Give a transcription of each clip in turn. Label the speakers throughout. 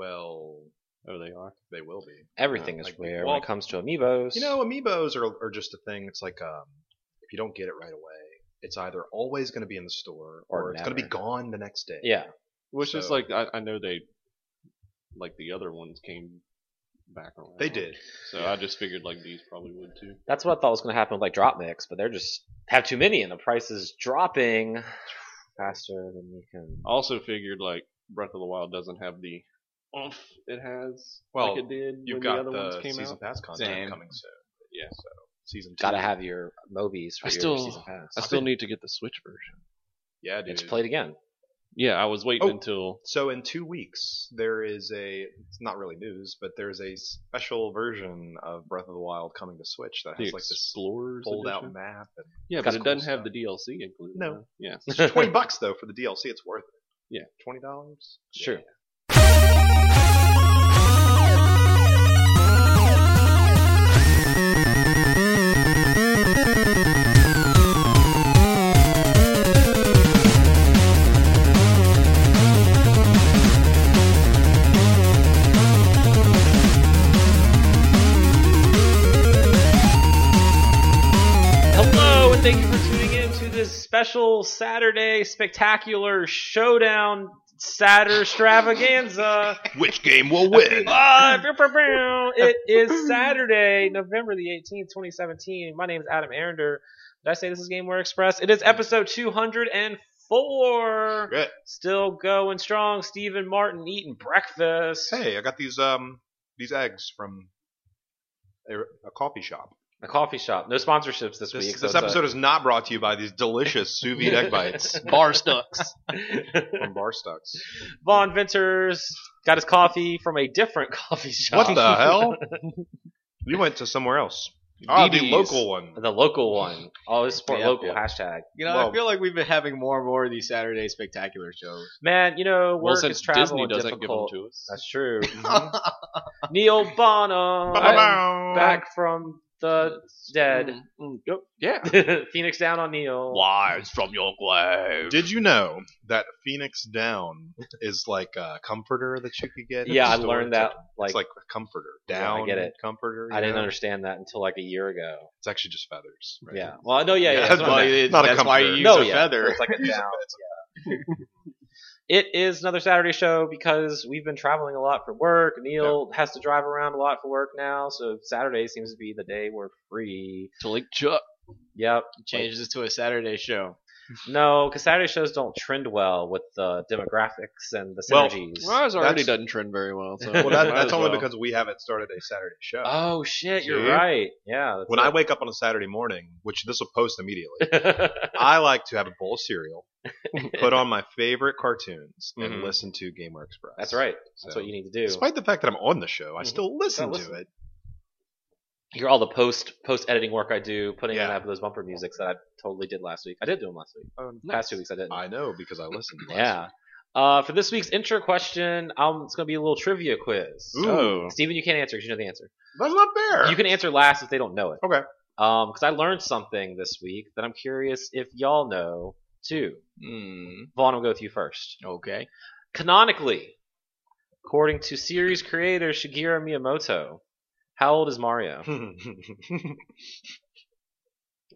Speaker 1: well,
Speaker 2: Oh, they are.
Speaker 1: they will be.
Speaker 3: Everything
Speaker 2: Yeah,
Speaker 3: is
Speaker 1: like,
Speaker 3: rare
Speaker 1: well,
Speaker 3: when it comes to amiibos.
Speaker 1: You know, amiibos are, are just a thing. It's like um, if you don't get it right away, it's either always going to be in the store or,
Speaker 3: Or
Speaker 1: it's going to be
Speaker 3: never.
Speaker 1: gone the next day.
Speaker 3: yeah,
Speaker 2: Which is
Speaker 1: So-
Speaker 2: like I, I know they, like the other ones came back around.
Speaker 1: They did.
Speaker 2: So I just figured like these probably would too.
Speaker 3: that's what I thought was going to happen with like drop mix, but they're just have too many and the price is dropping faster than you can.
Speaker 2: I also figured like Breath of the Wild doesn't have the oomph it has
Speaker 1: Well,
Speaker 2: like it did
Speaker 1: You've
Speaker 2: when
Speaker 1: got
Speaker 2: the other
Speaker 1: the
Speaker 2: ones came
Speaker 1: season
Speaker 2: out.
Speaker 1: pass content
Speaker 4: Same.
Speaker 1: coming soon.
Speaker 2: Yeah.
Speaker 1: So season two.
Speaker 3: Gotta have your Mobies for
Speaker 2: I
Speaker 3: your
Speaker 2: still-
Speaker 3: season pass.
Speaker 2: I still need to get the Switch version.
Speaker 1: Yeah, dude.
Speaker 3: it's played again.
Speaker 2: Yeah, I was waiting
Speaker 1: Oh.
Speaker 2: until
Speaker 1: So in two weeks, there is a. It's not really news, but there's a special version of Breath of the Wild coming to Switch that
Speaker 2: the
Speaker 1: has like this
Speaker 2: Explorers
Speaker 1: fold out
Speaker 2: edition.
Speaker 1: map. And
Speaker 2: Yeah,
Speaker 3: Got
Speaker 2: but it
Speaker 3: cool
Speaker 2: doesn't have
Speaker 1: stuff.
Speaker 2: the DLC included.
Speaker 1: No.
Speaker 2: huh? Yeah.
Speaker 1: it's twenty bucks though for the DLC. It's worth it.
Speaker 2: Yeah.
Speaker 1: twenty dollars.
Speaker 3: Sure. Hello, and thank you for tuning in to this special Saturday spectacular showdown Saturday extravaganza.
Speaker 1: Which game will win?
Speaker 3: Ah, bow, bow, bow. it is Saturday, November the 18th, 2017. My name is Adam Arender. Did I say this is Game Ware Express? It is episode 204.
Speaker 1: Good.
Speaker 3: Still going strong. Stephen Martin eating breakfast.
Speaker 1: hey, I got these um these eggs from a, a coffee shop.
Speaker 3: A coffee shop. No sponsorships this,
Speaker 1: This,
Speaker 3: week.
Speaker 1: this episode is not brought to you by these delicious sous vide egg bites
Speaker 2: Bar Stucks.
Speaker 3: episode.
Speaker 1: from Barstucks.
Speaker 3: Vaughn Venters got his coffee from a different coffee shop.
Speaker 1: What the hell? You went to somewhere else. Ah, the
Speaker 4: DDs.
Speaker 1: local one.
Speaker 3: The local one. Oh, it's support
Speaker 4: Yep,
Speaker 3: local
Speaker 4: yep.
Speaker 3: hashtag.
Speaker 4: You know,
Speaker 1: Well-
Speaker 4: I feel like we've been having more and more of these Saturday spectacular shows.
Speaker 3: Man, you know, work
Speaker 2: well,
Speaker 3: is
Speaker 2: since
Speaker 3: travel
Speaker 2: Disney
Speaker 3: and
Speaker 2: doesn't
Speaker 3: difficult.
Speaker 2: give them to us.
Speaker 3: That's true. Neil Bonham
Speaker 1: Ba-ba-bow.
Speaker 3: back from the Uh, dead.
Speaker 2: Mm, mm, yep. Oh, Yeah.
Speaker 3: Phoenix down on Neil.
Speaker 2: Lies from your grave.
Speaker 1: Did you know that Phoenix Down is like a comforter that you could get? at
Speaker 3: Yeah,
Speaker 1: the
Speaker 3: I
Speaker 1: store?
Speaker 3: learned
Speaker 1: It's
Speaker 3: that.
Speaker 1: a-
Speaker 3: Like,
Speaker 1: it's like a comforter.
Speaker 3: Yeah, I
Speaker 1: Down
Speaker 3: get it.
Speaker 1: comforter.
Speaker 3: I
Speaker 1: you
Speaker 3: didn't
Speaker 1: know?
Speaker 3: understand that until like a year ago.
Speaker 1: It's actually just feathers. Right?
Speaker 3: Yeah. Well, no, yeah, yeah.
Speaker 1: Yeah,
Speaker 3: that's
Speaker 1: that's
Speaker 3: what I
Speaker 1: why
Speaker 3: meant.
Speaker 1: Not a
Speaker 4: that's why you
Speaker 1: comforter.
Speaker 4: use
Speaker 3: no,
Speaker 4: a
Speaker 3: yeah,
Speaker 4: feather.
Speaker 3: It's like a down.
Speaker 1: It's
Speaker 3: it is another Saturday show because we've been traveling a lot for work. Neil has to drive around a lot for work now, so Saturday seems to be the day we're free.
Speaker 2: To Lake Chuck.
Speaker 3: Yep.
Speaker 4: Changes this to a Saturday show.
Speaker 3: No, because Saturday shows don't trend well with the demographics and the
Speaker 1: Well,
Speaker 3: synergies.
Speaker 2: Ours already
Speaker 1: That's-
Speaker 2: doesn't trend very well. So
Speaker 1: well, that,
Speaker 2: might
Speaker 1: that's
Speaker 2: as
Speaker 1: only
Speaker 2: well.
Speaker 1: because we haven't started a Saturday show.
Speaker 3: oh shit, you're
Speaker 1: See?
Speaker 3: right. Yeah.
Speaker 1: when I wake up on a Saturday morning, which this will post immediately,
Speaker 3: I
Speaker 1: I like to have a bowl of cereal, put on my favorite cartoons, and
Speaker 3: Mhm.
Speaker 1: listen to Gamer Express.
Speaker 3: that's right.
Speaker 1: So,
Speaker 3: That's what you need to do.
Speaker 1: Despite the fact that I'm on the show, I
Speaker 3: Mhm.
Speaker 1: still listen,
Speaker 3: listen.
Speaker 1: to it.
Speaker 3: Hear all the post post editing work I do, putting in
Speaker 1: Yeah. Oh,
Speaker 3: up those bumper musics that I totally did last week. I did do them last week. Past two weeks I didn't.
Speaker 1: I know because I listened. Last
Speaker 3: yeah. Uh, for this week's intro question, um, it's gonna be a little trivia quiz.
Speaker 1: Ooh.
Speaker 2: Oh.
Speaker 3: Steven, you can't answer because you know the answer.
Speaker 1: That's not fair.
Speaker 3: You can answer last if they don't know it.
Speaker 1: Okay.
Speaker 3: Um, because I learned something this week that I'm curious if y'all know too.
Speaker 4: Mm,
Speaker 3: Vaughn will go with you first.
Speaker 4: okay.
Speaker 3: Canonically, according to series creator Shigeru Miyamoto, how old is Mario?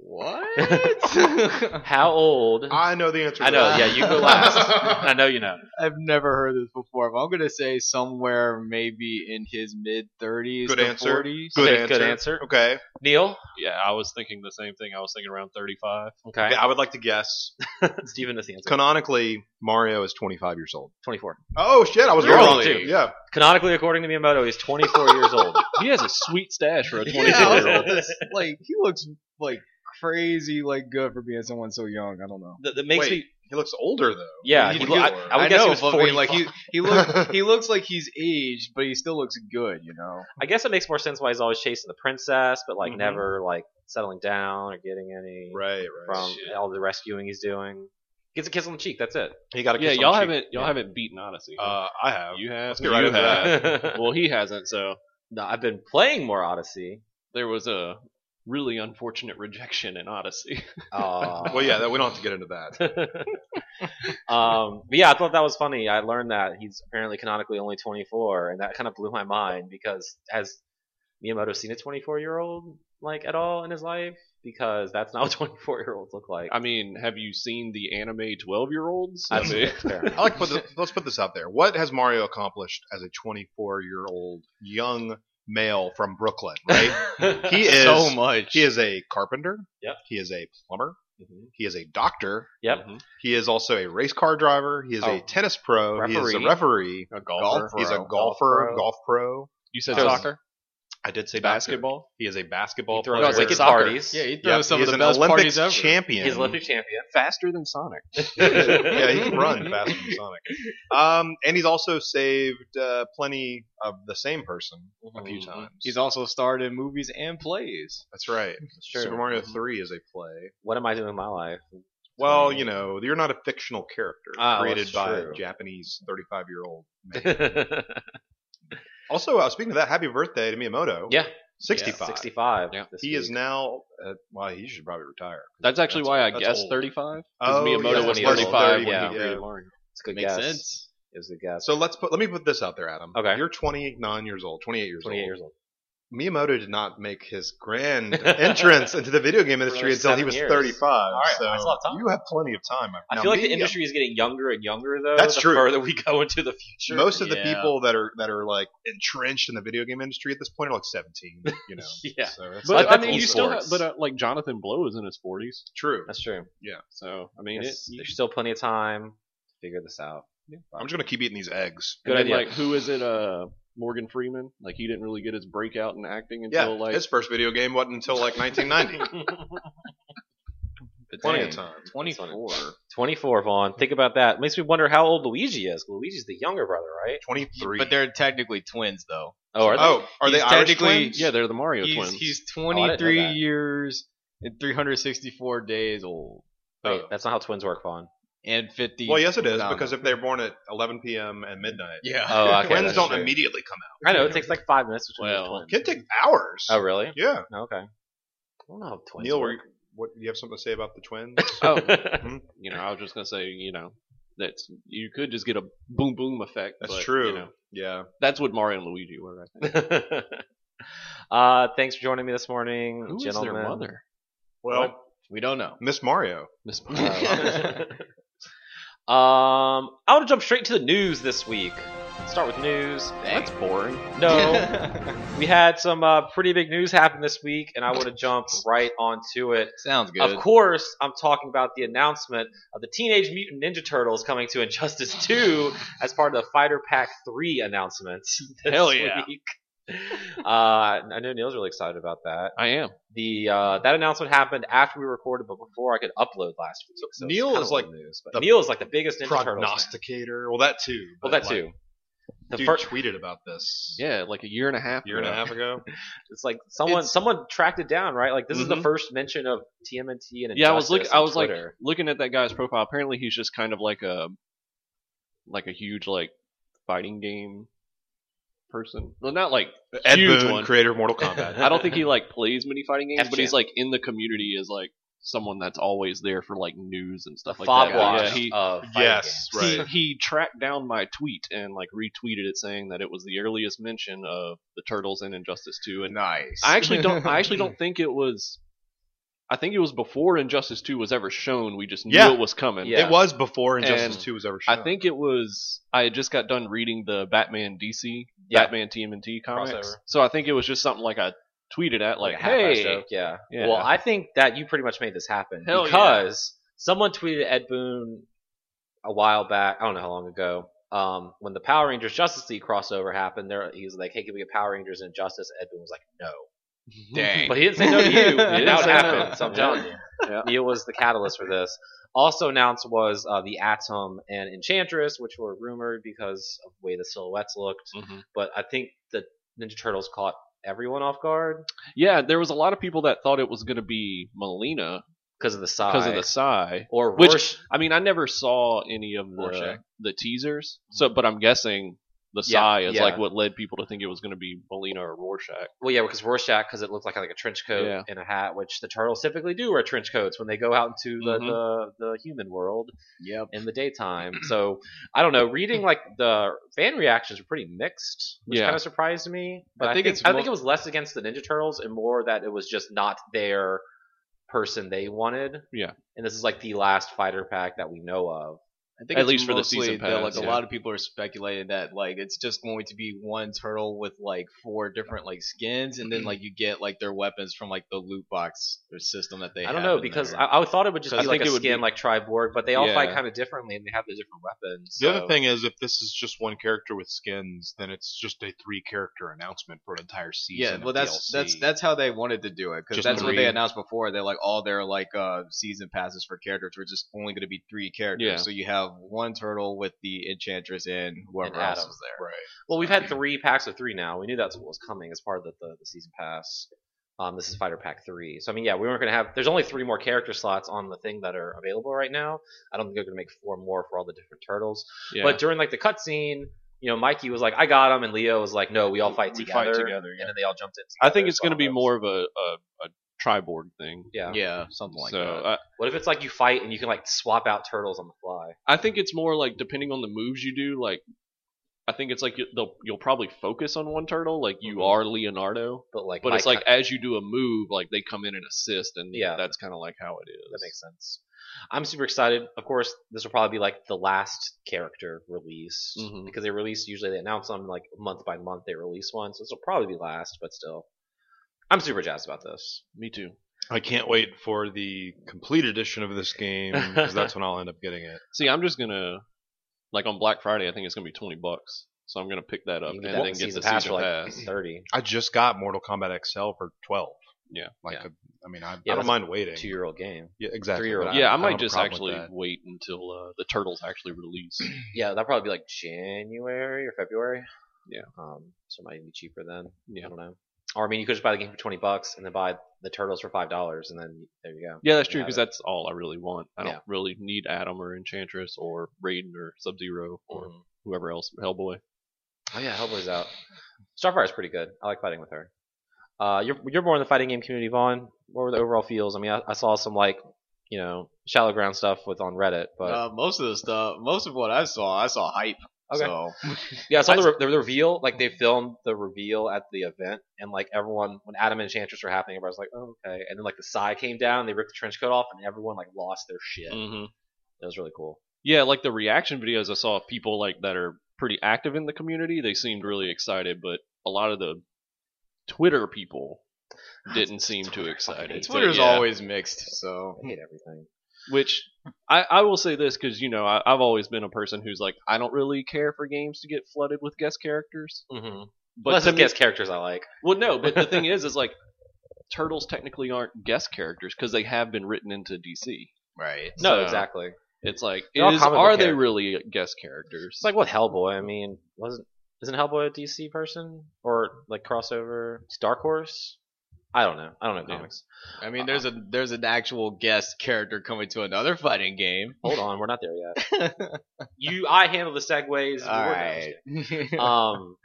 Speaker 4: What?
Speaker 3: How old?
Speaker 1: I know the answer.
Speaker 3: I
Speaker 1: to
Speaker 3: know,
Speaker 1: that.
Speaker 3: yeah, you go last. I know you know.
Speaker 4: I've never heard this before. But I'm gonna say somewhere maybe in his mid 30s.
Speaker 1: Good
Speaker 4: to
Speaker 1: answer.
Speaker 4: 40s.
Speaker 1: Good
Speaker 3: Okay,
Speaker 1: answer.
Speaker 3: good answer.
Speaker 1: Okay.
Speaker 3: Neil?
Speaker 2: Yeah, I was thinking the same thing. I was thinking around 35.
Speaker 3: Okay.
Speaker 1: Yeah, I would like to guess.
Speaker 3: Steven is the answer.
Speaker 1: Canonically, Mario is 25 years old.
Speaker 3: 24.
Speaker 1: Oh shit! I was
Speaker 3: You're
Speaker 1: wrong.
Speaker 3: old, too.
Speaker 1: Yeah.
Speaker 3: Canonically, according to Miyamoto, he's 24 years old.
Speaker 2: He has a sweet stash for a 24
Speaker 4: Yeah, I was
Speaker 2: year
Speaker 4: about
Speaker 2: old.
Speaker 4: to s- like he looks like crazy, like good for being someone so young. I don't know.
Speaker 3: That, that makes
Speaker 1: Wait.
Speaker 3: me.
Speaker 1: He looks older though.
Speaker 3: Yeah,
Speaker 1: He
Speaker 3: he,
Speaker 1: was
Speaker 3: lo- I,
Speaker 1: older.
Speaker 3: I would guess he was
Speaker 4: but I mean,
Speaker 3: 40.
Speaker 4: like he he looks he looks like he's aged, but he still looks good. You know.
Speaker 3: I guess it makes more sense why he's always chasing the princess, but like
Speaker 1: Mhm.
Speaker 3: never like settling down or getting any
Speaker 1: Right. Right.
Speaker 3: from
Speaker 2: Shit.
Speaker 3: all the rescuing he's doing. Gets a kiss on the cheek. That's it.
Speaker 1: He got a
Speaker 2: Yeah,
Speaker 1: kiss on
Speaker 2: y'all
Speaker 1: the cheek.
Speaker 2: haven't y'all
Speaker 3: Yeah.
Speaker 2: haven't beaten Odyssey.
Speaker 1: Uh, I have.
Speaker 2: you have.
Speaker 1: get right
Speaker 2: you
Speaker 1: into
Speaker 2: have.
Speaker 3: no,
Speaker 2: Well, he hasn't. So
Speaker 3: I've been playing more Odyssey.
Speaker 2: there was a really unfortunate rejection in Odyssey.
Speaker 1: Uh, well, yeah, that, we don't have to get into that.
Speaker 3: um, but yeah, I thought that was funny. I learned that he's apparently canonically only 24, and that kind of blew my mind because has Miyamoto seen a 24 year old like at all in his life? Because that's not what 24 year olds look like.
Speaker 2: I mean, have you seen the anime 12 year olds? I
Speaker 3: That's
Speaker 2: mean,
Speaker 3: fair
Speaker 2: Oh,
Speaker 3: enough.
Speaker 1: I like to put this, let's put this out there. What has Mario accomplished as a 24 year old young male from Brooklyn? Right, he is
Speaker 4: so much.
Speaker 1: he is a carpenter.
Speaker 3: Yep.
Speaker 1: He is a plumber.
Speaker 3: Mhm.
Speaker 1: He is a doctor.
Speaker 3: Yep.
Speaker 2: Mhm.
Speaker 1: He is also a race car driver. He is a
Speaker 4: Oh.
Speaker 1: tennis pro. He is a
Speaker 4: Referee.
Speaker 1: referee.
Speaker 2: a golfer.
Speaker 1: He's a golfer,
Speaker 4: pro.
Speaker 1: golf pro.
Speaker 3: pro.
Speaker 2: You said
Speaker 4: Shows-
Speaker 2: soccer?
Speaker 1: I did say
Speaker 2: Basketball?
Speaker 1: doctor. He is a basketball
Speaker 3: He throws
Speaker 1: player.
Speaker 3: wicked
Speaker 4: soccer.
Speaker 3: parties.
Speaker 4: Yeah, he
Speaker 1: Yeah,
Speaker 4: throws some
Speaker 1: he
Speaker 4: of
Speaker 1: is
Speaker 4: the
Speaker 1: an
Speaker 4: best
Speaker 1: Olympic
Speaker 4: parties ever.
Speaker 1: champion.
Speaker 3: He's Olympic champion.
Speaker 2: Faster than Sonic.
Speaker 1: yeah, he can run faster than Sonic. Um, and he's also saved uh, plenty of the same person a few
Speaker 3: Mhm.
Speaker 1: times.
Speaker 4: He's also starred in movies and plays.
Speaker 1: That's right.
Speaker 3: Sure.
Speaker 1: Super Mario 3 is a play.
Speaker 3: What am I doing with my life?
Speaker 1: Well,
Speaker 3: Hmm.
Speaker 1: you know, you're not a fictional character
Speaker 3: Ah, well,
Speaker 1: created
Speaker 3: that's
Speaker 1: by a
Speaker 3: true.
Speaker 1: Japanese 35 year old man.
Speaker 3: yeah,
Speaker 1: also, uh, speaking of that, happy birthday to Miyamoto. 65.
Speaker 3: 65.
Speaker 2: Yeah.
Speaker 3: this
Speaker 1: He is
Speaker 3: week.
Speaker 1: now, uh, well, he should probably retire.
Speaker 2: That's actually
Speaker 1: That's-
Speaker 2: why I
Speaker 1: that's
Speaker 2: guessed
Speaker 1: old.
Speaker 2: 35.
Speaker 1: Oh,
Speaker 2: Because Miyamoto
Speaker 1: yeah,
Speaker 2: was
Speaker 3: when he was
Speaker 2: 35
Speaker 3: older,
Speaker 2: when
Speaker 3: yeah.
Speaker 2: he created Mario.
Speaker 3: It's a good
Speaker 4: Makes
Speaker 3: guess.
Speaker 4: sense.
Speaker 3: It was a good guess.
Speaker 1: So let's put, let me put this out there, Adam.
Speaker 3: Okay.
Speaker 1: You're 29 years old, 28 years
Speaker 3: 28
Speaker 1: old.
Speaker 3: years old.
Speaker 1: Miyamoto did not make his grand entrance into the video game industry
Speaker 3: like
Speaker 1: until he
Speaker 3: seven
Speaker 1: was
Speaker 3: years.
Speaker 1: 35.
Speaker 3: right,
Speaker 1: so
Speaker 3: that's a lot of time.
Speaker 1: you have plenty of time.
Speaker 3: I
Speaker 1: Now,
Speaker 3: feel like
Speaker 1: me,
Speaker 3: the industry is getting younger and younger, though.
Speaker 1: That's
Speaker 3: the
Speaker 1: true.
Speaker 3: Further we go into the future,
Speaker 1: Most of the
Speaker 4: Yeah.
Speaker 1: people that are that are like entrenched in the video game industry at this point are like 17. You know.
Speaker 3: Yeah.
Speaker 1: So that's,
Speaker 2: But
Speaker 1: that's
Speaker 2: I mean,
Speaker 1: old
Speaker 2: you still
Speaker 1: sports.
Speaker 2: have, but uh, like Jonathan Blow is in his 40s.
Speaker 1: true.
Speaker 3: that's true.
Speaker 2: So, I mean,
Speaker 3: Yes,
Speaker 2: it,
Speaker 3: there's still plenty of time to figure this out.
Speaker 1: I'm just gonna keep eating these eggs.
Speaker 3: Good
Speaker 2: and then,
Speaker 3: idea.
Speaker 2: Like, who is it? Uh, Morgan Freeman. Like, he didn't really get his breakout in acting
Speaker 1: Yeah.
Speaker 2: until like
Speaker 1: his first video game wasn't until like 1990. plenty of
Speaker 4: Dang.
Speaker 1: time.
Speaker 4: 24.
Speaker 3: 24, Vaughn. Think about that. makes me wonder how old Luigi is. Luigi's the younger brother, right?
Speaker 1: 23.
Speaker 4: But they're technically twins, though.
Speaker 3: Oh, are they?
Speaker 1: oh, are they
Speaker 4: he's
Speaker 1: Irish
Speaker 4: technically-
Speaker 1: twins?
Speaker 2: yeah, they're the Mario
Speaker 4: He's,
Speaker 2: twins.
Speaker 4: he's
Speaker 3: Oh, know
Speaker 4: 23
Speaker 3: that.
Speaker 4: years and 364 days old.
Speaker 3: Wait, that's not how twins work, Vaughn.
Speaker 4: And 50.
Speaker 1: Well, yes, it is
Speaker 4: No, no.
Speaker 1: because if they're born at 11 p.m. and midnight,
Speaker 4: Yeah.
Speaker 3: Oh, okay,
Speaker 1: twins
Speaker 3: that's
Speaker 1: don't
Speaker 3: true.
Speaker 1: immediately come out.
Speaker 3: I know it takes like five minutes between
Speaker 2: Well,
Speaker 3: twins.
Speaker 1: It can take hours.
Speaker 3: Oh, really?
Speaker 1: Yeah.
Speaker 3: Okay. I don't know how twins
Speaker 1: Neil, were you,
Speaker 3: work.
Speaker 1: what you have something to say about the twins?
Speaker 2: oh, you know, I was just gonna say, you know, that's you could just get a boom boom effect.
Speaker 1: That's
Speaker 2: but,
Speaker 1: true.
Speaker 2: You know,
Speaker 1: yeah.
Speaker 2: that's what Mario and Luigi were. I think.
Speaker 3: uh, thanks for joining me this morning,
Speaker 2: Who is
Speaker 3: gentlemen.
Speaker 2: their mother?
Speaker 1: Well,
Speaker 4: We don't know.
Speaker 1: Miss Mario.
Speaker 2: Miss
Speaker 3: Uh, um, I want to jump straight to the news this week. Let's start with news.
Speaker 2: that's boring.
Speaker 3: No, we had some uh, pretty big news happen this week, and I want to jump right onto it.
Speaker 4: Sounds good.
Speaker 3: Of course, I'm talking about the announcement of the Teenage Mutant Ninja Turtles coming to Injustice 2 as part of the Fighter Pack 3 announcements. This
Speaker 2: Hell yeah.
Speaker 3: Week. Uh, I know Neil's really excited about that.
Speaker 2: I am.
Speaker 3: The uh, that announcement happened after we recorded, but before I could upload last week. So it's
Speaker 1: Neil
Speaker 3: kinda
Speaker 1: is like
Speaker 3: old news,
Speaker 1: the
Speaker 3: but Neil is like the biggest Ninja Turtles. fan.
Speaker 1: Prognosticator. Well, that too.
Speaker 3: Well,
Speaker 1: but,
Speaker 3: that
Speaker 1: like,
Speaker 3: too. The
Speaker 1: dude
Speaker 3: first,
Speaker 1: tweeted about this.
Speaker 2: Yeah, like a year and a half.
Speaker 1: a Year and a
Speaker 2: ago.
Speaker 1: half ago.
Speaker 3: it's like someone
Speaker 4: It's-
Speaker 3: someone tracked it down, right? Like this is the
Speaker 2: Mhm.
Speaker 3: first mention of TMNT and
Speaker 2: Yeah, I was
Speaker 3: Injustice
Speaker 2: look.
Speaker 3: on
Speaker 2: I was like
Speaker 3: Twitter.
Speaker 2: looking at that guy's profile. Apparently, he's just kind of like a like a huge like fighting game person. Well, not like
Speaker 1: Ed
Speaker 2: Huge
Speaker 1: Boon,
Speaker 2: one.
Speaker 1: creator of Mortal Kombat.
Speaker 2: I don't think he like plays many fighting games, but he's
Speaker 3: FGM.
Speaker 2: like in the community as like someone that's always there for like news and stuff like
Speaker 3: Fob
Speaker 2: that.
Speaker 3: watch Oh,
Speaker 2: Yeah, he,
Speaker 3: of fighting
Speaker 1: yes,
Speaker 3: games.
Speaker 1: right.
Speaker 2: he he tracked down my tweet and like retweeted it saying that it was the earliest mention of the turtles in Injustice 2 and
Speaker 4: nice.
Speaker 2: I actually don't I actually don't think it was I think it was before Injustice 2 was ever shown. We just knew
Speaker 1: Yeah.
Speaker 2: it was coming.
Speaker 3: Yeah.
Speaker 1: It was before Injustice
Speaker 2: And
Speaker 1: Two was ever shown.
Speaker 2: I think it was. I had just got done reading the Batman DC,
Speaker 3: Yeah.
Speaker 2: Batman TMNT comics.
Speaker 3: Crossover.
Speaker 2: So I think it was just something like I tweeted at, like,
Speaker 3: a half-ass
Speaker 2: "Hey,
Speaker 3: joke, yeah.
Speaker 2: Yeah.
Speaker 3: Well, I think that you pretty much made this happen
Speaker 2: Hell yeah.
Speaker 3: because someone tweeted Ed Boon a while back. I don't know how long ago. Um, when the Power Rangers Justice League crossover happened, there he was like, "Hey, can we get Power Rangers and Justice?" Ed Boon was like, "No,"
Speaker 4: Dang.
Speaker 3: but he didn't say no to you.
Speaker 4: didn't
Speaker 3: And now it
Speaker 2: say no.
Speaker 3: happened. So I'm
Speaker 2: Yeah.
Speaker 3: telling you,
Speaker 2: Yeah.
Speaker 3: Neil was the catalyst for this. Also announced was uh, the Atom and Enchantress, which were rumored because of the way the silhouettes looked.
Speaker 2: Mhm.
Speaker 3: But I think the Ninja Turtles caught everyone off guard
Speaker 2: yeah." There was a lot of people that thought it was going to be Melina
Speaker 3: because of the size.
Speaker 2: because of the sigh.
Speaker 3: or
Speaker 2: Which-
Speaker 3: Rorsch-
Speaker 2: I mean, I never saw any of the
Speaker 4: Rorschach.
Speaker 2: the teasers, so but I'm guessing the
Speaker 3: Mm-hmm. Yeah,
Speaker 2: sigh is
Speaker 3: yeah.
Speaker 2: like what led people to think it was going to be Molina or Rorschach.
Speaker 3: Well, yeah, because Rorschach, because it looked like like a trench coat
Speaker 2: Yeah.
Speaker 3: and a hat, which the turtles typically do wear trench coats when they go out into
Speaker 2: Mm-hmm.
Speaker 3: the, the, the human world
Speaker 4: Yep.
Speaker 3: in the daytime. So I don't know. Reading like the fan reactions were pretty mixed, which
Speaker 2: Yeah.
Speaker 3: kind of surprised me. But I
Speaker 4: think
Speaker 3: think,
Speaker 4: it's
Speaker 3: I
Speaker 4: mo-
Speaker 3: think it was less against the Ninja Turtles and more that it was just not their person they wanted.
Speaker 2: Yeah.
Speaker 3: And this is like the last fighter pack that we know of.
Speaker 4: I think
Speaker 2: At
Speaker 4: it's
Speaker 2: least for the
Speaker 4: mostly
Speaker 2: season
Speaker 4: that,
Speaker 2: pass,
Speaker 4: like a
Speaker 2: yeah.
Speaker 4: lot of people are speculating that like it's just going to be one turtle with like four different like skins, and
Speaker 2: Mm-hmm.
Speaker 4: then like you get like their weapons from like the loot box or system that they.
Speaker 3: I don't
Speaker 4: have
Speaker 3: know
Speaker 4: in
Speaker 3: because
Speaker 4: there.
Speaker 3: I, I thought it would just
Speaker 2: I
Speaker 3: be like
Speaker 2: think
Speaker 3: a
Speaker 2: it would
Speaker 3: skin
Speaker 2: be-
Speaker 3: like Triborg, but they all fight
Speaker 2: Yeah.
Speaker 3: kind of differently and they have the different weapons.
Speaker 1: The
Speaker 3: so-
Speaker 1: other thing is, if this is just one character with skins, then it's just a three-character announcement for an entire season.
Speaker 4: yeah,
Speaker 1: of
Speaker 4: well that's
Speaker 1: DLC.
Speaker 4: that's that's how they wanted to do it because
Speaker 1: Just
Speaker 4: that's what
Speaker 1: three.
Speaker 4: they announced before. They like all their like uh season passes for characters were just only going to be three characters.
Speaker 2: Yeah.
Speaker 4: So you have one turtle with the enchantress and whoever
Speaker 3: And
Speaker 4: else
Speaker 3: Adam.
Speaker 4: is there.
Speaker 1: right.
Speaker 3: Well, we've had three packs of three now. We knew that's what was coming as part of the, the, the season pass. Um, this is
Speaker 2: Mm-hmm.
Speaker 3: Fighter Pack three. So I mean, yeah, we weren't gonna have. There's only three more character slots on the thing that are available right now. I don't think they're gonna make four more for all the different turtles.
Speaker 2: Yeah.
Speaker 3: But during like the cutscene, you know, Mikey was like, "I got him," and Leo was like, "No, we all fight
Speaker 2: We fight
Speaker 3: together."
Speaker 2: together, yeah.
Speaker 3: And then they all jumped in.
Speaker 2: I
Speaker 3: together,
Speaker 2: think it's
Speaker 3: so
Speaker 2: going to be
Speaker 3: that was-
Speaker 2: more of a a, a triborg thing.
Speaker 3: Yeah.
Speaker 4: Yeah, something like
Speaker 2: so
Speaker 4: that.
Speaker 2: I,
Speaker 3: What if it's like you fight and you can like swap out turtles on the fly?
Speaker 2: I think it's more like depending on the moves you do. Like I think it's like you, they'll, you'll probably focus on one turtle, like you
Speaker 3: Mhm.
Speaker 2: are Leonardo.
Speaker 3: But like,
Speaker 2: But it's
Speaker 3: Mike-
Speaker 2: like as you do a move, like they come in and assist, and
Speaker 3: Yeah.
Speaker 2: that's kind of like how it is.
Speaker 3: That makes sense. I'm super excited. Of course, this will probably be like the last character released
Speaker 2: Mhm.
Speaker 3: because they release usually they announce them like month by month they release one, so this will probably be last, but still, I'm super jazzed about this.
Speaker 2: Me too.
Speaker 1: I can't wait for the complete edition of this game because that's when I'll end up getting it.
Speaker 2: See, I'm just gonna like on Black Friday. I think it's gonna be twenty bucks, so I'm gonna pick that up
Speaker 3: You
Speaker 2: and
Speaker 3: can
Speaker 2: then
Speaker 3: get that
Speaker 2: get the
Speaker 3: season pass
Speaker 2: season
Speaker 3: for like
Speaker 2: pass.
Speaker 3: thirty.
Speaker 1: I just got Mortal Kombat XL for twelve.
Speaker 2: Yeah.
Speaker 1: Like,
Speaker 2: Yeah.
Speaker 1: I mean, I, I
Speaker 3: Yeah,
Speaker 1: don't
Speaker 3: that's
Speaker 1: mind waiting.
Speaker 3: Two year old game.
Speaker 1: yeah, exactly.
Speaker 3: three-year-old.
Speaker 1: but
Speaker 2: yeah, I,
Speaker 1: don't
Speaker 2: might
Speaker 1: have a
Speaker 2: just
Speaker 1: problem with
Speaker 2: actually
Speaker 1: that.
Speaker 2: wait until uh, the turtles actually release.
Speaker 3: Yeah, that'll probably be like January or February.
Speaker 2: Yeah.
Speaker 3: Um, so it might be cheaper then.
Speaker 2: Yeah.
Speaker 3: I don't know. Or I mean, you could just buy the game for twenty bucks and then buy the turtles for five dollars, and then there you go.
Speaker 2: yeah, that's true
Speaker 3: Yeah,
Speaker 2: because
Speaker 3: that-
Speaker 2: that's all I really want. I don't
Speaker 3: Yeah.
Speaker 2: really need Adam or Enchantress or Raiden or Sub Zero or
Speaker 3: Mm-hmm.
Speaker 2: whoever else, Hellboy.
Speaker 3: Oh yeah, Hellboy's out. Starfire's pretty good. I like fighting with her. Uh, you're you're more in the fighting game community, Vaughn. What were the overall feels? I mean, I, I saw some like you know shallow ground stuff with on Reddit, but
Speaker 4: uh, most of the stuff, most of what I saw, I saw hype.
Speaker 3: Okay.
Speaker 4: So
Speaker 3: yeah, I saw the, re- the the reveal. Like they filmed the reveal at the event, and like everyone when Adam and Enchantress were happening, everybody was like, oh okay, and then like the sigh came down, they ripped the trench coat off, and everyone like lost their shit.
Speaker 2: Mm-hmm.
Speaker 3: It was really cool.
Speaker 2: Yeah, like the reaction videos I saw of people like that are pretty active in the community. They seemed really excited, but a lot of the Twitter people didn't seem too
Speaker 3: Twitter
Speaker 2: excited.
Speaker 3: fucking-
Speaker 2: But
Speaker 4: Twitter's
Speaker 2: yeah.
Speaker 4: always mixed. So
Speaker 3: I hate everything.
Speaker 2: which I, I will say this because you know I, I've always been a person who's like I don't really care for games to get flooded with guest characters.
Speaker 3: Mm-hmm.
Speaker 2: But
Speaker 3: Unless
Speaker 2: to
Speaker 3: it's
Speaker 2: me-
Speaker 3: guest characters I like.
Speaker 2: well, no. But the thing is, is like turtles technically aren't guest characters because they have been written into DC.
Speaker 4: right.
Speaker 3: No,
Speaker 2: So-
Speaker 3: exactly.
Speaker 2: It's like
Speaker 3: They're all
Speaker 2: is,
Speaker 3: comic book
Speaker 2: are they
Speaker 3: characters.
Speaker 2: really guest characters?
Speaker 3: It's like with Hellboy. I mean, wasn't isn't Hellboy a DC person or like crossover Dark Horse? I don't know. I don't know
Speaker 2: Yeah.
Speaker 3: comics.
Speaker 4: I
Speaker 3: Uh-uh.
Speaker 4: mean, there's a there's an actual guest character coming to another fighting game.
Speaker 3: Hold on, we're not there yet. you, I handle the segues.
Speaker 4: All
Speaker 3: We're-
Speaker 4: right.
Speaker 3: Um,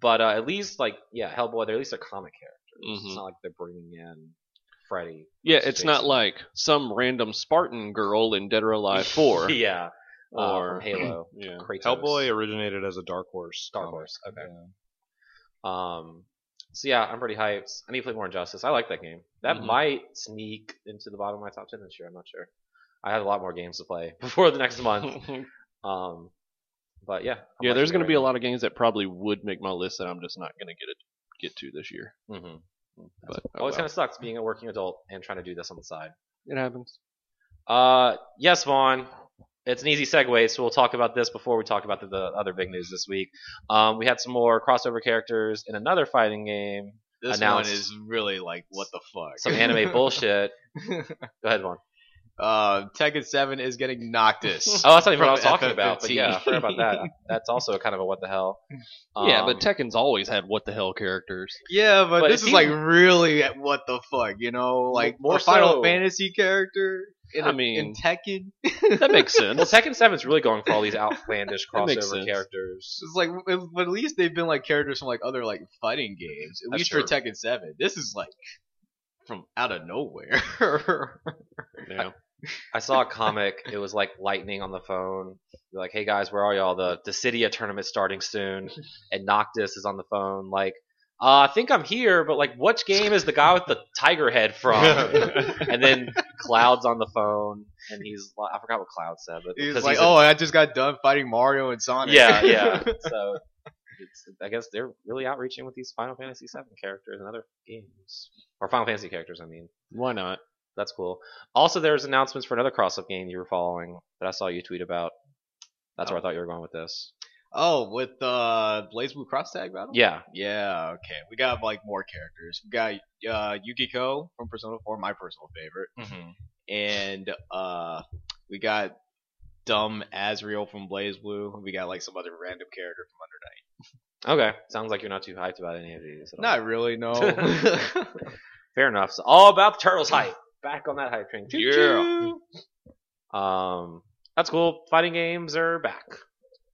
Speaker 3: but uh, at least like yeah, Hellboy. They're at least they're comic characters.
Speaker 2: Mhm.
Speaker 3: It's not like they're bringing in Freddy.
Speaker 2: yeah,
Speaker 3: versus
Speaker 2: it's not
Speaker 3: Jason.
Speaker 2: like some random Spartan girl in Dead or Alive Four
Speaker 3: yeah, uh,
Speaker 2: or
Speaker 3: from Halo.
Speaker 2: Yeah.
Speaker 3: Kratos.
Speaker 1: Hellboy originated as a Dark Horse.
Speaker 3: Dark
Speaker 1: comic.
Speaker 3: Horse. Okay.
Speaker 1: Yeah.
Speaker 3: Um, so yeah, I'm pretty hyped. I need to play more Injustice. I like that game. That
Speaker 2: Mhm.
Speaker 3: might sneak into the bottom of my top ten this year. I'm not sure. I have a lot more games to play before the next month. Um, but yeah,
Speaker 2: yeah, there's going to be a lot of games that probably would make my list that I'm just not going to get it get to this year.
Speaker 3: Mm-hmm.
Speaker 2: But oh
Speaker 3: Always
Speaker 2: well.
Speaker 3: kind of sucks being a working adult and trying to do this on the side.
Speaker 2: it happens.
Speaker 3: Uh, yes, Vaughn. It's an easy segue, so we'll talk about this before we talk about the, the other big news this week. Um, we had some more crossover characters in another fighting game,
Speaker 4: This
Speaker 3: Announced.
Speaker 4: one is really like what the fuck.
Speaker 3: some anime bullshit. Go ahead, Vaughn.
Speaker 4: Uh, Tekken 7 is getting Noctis.
Speaker 3: Oh, that's not even what I was
Speaker 4: From
Speaker 3: talking about. But
Speaker 4: FF15.
Speaker 3: yeah, I forgot about that. That's also kind of a what the hell.
Speaker 2: yeah,
Speaker 3: Um,
Speaker 2: but Tekken's always had what the hell characters.
Speaker 4: yeah, but,
Speaker 3: But
Speaker 4: this
Speaker 3: if
Speaker 4: is
Speaker 3: you-
Speaker 4: like really at what the fuck, you know? Like
Speaker 3: More
Speaker 4: a Final
Speaker 3: so- Mm.
Speaker 4: Fantasy character in,
Speaker 2: I
Speaker 4: a-
Speaker 2: mean-
Speaker 4: in Tekken.
Speaker 2: That makes
Speaker 3: well,
Speaker 2: sense.
Speaker 3: Tekken Seven's really going for all these outlandish
Speaker 2: That makes
Speaker 3: crossover
Speaker 2: sense.
Speaker 3: characters.
Speaker 4: It's like, it- but at least they've been like characters from like other like fighting games. At
Speaker 2: That's
Speaker 4: least for
Speaker 2: true.
Speaker 4: Tekken 7, this is like from out of nowhere.
Speaker 2: yeah.
Speaker 3: I saw a comic. It was like lightning on the phone. They're like, hey guys, where are y'all? The the Cydia tournament's starting soon, and Noctis is on the phone. Like, uh, I think I'm here, but like, which game is the guy with the tiger head from? and then Cloud's on the phone, and he's li- I forgot what Cloud said, but
Speaker 4: He's
Speaker 3: because
Speaker 4: like,
Speaker 3: a-
Speaker 4: oh, I just got done fighting Mario and Sonic.
Speaker 3: yeah, yeah. So it's, I guess they're really outreaching with these Final Fantasy VII characters and other games, or Final Fantasy characters. I mean,
Speaker 2: Why not?
Speaker 3: that's cool. Also, there's announcements for another cross-up game you were following that I saw you tweet about. That's where I thought you were going with this.
Speaker 4: oh, with uh, Blaze Blue Cross Tag Battle.
Speaker 3: Yeah,
Speaker 4: Yeah, okay. We got like more characters. We got uh, Yukiko from Persona 4, my personal favorite, and uh, we got dumb Azriel from Blaze Blue. We got like some other random character from Under Night.
Speaker 3: okay. Sounds like you're not too hyped about any of these. at all.
Speaker 4: Not really, no.
Speaker 3: Fair enough. So all about the turtles hype. Back on that hype train.
Speaker 2: Yeah.
Speaker 3: Choo-choo. Um, that's cool. Fighting games are back.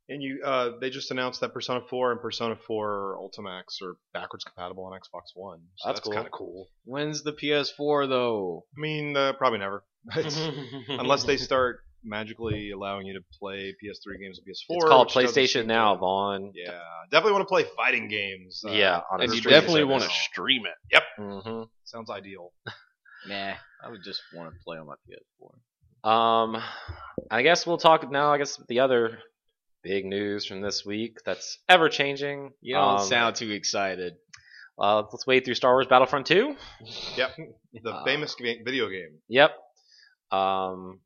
Speaker 1: And you, uh, they just announced that Persona 4 and Persona 4 Ultimax are backwards compatible on Xbox One. So
Speaker 3: That's
Speaker 1: that's,
Speaker 3: cool.
Speaker 1: kind of cool.
Speaker 4: When's the PS4 though?
Speaker 1: I mean, uh, probably never,
Speaker 3: Mm-hmm.
Speaker 1: unless they start magically allowing you to play PS3 games and PS4.
Speaker 3: It's called
Speaker 1: which doesn't seem
Speaker 3: PlayStation
Speaker 1: to-
Speaker 3: Now, Vaughn.
Speaker 1: Yeah, definitely want to play fighting games. uh,
Speaker 3: yeah, on
Speaker 2: And
Speaker 3: a
Speaker 2: you
Speaker 1: streaming
Speaker 2: definitely
Speaker 1: service.
Speaker 2: want to stream it.
Speaker 3: Mm-hmm.
Speaker 1: Sounds ideal.
Speaker 4: Nah, I would just want to play on my PS4.
Speaker 3: Um, I guess we'll talk now. I guess the other big news from this week that's ever changing.
Speaker 4: You don't
Speaker 3: Um,
Speaker 4: sound too excited.
Speaker 3: Uh, let's wade through Star Wars Battlefront Two.
Speaker 1: Yep, the
Speaker 3: Uh,
Speaker 1: famous ga- video game.
Speaker 3: Yep. Um,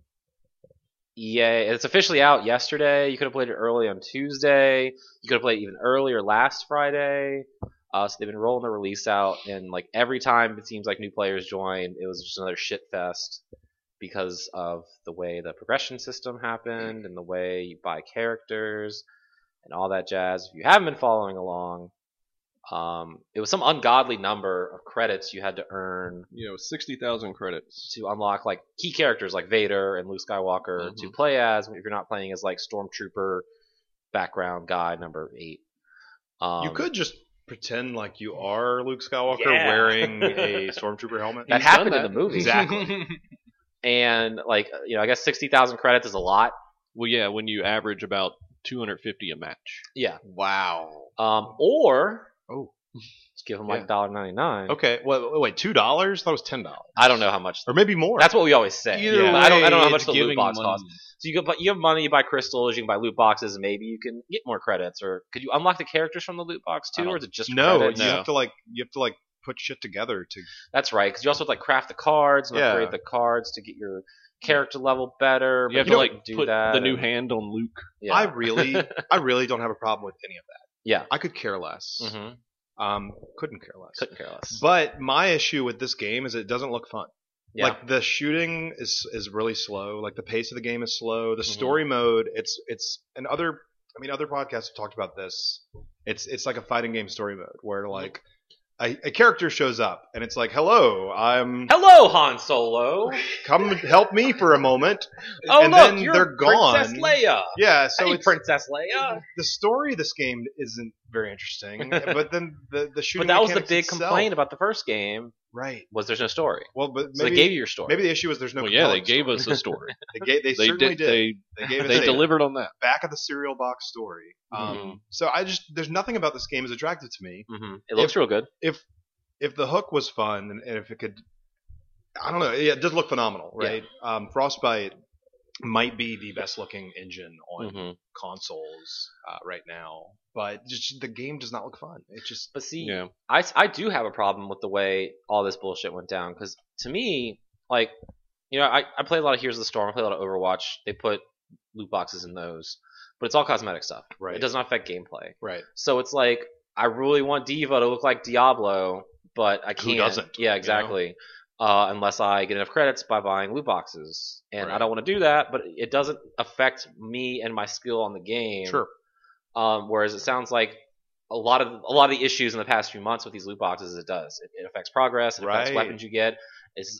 Speaker 3: EA, it's officially out yesterday. You could have played it early on Tuesday. You could have played it even earlier last Friday. Uh, so they've been rolling the release out, and like every time it seems like new players join, it was just another shit fest because of the way the progression system happened and the way you buy characters and all that jazz. If you haven't been following along, um, it was some ungodly number of credits you had to earn
Speaker 2: You know, sixty thousand credits.
Speaker 3: to unlock like key characters like Vader and Luke Skywalker
Speaker 2: Mm-hmm.
Speaker 3: to play as if you're not playing as like stormtrooper background guy number eight. Um,
Speaker 1: you could just pretend like you are Luke Skywalker
Speaker 3: Yeah.
Speaker 1: wearing a stormtrooper helmet.
Speaker 3: that
Speaker 2: He's
Speaker 3: happened
Speaker 2: done
Speaker 3: in the movie
Speaker 1: Exactly.
Speaker 3: and like uh, you know I guess sixty thousand credits is a lot.
Speaker 2: Well, yeah, when you average about two hundred fifty a match.
Speaker 3: Yeah.
Speaker 4: wow.
Speaker 3: Um, or
Speaker 1: Oh.
Speaker 3: just give them
Speaker 1: Yeah.
Speaker 3: like dollar ninety nine.
Speaker 1: okay, well, wait, two dollars? That was ten dollars,
Speaker 3: I don't know how much.
Speaker 1: or maybe more.
Speaker 3: That's what we always say.
Speaker 4: Either
Speaker 3: But I don't. I don't know how
Speaker 4: way,
Speaker 3: much
Speaker 4: it's
Speaker 3: the loot
Speaker 4: giving
Speaker 3: box
Speaker 4: money.
Speaker 3: costs. So you go, but you have money. You buy crystals. You can buy loot boxes, and maybe you can get more credits. Or could you unlock the characters from the loot box
Speaker 2: I
Speaker 3: too,
Speaker 2: don't-
Speaker 3: or is it just
Speaker 1: no,
Speaker 3: credits?
Speaker 1: you
Speaker 2: no.
Speaker 1: have to like you have to like put shit together to
Speaker 3: That's right, because you also have to like craft the cards and
Speaker 1: Yeah.
Speaker 3: upgrade the cards to get your character level better.
Speaker 2: You have
Speaker 3: but
Speaker 2: to
Speaker 3: don't
Speaker 2: like
Speaker 3: do
Speaker 2: put
Speaker 3: that.
Speaker 2: the new
Speaker 3: and-
Speaker 2: hand on Luke.
Speaker 3: Yeah.
Speaker 1: I really, I really don't have a problem with any of that.
Speaker 3: Yeah.
Speaker 1: I could care less.
Speaker 3: Mhm.
Speaker 1: Um, couldn't care less.
Speaker 3: couldn't care less.
Speaker 1: But my issue with this game is it doesn't look fun.
Speaker 3: yeah.
Speaker 1: Like the shooting is is really slow. Like the pace of the game is slow. The
Speaker 3: Mhm.
Speaker 1: story mode, it's it's and other. I mean, other podcasts have talked about this. It's it's like a fighting game story mode where like a, a character shows up and it's like, "Hello, I'm
Speaker 3: Hello, Han Solo.
Speaker 1: come help me for a moment."
Speaker 3: Oh
Speaker 1: and
Speaker 3: look,
Speaker 1: then
Speaker 3: you're
Speaker 1: they're gone.
Speaker 3: Princess Leia.
Speaker 1: Yeah, so
Speaker 3: hey,
Speaker 1: it's Mm-hmm.
Speaker 3: Princess Leia.
Speaker 1: the story of this game isn't very interesting, but then the the shooting.
Speaker 3: But that was the
Speaker 1: mechanics
Speaker 3: big
Speaker 1: itself-
Speaker 3: complaint about the first game
Speaker 1: Right.
Speaker 3: was there's no story.
Speaker 1: Well, but
Speaker 3: So
Speaker 1: maybe,
Speaker 3: they gave you your story.
Speaker 1: maybe the issue is there's no.
Speaker 2: well, yeah, they
Speaker 1: compelling
Speaker 2: gave us a story.
Speaker 1: story. They, gave, they,
Speaker 2: they
Speaker 1: certainly
Speaker 2: did.
Speaker 1: did.
Speaker 2: They
Speaker 1: They gave us
Speaker 2: they Mm-hmm.
Speaker 1: a
Speaker 2: delivered on that.
Speaker 1: back of the cereal box story. Um, So I just there's nothing about this game is attractive to me.
Speaker 3: hmm It looks real good.
Speaker 1: If the hook was fun and, and if it could, I don't know. Yeah, it does look phenomenal,
Speaker 3: Yeah.
Speaker 1: right? Um, Frostbite might be the best looking engine on
Speaker 3: Mhm.
Speaker 1: consoles uh, right now, but just the game does not look fun. It just
Speaker 3: But see,
Speaker 2: Yeah,
Speaker 3: I, I do have a problem with the way all this bullshit went down because to me, like, you know, I, I play a lot of Heroes of the Storm, I play a lot of Overwatch. They put loot boxes in those, but it's all cosmetic stuff.
Speaker 1: right,
Speaker 3: It does not affect gameplay.
Speaker 1: right.
Speaker 3: So it's like I really want Diva to look like Diablo, but I can't.
Speaker 1: doesn't,
Speaker 3: Yeah, exactly. uh, unless I get enough credits by buying loot boxes. And I
Speaker 2: Right.
Speaker 3: don't want to do that, but it doesn't affect me and my skill on the game.
Speaker 1: Sure.
Speaker 3: Um, whereas it sounds like a lot of a lot of the issues in the past few months with these loot boxes, it does. It, it affects progress. It affects
Speaker 1: Right.
Speaker 3: weapons you get. It's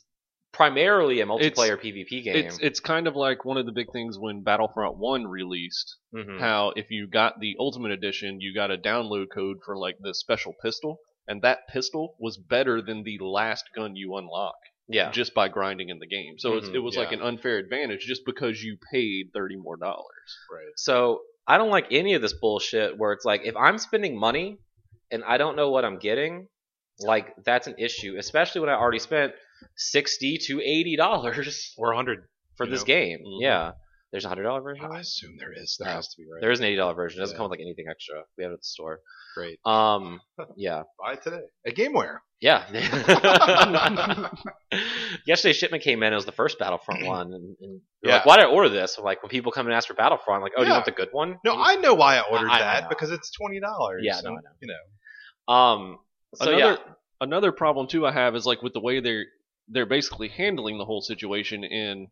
Speaker 3: primarily a multiplayer PvP game.
Speaker 2: It's it's kind of like one of the big things when Battlefront One released,
Speaker 3: Mhm.
Speaker 2: how if you got the Ultimate Edition, you got a download code for like the special pistol, and that pistol was better than the last gun you unlock
Speaker 3: Yeah.
Speaker 2: just by grinding in the game. So it's,
Speaker 3: Mhm,
Speaker 2: it was like
Speaker 4: yeah.
Speaker 2: an unfair advantage just because you paid thirty more dollars.
Speaker 4: Right.
Speaker 3: So I don't like any of this bullshit where it's like if I'm spending money and I don't know what I'm getting, like that's an issue, especially when I already spent sixty to eighty dollars
Speaker 1: Or 100.
Speaker 3: for
Speaker 1: You
Speaker 3: this
Speaker 1: know? Mm-hmm.
Speaker 3: game.
Speaker 2: Mhm.
Speaker 3: Yeah. There's a hundred dollar version.
Speaker 1: I assume there is. There
Speaker 3: No.
Speaker 1: has to be, right?
Speaker 3: There is an eighty dollar version. It doesn't
Speaker 1: Yeah.
Speaker 3: come with like anything extra. We have it at the store.
Speaker 1: Great.
Speaker 3: Um yeah.
Speaker 1: Buy it today. At GameWare.
Speaker 3: Yeah. Yesterday shipment came in, it was the first Battlefront one and, and you're like,
Speaker 1: Yeah.
Speaker 3: why did I order this? I'm like when people come and ask for Battlefront, I'm like, Oh, do you
Speaker 1: Yeah.
Speaker 3: want the good one?
Speaker 1: No, I know why I ordered
Speaker 3: I- I
Speaker 1: that
Speaker 3: know.
Speaker 1: because it's twenty dollars.
Speaker 3: Yeah, no, I know.
Speaker 1: You know,
Speaker 3: um so yeah.
Speaker 2: another another problem too I have is like with the way they're they're basically handling the whole situation in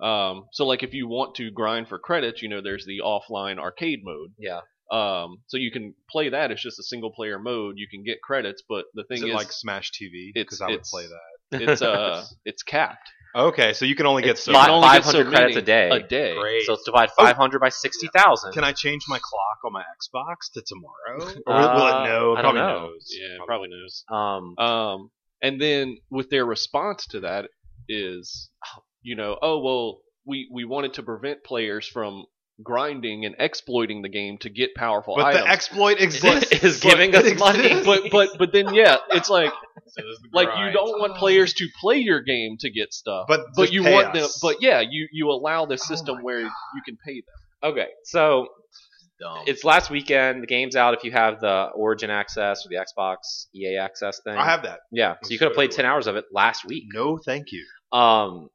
Speaker 2: um so like if you want to grind for credits, you know, there's the offline arcade mode.
Speaker 3: Yeah.
Speaker 2: Um so you can play that, it's just a single player mode, you can get credits, but the thing
Speaker 1: is
Speaker 2: is,
Speaker 1: it like Smash TV?
Speaker 2: it's-
Speaker 1: Because I would
Speaker 2: it's-
Speaker 1: play that.
Speaker 2: it's uh it's capped.
Speaker 1: Okay, so you can only get so.
Speaker 2: You
Speaker 3: Fi-
Speaker 2: can
Speaker 1: much.
Speaker 2: only get so
Speaker 3: 500 credits
Speaker 2: many
Speaker 3: a day.
Speaker 2: A day.
Speaker 1: Great.
Speaker 3: So let's divide 500 by 60,000.
Speaker 1: can I change my clock on my Xbox to tomorrow? Or will, will
Speaker 3: Uh,
Speaker 1: it know?
Speaker 3: I don't
Speaker 1: Probably
Speaker 3: know.
Speaker 1: knows.
Speaker 2: Yeah, it probably knows.
Speaker 3: Um,
Speaker 2: Um and then with their response to that is you know, oh well, we we wanted to prevent players from grinding and exploiting the game to get powerful
Speaker 1: But
Speaker 2: items.
Speaker 1: the exploit
Speaker 3: is,
Speaker 1: exists.
Speaker 3: is giving
Speaker 1: But-
Speaker 3: us money.
Speaker 2: but but but then yeah, it's like
Speaker 4: So there's the
Speaker 2: like you
Speaker 4: grind.
Speaker 2: don't want players to play your game to get stuff,
Speaker 1: but
Speaker 2: but
Speaker 1: just
Speaker 2: you
Speaker 1: pay
Speaker 2: want
Speaker 1: us.
Speaker 2: them. But yeah, you you allow the system
Speaker 1: Oh my
Speaker 2: where you can pay them.
Speaker 3: okay, so
Speaker 4: Dumb.
Speaker 3: it's last weekend. The game's out if you have the Origin access or the Xbox EA access thing.
Speaker 1: I have that.
Speaker 3: yeah, so you could have played 10 hours of it last week.
Speaker 1: No, thank you.
Speaker 3: Um,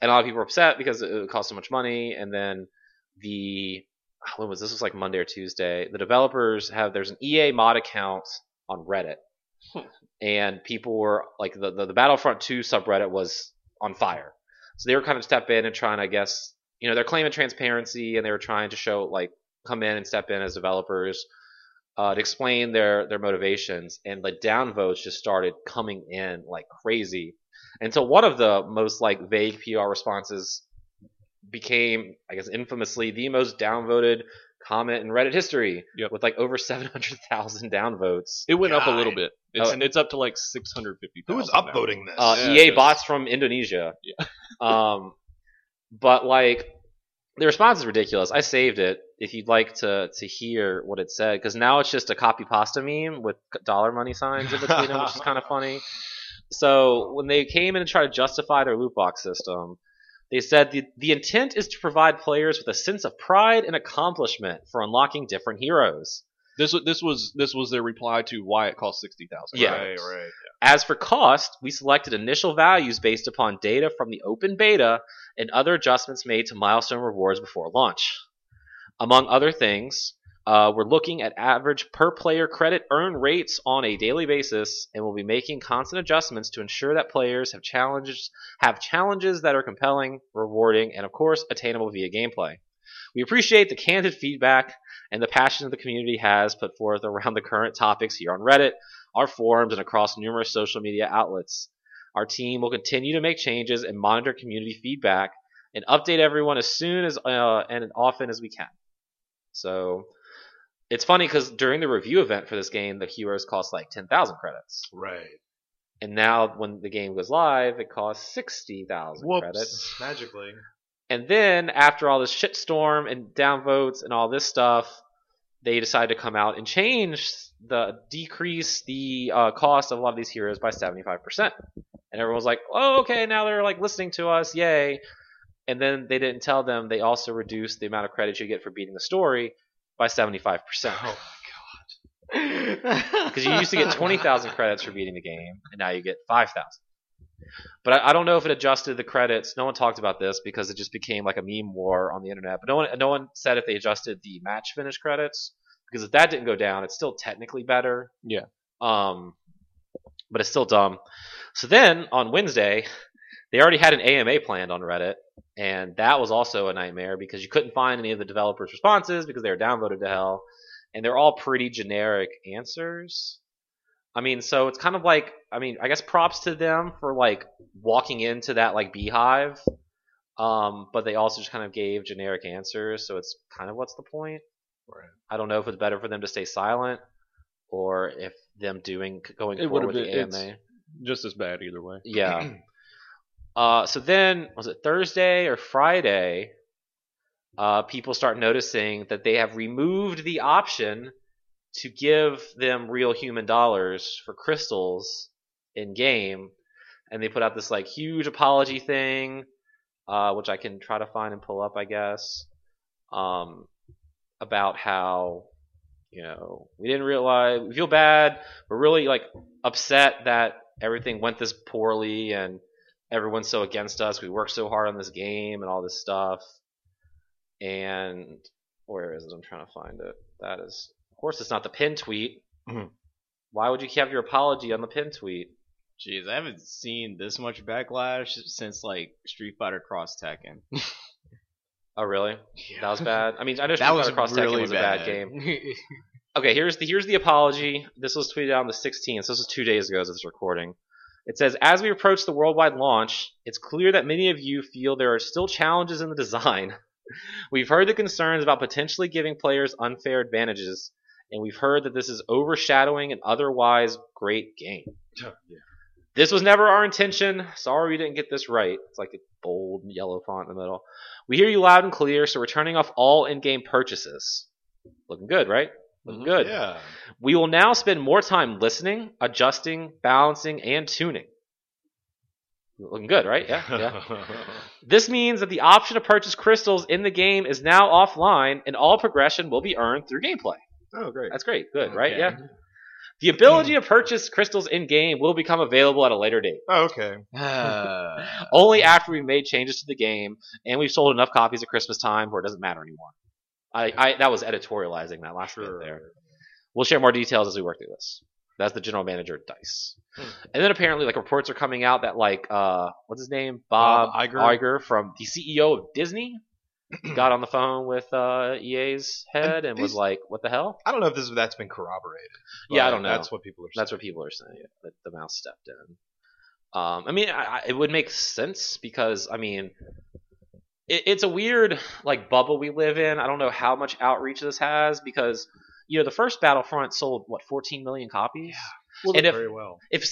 Speaker 3: and a lot of people were upset because it, it cost so much money. And then the when was this? It was like Monday or Tuesday. The developers have there's an EA mod account on Reddit,
Speaker 2: Hmm.
Speaker 3: and people were like the, the the Battlefront 2 subreddit was on fire. So they were kind of step in and trying, I guess, you know, they're claiming transparency and they were trying to show like come in and step in as developers uh, to explain their their motivations. And the downvotes just started coming in like crazy. And so one of the most like vague PR responses became, I guess, infamously the most downvoted comment in Reddit history,
Speaker 2: Yep.
Speaker 3: with like over seven hundred thousand downvotes.
Speaker 2: It went up a little
Speaker 1: God.
Speaker 2: bit. It's,
Speaker 3: Oh, and-
Speaker 2: it's up to like six hundred fifty.
Speaker 1: Who is upvoting this?
Speaker 3: Uh,
Speaker 2: Yeah,
Speaker 3: EA
Speaker 2: because-
Speaker 3: bots from Indonesia. um, but like the response is ridiculous. I saved it if you'd like to to hear what it said because now it's just a copy pasta meme with dollar money signs in between them, which is kind of funny. So when they came in and tried to justify their loot box system, they said the, the intent is to provide players with a sense of pride and accomplishment for unlocking different heroes.
Speaker 2: This was this was this was their reply to why it cost sixty thousand.
Speaker 3: yeah.
Speaker 1: Right, right.
Speaker 3: As for cost, we selected initial values based upon data from the open beta and other adjustments made to milestone rewards before launch. Among other things, uh, we're looking at average per player credit earn rates on a daily basis, and we'll be making constant adjustments to ensure that players have challenges have challenges that are compelling, rewarding, and of course attainable via gameplay. We appreciate the candid feedback and the passion the community has put forth around the current topics here on Reddit our forums, and across numerous social media outlets. Our team will continue to make changes and monitor community feedback and update everyone as soon as uh, and as often as we can. So it's funny because during the review event for this game, the heroes cost like 10,000 credits.
Speaker 1: Right.
Speaker 3: And now when the game goes live, it costs 60,000
Speaker 1: Whoops.
Speaker 3: credits.
Speaker 1: Magically.
Speaker 3: And then after all this shitstorm and downvotes and all this stuff, they decide to come out and change the decrease the uh, cost of a lot of these heroes by 75%. And everyone's like, "Oh, okay, now they're like listening to us. Yay." And then they didn't tell them they also reduced the amount of credits you get for beating the story by 75%. Because
Speaker 4: Because
Speaker 3: you used to get 20,000 credits for beating the game, and now you get 5,000. But I, I don't know if it adjusted the credits. No one talked about this because it just became like a meme war on the internet. But no one, no one said if they adjusted the match finish credits because if that didn't go down, it's still technically better.
Speaker 2: Yeah.
Speaker 3: Um, but it's still dumb. So then on Wednesday, they already had an AMA planned on Reddit, and that was also a nightmare because you couldn't find any of the developers' responses because they were downvoted to hell, and they're all pretty generic answers. I mean, so it's kind of like I mean, I guess props to them for like walking into that like beehive, um, but they also just kind of gave generic answers, so it's kind of what's the point?
Speaker 1: Right.
Speaker 3: I don't know if it's better for them to stay silent or if them doing going
Speaker 2: It
Speaker 3: forward
Speaker 2: would've
Speaker 3: with
Speaker 2: been-
Speaker 3: the AMA.
Speaker 2: it's- Just as bad either way.
Speaker 3: Yeah. uh, so then, was it Thursday or Friday? Uh, people start noticing that they have removed the option to give them real human dollars for crystals in game, and they put out this like huge apology thing, uh, which I can try to find and pull up, I guess, um, about how you know we didn't realize we feel bad, we're really like upset that everything went this poorly and everyone's so against us. We worked so hard on this game and all this stuff. And where is it? I'm trying to find it. That is, of course, it's not the pin tweet.
Speaker 4: Mm-hmm.
Speaker 1: Mhm.
Speaker 3: Why would you have your apology on the pin tweet?
Speaker 4: Jeez, I haven't seen this much backlash since like Street Fighter Cross Tekken.
Speaker 3: Oh, really? That was bad. I mean, I know Street
Speaker 4: That was
Speaker 3: Fighter Cross Tekken
Speaker 4: really
Speaker 3: was a bad,
Speaker 4: bad.
Speaker 3: game. Okay, here's the here's the apology. This was tweeted out on the 16th. So this was two days ago as this recording. It says, as we approach the worldwide launch, it's clear that many of you feel there are still challenges in the design. We've heard the concerns about potentially giving players unfair advantages, and we've heard that this is overshadowing an otherwise great game. This was never our intention. Sorry we didn't get this right. It's like a bold yellow font in the middle. We hear you loud and clear, so we're turning off all in-game purchases. Looking good, right? Looking
Speaker 2: Mhm.
Speaker 3: good.
Speaker 1: Yeah.
Speaker 3: We will now spend more time listening, adjusting, balancing, and tuning. Looking good, right? Yeah, yeah. this means that the option to purchase crystals in the game is now offline, and all progression will be earned through gameplay.
Speaker 1: oh, great.
Speaker 3: That's great. Good, right?
Speaker 4: Okay.
Speaker 3: Yeah. The ability to purchase crystals in game will become available at a later date,
Speaker 1: Oh, okay.
Speaker 4: Uh,
Speaker 3: only after we've made changes to the game and we've sold enough copies at Christmas time where it doesn't matter anymore. I, I that was editorializing that last
Speaker 1: Sure.
Speaker 3: bit there. We'll share more details as we work through this. That's the general manager at Dice.
Speaker 1: Hmm.
Speaker 3: And then apparently, like reports are coming out that like uh, what's his name, Bob
Speaker 1: Bob Iger.
Speaker 3: Iger from the CEO of Disney, got on the phone with uh, EA's head and was
Speaker 1: these-
Speaker 3: like, "What the hell?"
Speaker 1: I don't know if this that's been corroborated.
Speaker 3: Yeah, I
Speaker 1: but
Speaker 3: don't know.
Speaker 1: That's what people are. Saying.
Speaker 3: That's what people are saying. That the mouse stepped in. Um, I mean, I, I- it would make sense because I mean, it, it's a weird like bubble we live in. I don't know how much outreach this has because you know the first Battlefront sold what 14 million copies.
Speaker 1: Well,
Speaker 3: and if-
Speaker 1: very well.
Speaker 3: If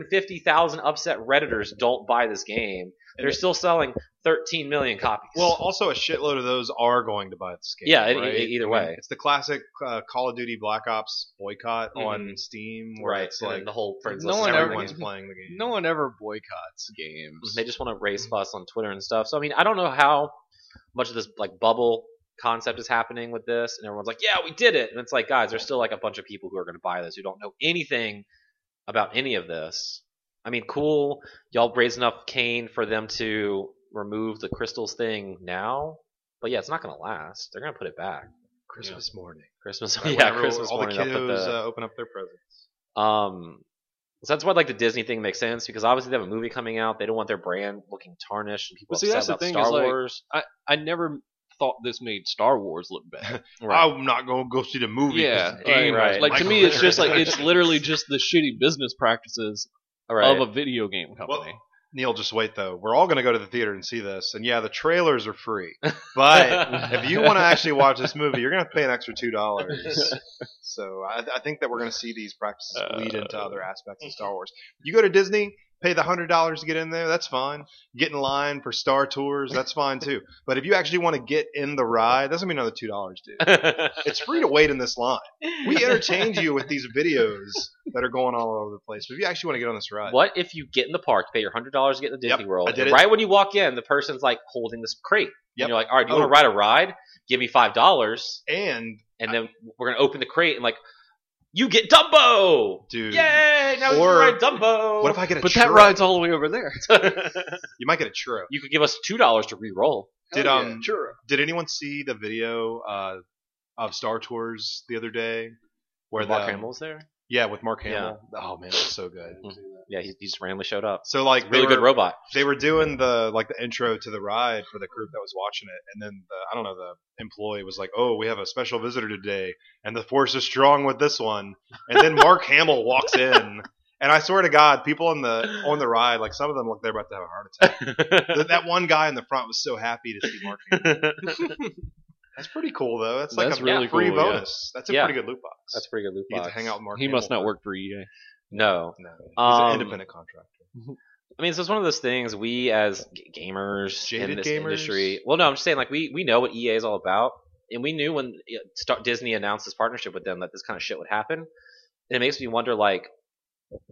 Speaker 3: 750,000 upset redditors don't buy this game,
Speaker 4: And
Speaker 3: they're
Speaker 4: it-
Speaker 3: still selling 13 million copies.
Speaker 1: Well, also a shitload of those are going to buy this game.
Speaker 3: Yeah, it-
Speaker 1: right?
Speaker 3: it- either
Speaker 1: I mean,
Speaker 3: way.
Speaker 1: it's the classic uh, Call of Duty Black Ops boycott on Steam, where
Speaker 3: Mm-hmm. right?
Speaker 1: it's
Speaker 3: and then
Speaker 1: like
Speaker 3: the whole friends
Speaker 4: no
Speaker 3: list
Speaker 4: one
Speaker 3: and
Speaker 4: ever
Speaker 3: everything.
Speaker 1: everyone's playing the game.
Speaker 4: no one ever boycotts games.
Speaker 3: They just want to raise
Speaker 1: Mm-hmm.
Speaker 3: fuss on Twitter and stuff. So I mean, I don't know how much of this like bubble concept is happening with this, and everyone's like, "Yeah, we did it," and it's like, guys, there's still like a bunch of people who are going to buy this who don't know anything about any of this. I mean, cool, y'all raised enough cane for them to remove the crystals thing now, but yeah, it's not going to last. They're going to put it back.
Speaker 1: Christmas morning.
Speaker 3: Christmas,
Speaker 1: Right,
Speaker 3: yeah,
Speaker 1: whenever
Speaker 3: Christmas
Speaker 1: all
Speaker 3: morning.
Speaker 1: the
Speaker 3: they'll put
Speaker 1: kiddos
Speaker 3: the-
Speaker 1: uh, open up their presents.
Speaker 3: um, so that's why like the Disney thing makes sense because obviously they have a movie coming out. They don't want their brand looking tarnished and people
Speaker 2: But see,
Speaker 3: upset
Speaker 2: that's the
Speaker 3: about
Speaker 2: thing
Speaker 3: Star
Speaker 2: is, like-
Speaker 3: Wars.
Speaker 2: I never thought this made Star Wars look bad.
Speaker 1: I'm not gonna go see the movie. 'cause
Speaker 2: yeah,
Speaker 1: the
Speaker 3: Right,
Speaker 1: game
Speaker 3: right.
Speaker 1: was
Speaker 2: like to
Speaker 1: Michael
Speaker 2: me, it's just like
Speaker 1: Jordan.
Speaker 2: it's literally just the shitty business practices
Speaker 3: All right.
Speaker 2: of a video game company.
Speaker 1: Neil, just wait though. We're all gonna go to the theater and see this, and yeah, the trailers are free, but if you want to actually watch this movie, you're gonna have to pay an extra two dollars. So I, I think that we're gonna see these practices bleed into
Speaker 2: Uh.
Speaker 1: other aspects of Star Wars. You go to Disney, pay the hundred dollars to get in there, that's fine. Get in line for Star Tours, that's fine too. But if you actually want to get in the ride, that's gonna be another two dollars, dude. It's free to wait in this line. We entertained you with these videos that are going all over the place. But if you actually want to get on this ride,
Speaker 3: what if you get in the park, pay your hundred dollars to get in the
Speaker 1: Yep,
Speaker 3: Disney World,
Speaker 1: I did
Speaker 3: and
Speaker 1: it.
Speaker 3: right when you walk in, the person's like holding this crate,
Speaker 1: Yep.
Speaker 3: and you're like, "All right, do you
Speaker 1: Oh.
Speaker 3: want to ride a ride? Give me five dollars,
Speaker 1: and
Speaker 3: and then we're gonna open the crate and like, you get Dumbo!
Speaker 1: dude,
Speaker 3: Yay! Now we can
Speaker 1: Or-
Speaker 3: ride Dumbo.
Speaker 1: what if I get a
Speaker 2: but
Speaker 1: churro?
Speaker 2: that ride's all the way over there.
Speaker 1: you might get a churro.
Speaker 3: you could give us two dollars to re-roll.
Speaker 1: Did
Speaker 4: Hell
Speaker 1: um did anyone see the video uh, of Star Tours the other day? Where
Speaker 3: Mark
Speaker 1: the,
Speaker 3: Hamill's there.
Speaker 1: Yeah, with Mark
Speaker 3: Yeah.
Speaker 1: Hamill. Oh man, that's so good.
Speaker 3: yeah, he, he just randomly showed up.
Speaker 1: So like
Speaker 3: Really
Speaker 1: they were,
Speaker 3: good robot.
Speaker 1: they were doing the like the intro to the ride for the group that was watching it, and then the, I don't know the employee was like, "Oh, we have a special visitor today, and the force is strong with this one." And then Mark Hamill walks in, and I swear to God, people on the on the ride, like some of them look they're about to have a heart attack. Th- that one guy in the front was so happy to see Mark Hamill. That's pretty cool though. That's like
Speaker 2: That's
Speaker 1: a
Speaker 2: really
Speaker 1: free
Speaker 2: cool, yeah.
Speaker 1: bonus. That's a
Speaker 3: Yeah.
Speaker 1: pretty good loot box.
Speaker 3: That's a pretty good loot
Speaker 1: you get to
Speaker 3: box.
Speaker 1: hang out with Mark.
Speaker 2: he must
Speaker 1: Hamill.
Speaker 2: not work for E EA.
Speaker 3: No,
Speaker 1: No, he's
Speaker 3: Um,
Speaker 1: an independent contractor.
Speaker 3: I mean, it's just one of those things we as g- gamers in
Speaker 1: Jaded
Speaker 3: this
Speaker 1: gamers?
Speaker 3: industry. Well, no, I'm just saying like we we know what EA is all about, and we knew when you know, Star- Disney announced this partnership with them that this kind of shit would happen. And it makes me wonder like,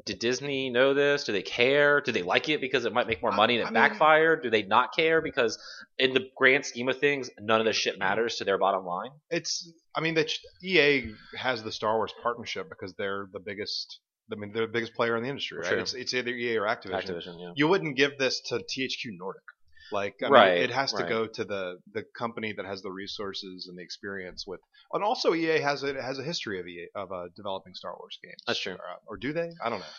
Speaker 3: did Disney know this? Do they care? Do they like it because it might make more
Speaker 1: I-
Speaker 3: money and it
Speaker 1: I mean-
Speaker 3: backfired? Do they not care because in the grand scheme of things, none of this shit matters to their bottom line?
Speaker 1: it's I mean that EA has the Star Wars partnership because they're the biggest. I mean, they're the biggest player in the industry, right?
Speaker 3: Sure.
Speaker 1: It's, it's either EA or Activision.
Speaker 3: Activision, yeah.
Speaker 1: You wouldn't give this to THQ Nordic, like I
Speaker 3: Right,
Speaker 1: mean, it has to
Speaker 3: right.
Speaker 1: go to the the company that has the resources and the experience with, and also EA has a has a history of EA of uh, developing Star Wars games.
Speaker 3: That's true.
Speaker 1: Or, uh, or do they? I don't know.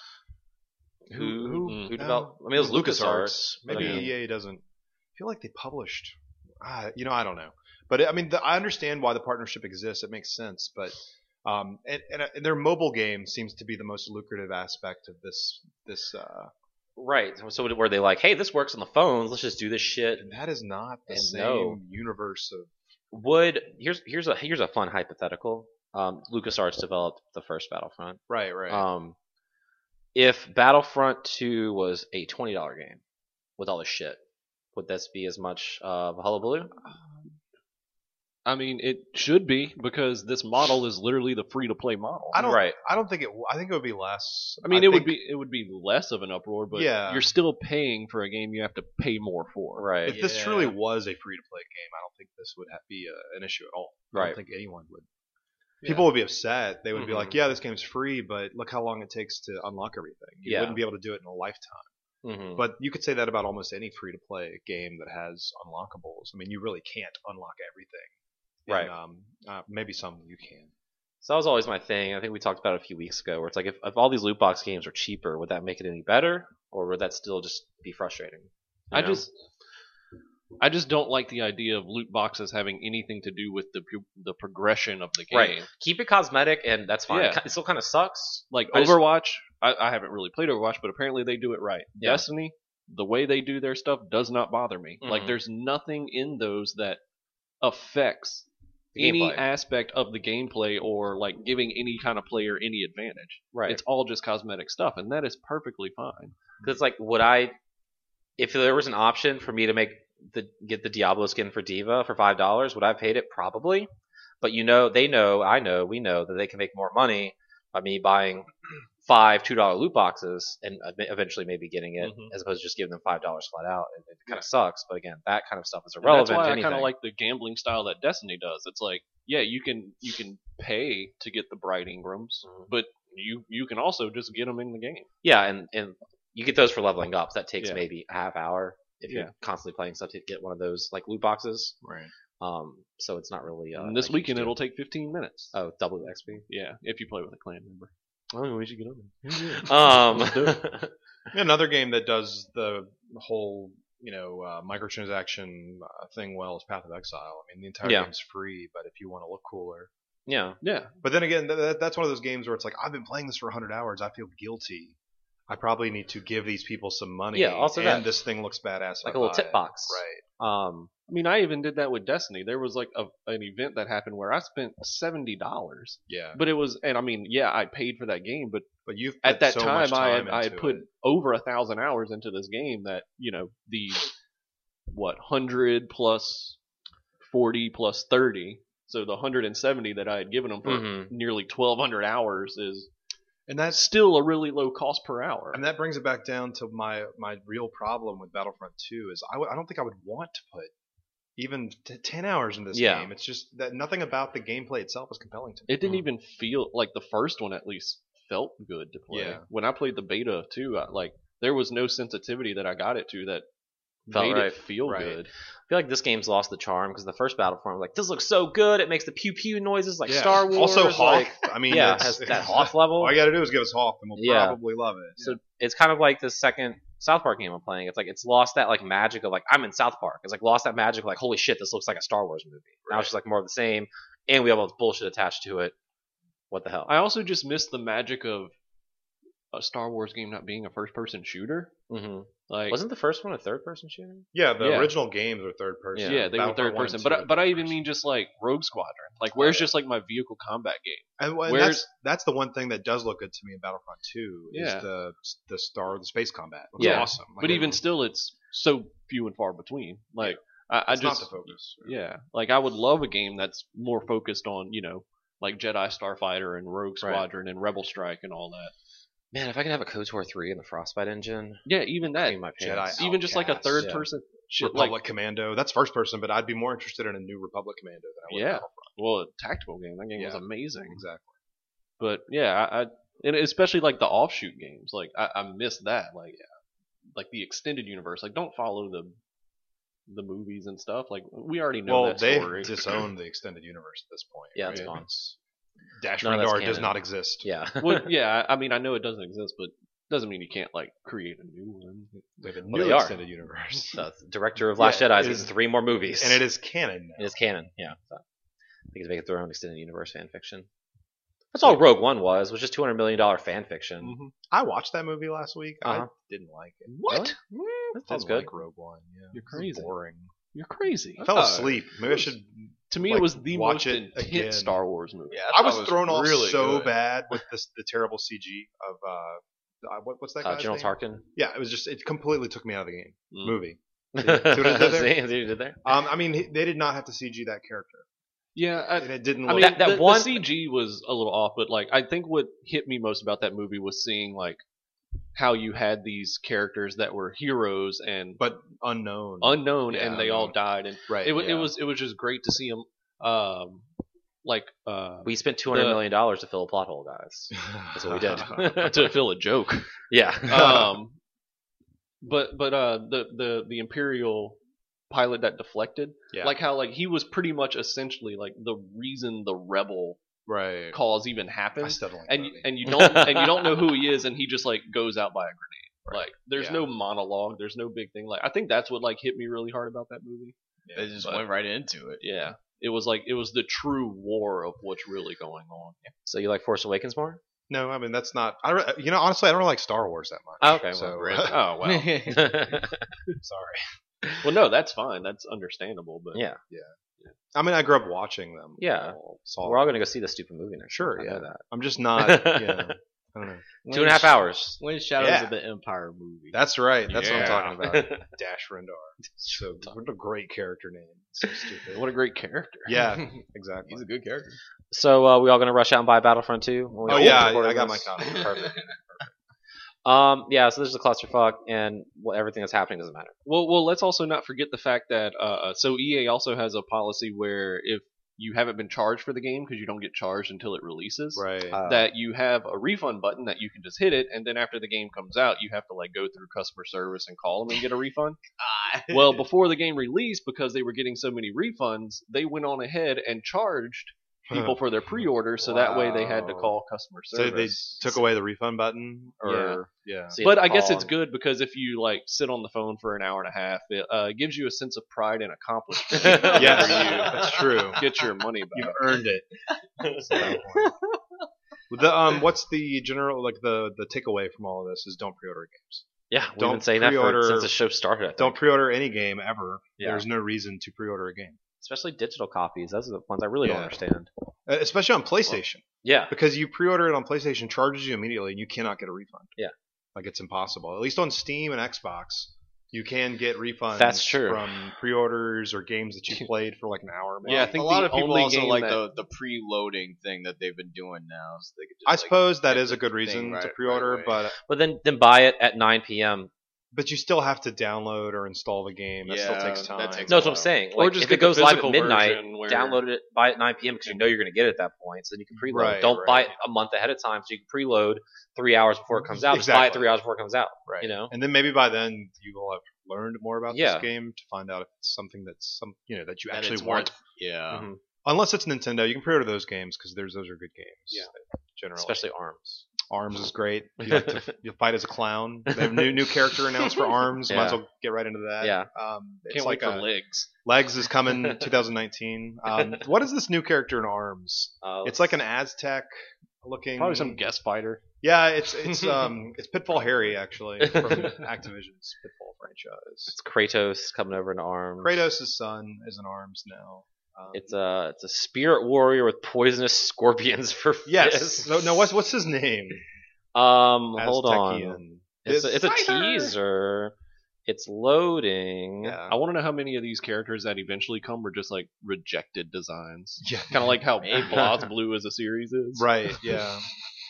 Speaker 3: Who who,
Speaker 2: Mm.
Speaker 1: No.
Speaker 3: who developed? I mean, it was Mm-hmm. LucasArts. but I
Speaker 1: Maybe
Speaker 3: mean-
Speaker 1: EA doesn't. I feel like they published. Uh, you know, I don't know. But I mean, the, I understand why the partnership exists. It makes sense. But um, and, and, uh, their mobile game seems to be the most lucrative aspect of this. This uh,
Speaker 3: Right. So- So were they like, hey, this works on the phones. Let's just do this shit.
Speaker 1: and that is not the
Speaker 3: And
Speaker 1: same
Speaker 3: no.
Speaker 1: universe of.
Speaker 3: Would here's here's a here's a fun hypothetical. Um, LucasArts developed the first Battlefront.
Speaker 1: Right. Right.
Speaker 3: Um, if Battlefront Two was a twenty dollar game with all this shit, would this be as much of a hullabaloo?
Speaker 2: I mean, it should be because this model is literally the free to play model.
Speaker 1: I don't.
Speaker 3: right.
Speaker 1: I don't think it. w- I think it would be less.
Speaker 2: I mean, it
Speaker 1: think
Speaker 2: would be it would be less of an uproar, but
Speaker 1: Yeah.
Speaker 2: you're still paying for a game you have to pay more for.
Speaker 3: Right.
Speaker 1: If this
Speaker 4: Yeah.
Speaker 1: truly was a free to play game, I don't think this would ha- be uh an issue at all. I
Speaker 3: Right.
Speaker 1: don't think anyone would.
Speaker 4: Yeah.
Speaker 1: People would be upset. They would be
Speaker 3: Mhm.
Speaker 1: like, "Yeah, this game's free, but look how long it takes to unlock everything. You
Speaker 3: Yeah.
Speaker 1: wouldn't be able to do it in a lifetime."
Speaker 3: hmm
Speaker 1: But you could say that about almost any free to play game that has unlockables. I mean, you really can't unlock everything. And,
Speaker 3: Right.
Speaker 1: um, uh, maybe some you can.
Speaker 3: So that was always my thing. I think we talked about it a few weeks ago, where it's like if, if all these loot box games were cheaper, would that make it any better, or would that still just be frustrating? You
Speaker 2: I
Speaker 3: know?
Speaker 2: just I just don't like the idea of loot boxes having anything to do with the pu- the progression of the game.
Speaker 3: Right. keep it cosmetic, and that's fine.
Speaker 2: Yeah.
Speaker 3: It still kind of sucks.
Speaker 2: Like
Speaker 3: I just-
Speaker 2: Overwatch, I, I haven't really played Overwatch, but apparently they do it right.
Speaker 3: Yeah.
Speaker 2: Destiny, the way they do their stuff does not bother me. Like
Speaker 3: Mhm.
Speaker 2: there's nothing in those that affects
Speaker 3: The
Speaker 2: any
Speaker 3: gameplay.
Speaker 2: aspect of the gameplay or like giving any kind of player any advantage.
Speaker 3: Right.
Speaker 2: It's all just cosmetic stuff, and that is perfectly fine.
Speaker 3: Because like, would I, if there was an option for me to make the get the Diablo skin for Diva for five dollars, would I have paid it? Probably. But you know, they know, I know, we know that they can make more money by me buying five two dollar loot boxes and ev- eventually maybe getting it,
Speaker 2: Mhm.
Speaker 3: as opposed to just giving them five dollars flat out. It, it kind of sucks. But again, that kind of stuff is
Speaker 2: And
Speaker 3: irrelevant.
Speaker 2: that's
Speaker 3: to
Speaker 2: why I kind of
Speaker 3: anything.
Speaker 2: like the gambling style that Destiny does. It's like, yeah, you can you can pay to get the Bright Ingrams,
Speaker 3: Mhm.
Speaker 2: but you you can also just get them in the game.
Speaker 3: Yeah, and and you get those for leveling up. That takes
Speaker 2: Yeah.
Speaker 3: maybe a half hour if
Speaker 2: Yeah.
Speaker 3: you're constantly playing stuff to get one of those like loot boxes.
Speaker 1: Right.
Speaker 3: Um, so it's not really. Uh,
Speaker 2: and this
Speaker 3: a huge
Speaker 2: weekend
Speaker 3: deal.
Speaker 2: it'll take 15 minutes.
Speaker 3: oh double the XP.
Speaker 2: yeah, if you play with a clan member.
Speaker 3: Oh, we should get on
Speaker 2: Let's do
Speaker 3: Um,
Speaker 1: Another game that does the whole you know uh, microtransaction uh, thing well is Path of Exile. I mean, the entire
Speaker 3: Yeah.
Speaker 1: game's free, but if you want to look cooler,
Speaker 3: yeah,
Speaker 2: Yeah,
Speaker 1: But then again, th- th- that's one of those games where it's like, I've been playing this for 100 hours. I feel guilty. I probably need to give these people some money.
Speaker 3: Yeah, also
Speaker 1: and
Speaker 3: that.
Speaker 1: this thing looks badass. if
Speaker 3: like
Speaker 1: I
Speaker 3: a little
Speaker 1: buy
Speaker 3: tip
Speaker 1: it.
Speaker 3: box.
Speaker 1: Right.
Speaker 3: Um,
Speaker 2: I mean, I even did that with Destiny. There was like a, an event that happened where I spent seventy dollars,
Speaker 1: Yeah.
Speaker 2: but it was, and I mean, yeah, I paid for that game, but
Speaker 1: But you've put
Speaker 2: at that
Speaker 1: so
Speaker 2: time,
Speaker 1: much
Speaker 2: I
Speaker 1: time
Speaker 2: had I had
Speaker 1: into
Speaker 2: put
Speaker 1: it.
Speaker 2: over a thousand hours into this game that you know the what hundred plus forty plus thirty, so the hundred and seventy that I had given them for
Speaker 1: Mm-hmm.
Speaker 3: mhm.
Speaker 2: nearly twelve hundred hours is
Speaker 1: and that's
Speaker 2: still a really low cost per hour.
Speaker 1: and that brings it back down to my my real problem with Battlefront 2 is I w- I don't think I would want to put even t- 10 hours into this
Speaker 3: Yeah.
Speaker 1: game. It's just that nothing about the gameplay itself is compelling to me.
Speaker 2: It didn't
Speaker 3: Mhm.
Speaker 2: even feel like the first one at least felt good to play.
Speaker 1: Yeah.
Speaker 2: When I played the beta too, I, like there was no sensitivity that I got it to that
Speaker 3: Felt
Speaker 2: made
Speaker 3: right.
Speaker 2: it feel
Speaker 4: Right.
Speaker 2: good.
Speaker 3: I feel like this game's lost the charm because the first Battlefront, like this looks so good, it makes the pew pew noises like
Speaker 1: Yeah.
Speaker 3: Star Wars.
Speaker 1: Also, Hoth.
Speaker 3: like-
Speaker 1: I mean,
Speaker 3: yeah, it
Speaker 1: it's-
Speaker 3: has that Hoth level.
Speaker 1: All you got to do is give us Hoth, and we'll
Speaker 3: Yeah.
Speaker 1: probably love it.
Speaker 3: So it's kind of like the second South Park game I'm playing. It's like it's lost that like magic of like I'm in South Park. It's like lost that magic of like holy shit, this looks like a Star Wars movie. Now it's just like more of the same, and we have all this bullshit attached to it. What the hell?
Speaker 2: I also just miss the magic of a Star Wars game not being a first person shooter.
Speaker 3: Mhm.
Speaker 2: Like
Speaker 3: Wasn't the first one a third person shooter?
Speaker 1: yeah, the
Speaker 2: Yeah.
Speaker 1: original games are third
Speaker 2: yeah,
Speaker 1: person.
Speaker 2: they were
Speaker 1: Battlefront
Speaker 2: third
Speaker 1: 1
Speaker 2: person.
Speaker 1: and 2
Speaker 2: But I,
Speaker 1: are
Speaker 2: but I
Speaker 1: third
Speaker 2: even
Speaker 1: person.
Speaker 2: mean just like Rogue Squadron. Like where's just like my vehicle combat game?
Speaker 1: And, well, and
Speaker 2: Where's-
Speaker 1: that's that's the one thing that does look good to me in Battlefront Two is
Speaker 2: Yeah.
Speaker 1: the the star the space combat. Looks
Speaker 2: Yeah.
Speaker 1: awesome. Like,
Speaker 2: but
Speaker 1: it-
Speaker 2: even still, it's so few and far between. Like I, I
Speaker 1: it's not
Speaker 2: just
Speaker 1: the focus.
Speaker 2: yeah, like I would love a game that's more focused on you know like Jedi Starfighter and Rogue
Speaker 3: Right.
Speaker 2: Squadron and Rebel Strike and all that.
Speaker 3: Man, if I could have a KOTOR three in the Frostbite engine,
Speaker 2: Yeah, even that,
Speaker 3: clean my
Speaker 1: Jedi
Speaker 3: pants.
Speaker 1: out.
Speaker 2: even just like a
Speaker 1: Outcast,
Speaker 2: third
Speaker 3: yeah.
Speaker 2: person shit
Speaker 1: Republic
Speaker 2: like
Speaker 1: Commando. That's first person, but I'd be more interested in a new Republic Commando than I would.
Speaker 2: Yeah.
Speaker 1: Battlefront.
Speaker 2: well, a tactical game. That game was
Speaker 1: Yeah.
Speaker 2: amazing.
Speaker 1: exactly.
Speaker 2: But yeah, I, I and especially like the offshoot games. Like I, I miss that. Like like the extended universe. Like don't follow the the movies and stuff. Like we already know
Speaker 1: well,
Speaker 2: that
Speaker 1: they
Speaker 2: story.
Speaker 1: disown the extended universe at this point.
Speaker 3: Yeah,
Speaker 1: right?
Speaker 3: it's gone.
Speaker 1: Dash
Speaker 3: None of that's
Speaker 1: Rendar does
Speaker 3: canon.
Speaker 1: not exist.
Speaker 3: yeah,
Speaker 2: well, yeah, I I mean I know it doesn't exist, but doesn't mean you can't like create a new one.
Speaker 1: They have a
Speaker 3: Well,
Speaker 1: new
Speaker 3: they are.
Speaker 1: extended universe,
Speaker 3: the director of Last
Speaker 1: Yeah,
Speaker 3: Jedi
Speaker 1: it
Speaker 3: is
Speaker 1: is-
Speaker 3: three more movies,
Speaker 1: and it is canon now.
Speaker 3: It is canon, yeah. So they could make it their own extended universe fan fiction. That's all Rogue One was, was just two hundred million dollar fan fiction.
Speaker 1: Mm-hmm. I watched that movie last week.
Speaker 3: Uh-huh.
Speaker 1: I didn't like it.
Speaker 2: What?
Speaker 1: That
Speaker 3: sounds good.
Speaker 1: Like Rogue One. Yeah,
Speaker 2: You're
Speaker 1: It was
Speaker 2: crazy.
Speaker 1: Boring.
Speaker 2: You're crazy.
Speaker 1: I fell
Speaker 4: Oh,
Speaker 1: asleep. Maybe I should.
Speaker 2: To me, it
Speaker 1: like,
Speaker 2: was the most
Speaker 1: watch Uh, it
Speaker 2: intense
Speaker 1: again.
Speaker 2: Star Wars movie.
Speaker 4: Yeah,
Speaker 1: I was,
Speaker 4: thought it
Speaker 1: thrown off
Speaker 4: really
Speaker 1: so
Speaker 4: good.
Speaker 1: bad with this the terrible CG of uh, uh what, what's that
Speaker 3: Uh,
Speaker 1: guy's
Speaker 3: General
Speaker 1: name?
Speaker 3: Tarkin.
Speaker 1: Yeah, it was just it completely took me out of the game
Speaker 2: Mm.
Speaker 1: movie.
Speaker 3: See
Speaker 1: what I did there?
Speaker 3: what you did there?
Speaker 1: Um, I mean, he- they did not have to CG that character,
Speaker 2: Yeah, I,
Speaker 1: and it didn't
Speaker 2: I
Speaker 1: look.
Speaker 2: mean,
Speaker 3: That- that
Speaker 2: the, the
Speaker 3: one-
Speaker 2: CG was a little off, but like I think what hit me most about that movie was seeing like how you had these characters that were heroes and
Speaker 1: but unknown.
Speaker 2: unknown,
Speaker 1: Yeah,
Speaker 2: and they all died, and
Speaker 1: right.
Speaker 2: uh, it, wa- it
Speaker 1: yeah.
Speaker 2: was it was just great to see them. Um, like uh,
Speaker 3: We spent two hundred
Speaker 2: The-
Speaker 3: million dollars to fill a plot hole, guys. That's what we
Speaker 1: Uh-huh.
Speaker 3: did.
Speaker 2: to fill a joke.
Speaker 3: yeah.
Speaker 2: Um, but but uh, the the the Imperial pilot that deflected,
Speaker 1: Yeah.
Speaker 2: like how like he was pretty much essentially like the reason the rebel
Speaker 1: right.
Speaker 2: cause even
Speaker 1: I
Speaker 2: happened.
Speaker 1: still don't like
Speaker 2: and
Speaker 1: that
Speaker 2: you,
Speaker 1: movie.
Speaker 2: and you don't and you don't know who he is, and he just like goes out by a grenade. Like there's
Speaker 1: Yeah.
Speaker 2: no monologue, there's no big thing. Like I think that's what like hit me really hard about that movie.
Speaker 4: They just
Speaker 2: But-
Speaker 4: went right into it.
Speaker 2: Yeah, it was like it was the true war of what's really going on.
Speaker 3: so you like Force Awakens more?
Speaker 1: no, I mean that's not. I re- uh, you know honestly, I don't really like Star Wars that much.
Speaker 3: Oh, okay, well,
Speaker 1: so
Speaker 4: rip.
Speaker 2: Oh wow.
Speaker 1: sorry.
Speaker 2: well, no, that's fine. That's understandable. But
Speaker 3: Yeah.
Speaker 1: I mean, I grew up watching them.
Speaker 3: Yeah.
Speaker 1: all,
Speaker 3: We're all gonna go see the stupid movie next.
Speaker 1: Sure,
Speaker 3: time. I
Speaker 1: yeah.
Speaker 3: know
Speaker 1: I'm just not. You know, I don't know.
Speaker 3: that. Two and a half hours.
Speaker 4: When Shadows
Speaker 1: Yeah.
Speaker 4: of the Empire movie.
Speaker 1: That's right. That's what I'm
Speaker 2: Yeah.
Speaker 1: talking about. Dash Rendar. So what a great character name. So stupid.
Speaker 2: What a great character.
Speaker 1: yeah, exactly.
Speaker 4: He's a good character.
Speaker 3: So uh, we all gonna rush out and buy Battlefront two?
Speaker 1: Oh yeah, I, I got my copy.
Speaker 3: Perfect. Um, yeah, so there's a clusterfuck, and well, everything that's happening doesn't matter.
Speaker 2: Well, well, let's also not forget the fact that uh, so EA also has a policy where if you haven't been charged for the game because you don't get charged until it releases,
Speaker 1: Right.
Speaker 3: Uh,
Speaker 2: that you have a refund button that you can just hit it, and then after the game comes out, you have to like go through customer service and call them and get a refund. well, before the game released, because they were getting so many refunds, they went on ahead and charged people for their pre-order, so that way they had to
Speaker 3: Wow.
Speaker 2: call customer
Speaker 1: so they
Speaker 2: service.
Speaker 1: took away the refund button, or yeah,
Speaker 3: so you
Speaker 2: but
Speaker 3: have
Speaker 2: I
Speaker 3: to
Speaker 2: guess
Speaker 3: call
Speaker 1: um,
Speaker 2: it's
Speaker 3: and-
Speaker 2: good because if you like sit on the phone for an hour and a half, it uh, gives you a sense of pride and accomplishment. whenever
Speaker 1: yes,
Speaker 2: you
Speaker 1: that's true.
Speaker 2: get your money back.
Speaker 1: You've earned it. So that one. the um, what's the general like the the takeaway from all of this is don't pre-order games.
Speaker 3: Yeah, we've been
Speaker 1: Don't
Speaker 3: saying that for,
Speaker 1: pre-order-
Speaker 3: since the show started. I think.
Speaker 1: Don't pre-order any game ever.
Speaker 3: Yeah.
Speaker 1: There's no reason to pre-order a game,
Speaker 3: especially digital copies. Those are the ones I really don't
Speaker 1: Yeah.
Speaker 3: understand.
Speaker 1: Uh, especially on PlayStation.
Speaker 3: Yeah,
Speaker 1: because you pre-order it on PlayStation, charges you immediately, and you cannot get a refund.
Speaker 3: Yeah.
Speaker 1: like it's impossible. At least on Steam and Xbox, you can get refunds.
Speaker 3: That's true.
Speaker 1: From pre-orders or games that you played for like an hour. maybe.
Speaker 2: Yeah, I think
Speaker 4: a lot
Speaker 2: the
Speaker 4: of people
Speaker 2: only
Speaker 4: also
Speaker 2: game
Speaker 4: like
Speaker 2: that-
Speaker 4: the the preloading thing that they've been doing now. So they could just,
Speaker 1: I
Speaker 4: like,
Speaker 1: suppose that
Speaker 4: get
Speaker 1: is a
Speaker 4: the
Speaker 1: good
Speaker 4: thing
Speaker 1: reason
Speaker 4: right-
Speaker 1: to
Speaker 4: right
Speaker 1: pre-order,
Speaker 4: away.
Speaker 1: but
Speaker 3: but then then buy it at 9 p.m.
Speaker 1: but you still have to download or install the game. That
Speaker 4: Yeah,
Speaker 1: still takes
Speaker 4: that
Speaker 1: time.
Speaker 4: takes-
Speaker 3: No, that's what I'm saying. Like, if
Speaker 2: get
Speaker 3: it
Speaker 2: the
Speaker 3: goes live at
Speaker 2: physical
Speaker 3: midnight,
Speaker 2: version where-
Speaker 3: download it, buy it at 9 p.m. because you know you're going to get it at that point. So then you can preload.
Speaker 1: Right,
Speaker 3: don't
Speaker 1: right.
Speaker 3: buy it a month ahead of time, so you can preload three hours before it comes out. Just buy it
Speaker 1: Exactly.
Speaker 3: three hours before it comes out.
Speaker 1: right.
Speaker 3: You know,
Speaker 1: And then maybe by then you will have learned more about
Speaker 3: Yeah.
Speaker 1: this game to find out if it's something that's some you know that you
Speaker 4: That
Speaker 1: actually
Speaker 4: it's
Speaker 1: want.
Speaker 4: worth- Yeah.
Speaker 3: Mhm.
Speaker 1: Unless it's Nintendo, you can pre-order those games because there's those are good games.
Speaker 2: Yeah.
Speaker 1: generally.
Speaker 3: especially arms.
Speaker 1: Arms is great. You have to you fight as a clown. They have new new character announced for Arms. Might as well get right into that.
Speaker 3: Yeah.
Speaker 1: Um, it's
Speaker 2: Can't
Speaker 1: like
Speaker 2: wait for
Speaker 1: a-
Speaker 2: legs.
Speaker 1: Legs is coming 2019. Um, what is this new character in Arms?
Speaker 3: Uh,
Speaker 1: It's like an Aztec looking.
Speaker 2: Probably some guest fighter.
Speaker 1: Yeah, it's it's um it's Pitfall Harry actually from Activision's Pitfall franchise.
Speaker 3: it's Kratos coming over in arms.
Speaker 1: Kratos' son is in Arms now. Um,
Speaker 3: It's a it's a spirit warrior with poisonous scorpions for
Speaker 1: yes.
Speaker 3: fists.
Speaker 1: So no, what's what's his name?
Speaker 3: Um, hold on.
Speaker 1: Aztecian.
Speaker 3: It's a, it's a
Speaker 1: Spider.
Speaker 3: teaser. It's loading.
Speaker 1: Yeah.
Speaker 2: I want to know how many of these characters that eventually come were just like rejected designs.
Speaker 1: Yeah.
Speaker 2: Kind of like how Blaz Blue as a series is.
Speaker 1: Right, yeah.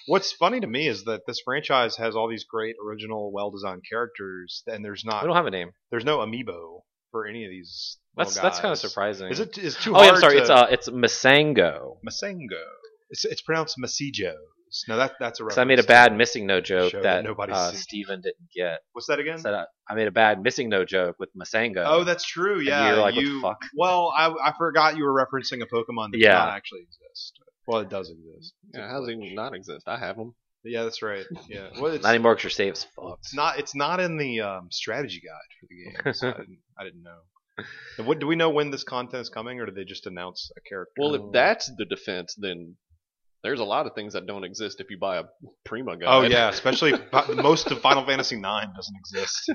Speaker 1: What's funny to me is that this franchise has all these great, original, well-designed characters, and there's
Speaker 3: We
Speaker 1: not,
Speaker 3: don't have a name.
Speaker 1: there's no amiibo for any of these.
Speaker 3: That's
Speaker 1: little
Speaker 3: that's kind of
Speaker 1: guys.
Speaker 3: surprising.
Speaker 1: Is it? Is too
Speaker 3: Oh,
Speaker 1: hard?
Speaker 3: yeah, I'm sorry.
Speaker 1: To,
Speaker 3: It's uh, it's Masango.
Speaker 1: Masengo. It's, it's pronounced Masijos. No, that that's a reference.
Speaker 3: Because I made a
Speaker 1: to-
Speaker 3: bad missing no joke
Speaker 1: show
Speaker 3: that,
Speaker 1: that nobody's
Speaker 3: uh,
Speaker 1: seen.
Speaker 3: Steven didn't get.
Speaker 1: What's that again?
Speaker 3: Said, uh, I made a bad missing no joke with Masango.
Speaker 1: oh, that's true.
Speaker 3: And
Speaker 1: Yeah,
Speaker 3: you're like, what the
Speaker 1: you.
Speaker 3: fuck?
Speaker 1: Well, I, I forgot you were referencing a Pokemon that does
Speaker 3: Yeah.
Speaker 1: not actually exist. Well, it does exist.
Speaker 2: Yeah, how does it even not exist? I have them.
Speaker 1: Yeah, that's right. Yeah. Well, it's,
Speaker 3: Not anymore because your save's fucked.
Speaker 1: It's not. It's not in the um, strategy guide for the game. So I, didn't, I didn't know. And what do we know when this content is coming, or did they just announce a character?
Speaker 2: Well,
Speaker 3: Oh.
Speaker 2: if that's the defense, then there's a lot of things that don't exist if you buy a Prima guide.
Speaker 1: oh yeah, especially fi- most of Final Fantasy IX doesn't exist.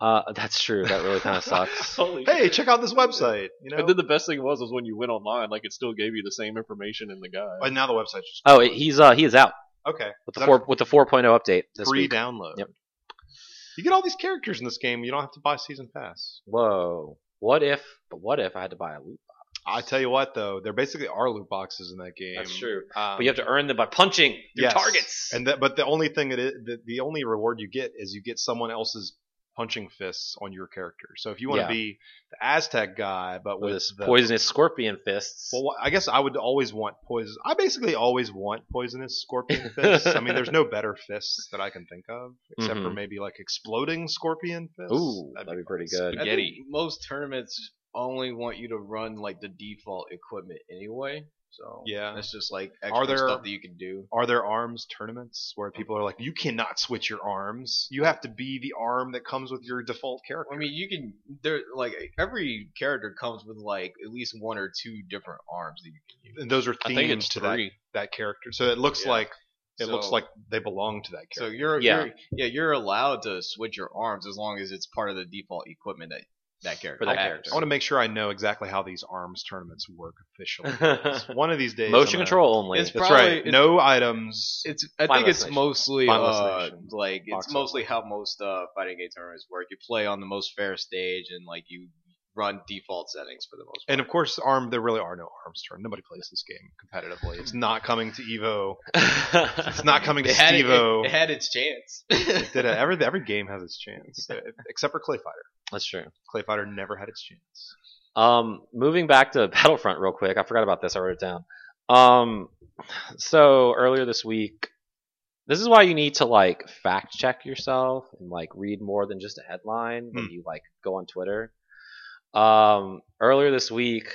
Speaker 3: Uh, that's true. That really kind of sucks.
Speaker 2: Holy
Speaker 1: Hey, check out this website. You know,
Speaker 2: And then the best thing was was when you went online, like it still gave you the same information in the guide.
Speaker 1: But now the website's just
Speaker 3: Oh, he's uh, he is out
Speaker 1: okay. Is
Speaker 3: with the
Speaker 1: that
Speaker 3: four with the 4.0 update
Speaker 1: a
Speaker 3: this
Speaker 1: free
Speaker 3: week.
Speaker 1: download.
Speaker 3: Yep.
Speaker 1: You get all these characters in this game. You don't have to buy season pass.
Speaker 3: Whoa. What if? But what if I had to buy a loot?
Speaker 1: I tell you what, though, there basically are loot boxes in that game.
Speaker 3: true.
Speaker 1: Um,
Speaker 3: But you have to earn them by punching through
Speaker 1: Yes.
Speaker 3: targets.
Speaker 1: And that, but the only thing that it, the, the only reward you get is you get someone else's punching fists on your character. So if you want to
Speaker 3: Yeah.
Speaker 1: be the Aztec guy, but
Speaker 3: with
Speaker 1: with
Speaker 3: his
Speaker 1: the,
Speaker 3: poisonous scorpion fists.
Speaker 1: Well, I guess I would always want poison. I basically always want poisonous scorpion fists. I mean, there's no better fists that I can think of, except for
Speaker 3: Mhm.
Speaker 1: maybe like exploding scorpion fists.
Speaker 3: Ooh,
Speaker 1: That'd
Speaker 3: that'd be
Speaker 1: fun.
Speaker 3: pretty good.
Speaker 4: I
Speaker 2: Spaghetti.
Speaker 4: think most tournaments only want you to run like the default equipment anyway. So
Speaker 1: Yeah.
Speaker 4: it's just like extra
Speaker 1: Are there-
Speaker 4: stuff that you can do.
Speaker 1: Are there arms tournaments where people are like, you cannot switch your arms. You have to be the arm that comes with your default character.
Speaker 4: I mean, you can. There, like every character comes with like at least one or two different arms that you can use.
Speaker 1: And those are
Speaker 2: I
Speaker 1: themes
Speaker 2: think it's
Speaker 1: to
Speaker 2: three.
Speaker 1: that that character. So it looks
Speaker 4: Yeah.
Speaker 1: like it looks
Speaker 4: So-
Speaker 1: like they belong to that
Speaker 4: So
Speaker 1: character.
Speaker 4: you're
Speaker 3: Yeah.
Speaker 4: yeah. you're yeah you're allowed to switch your arms as long as it's part of the default equipment that that character
Speaker 3: For that
Speaker 4: has.
Speaker 3: character.
Speaker 1: I want to make sure I know exactly how these arms tournaments work officially.
Speaker 3: Motion
Speaker 1: One of these days, I'm gonna-
Speaker 3: control only.
Speaker 4: It's
Speaker 1: That's
Speaker 4: Probably-
Speaker 1: right.
Speaker 4: it's-
Speaker 1: no items.
Speaker 4: It's I
Speaker 3: Final
Speaker 4: think it's
Speaker 3: Destination.
Speaker 4: mostly
Speaker 1: Final
Speaker 4: uh,
Speaker 1: Destination.
Speaker 4: like it's
Speaker 1: Box
Speaker 4: mostly how most uh, fighting game tournaments work. You play on the most fair stage and like you run default settings for the most.
Speaker 1: and of course, arm. There really are no arms turn. Nobody plays this game competitively. It's not coming to Evo. It's not coming to
Speaker 4: It had, it,
Speaker 1: Stevo.
Speaker 4: it had its chance.
Speaker 1: Did it- every every game has its chance, e, except for Clay Fighter.
Speaker 3: That's true.
Speaker 1: Clay Fighter never had its chance.
Speaker 3: Um, moving back to Battlefront real quick. I forgot about this. I wrote it down. Um, so earlier this week, this is why you need to like fact check yourself and like read more than just a headline
Speaker 1: Hmm.
Speaker 3: when you like go on Twitter. Um, earlier this week,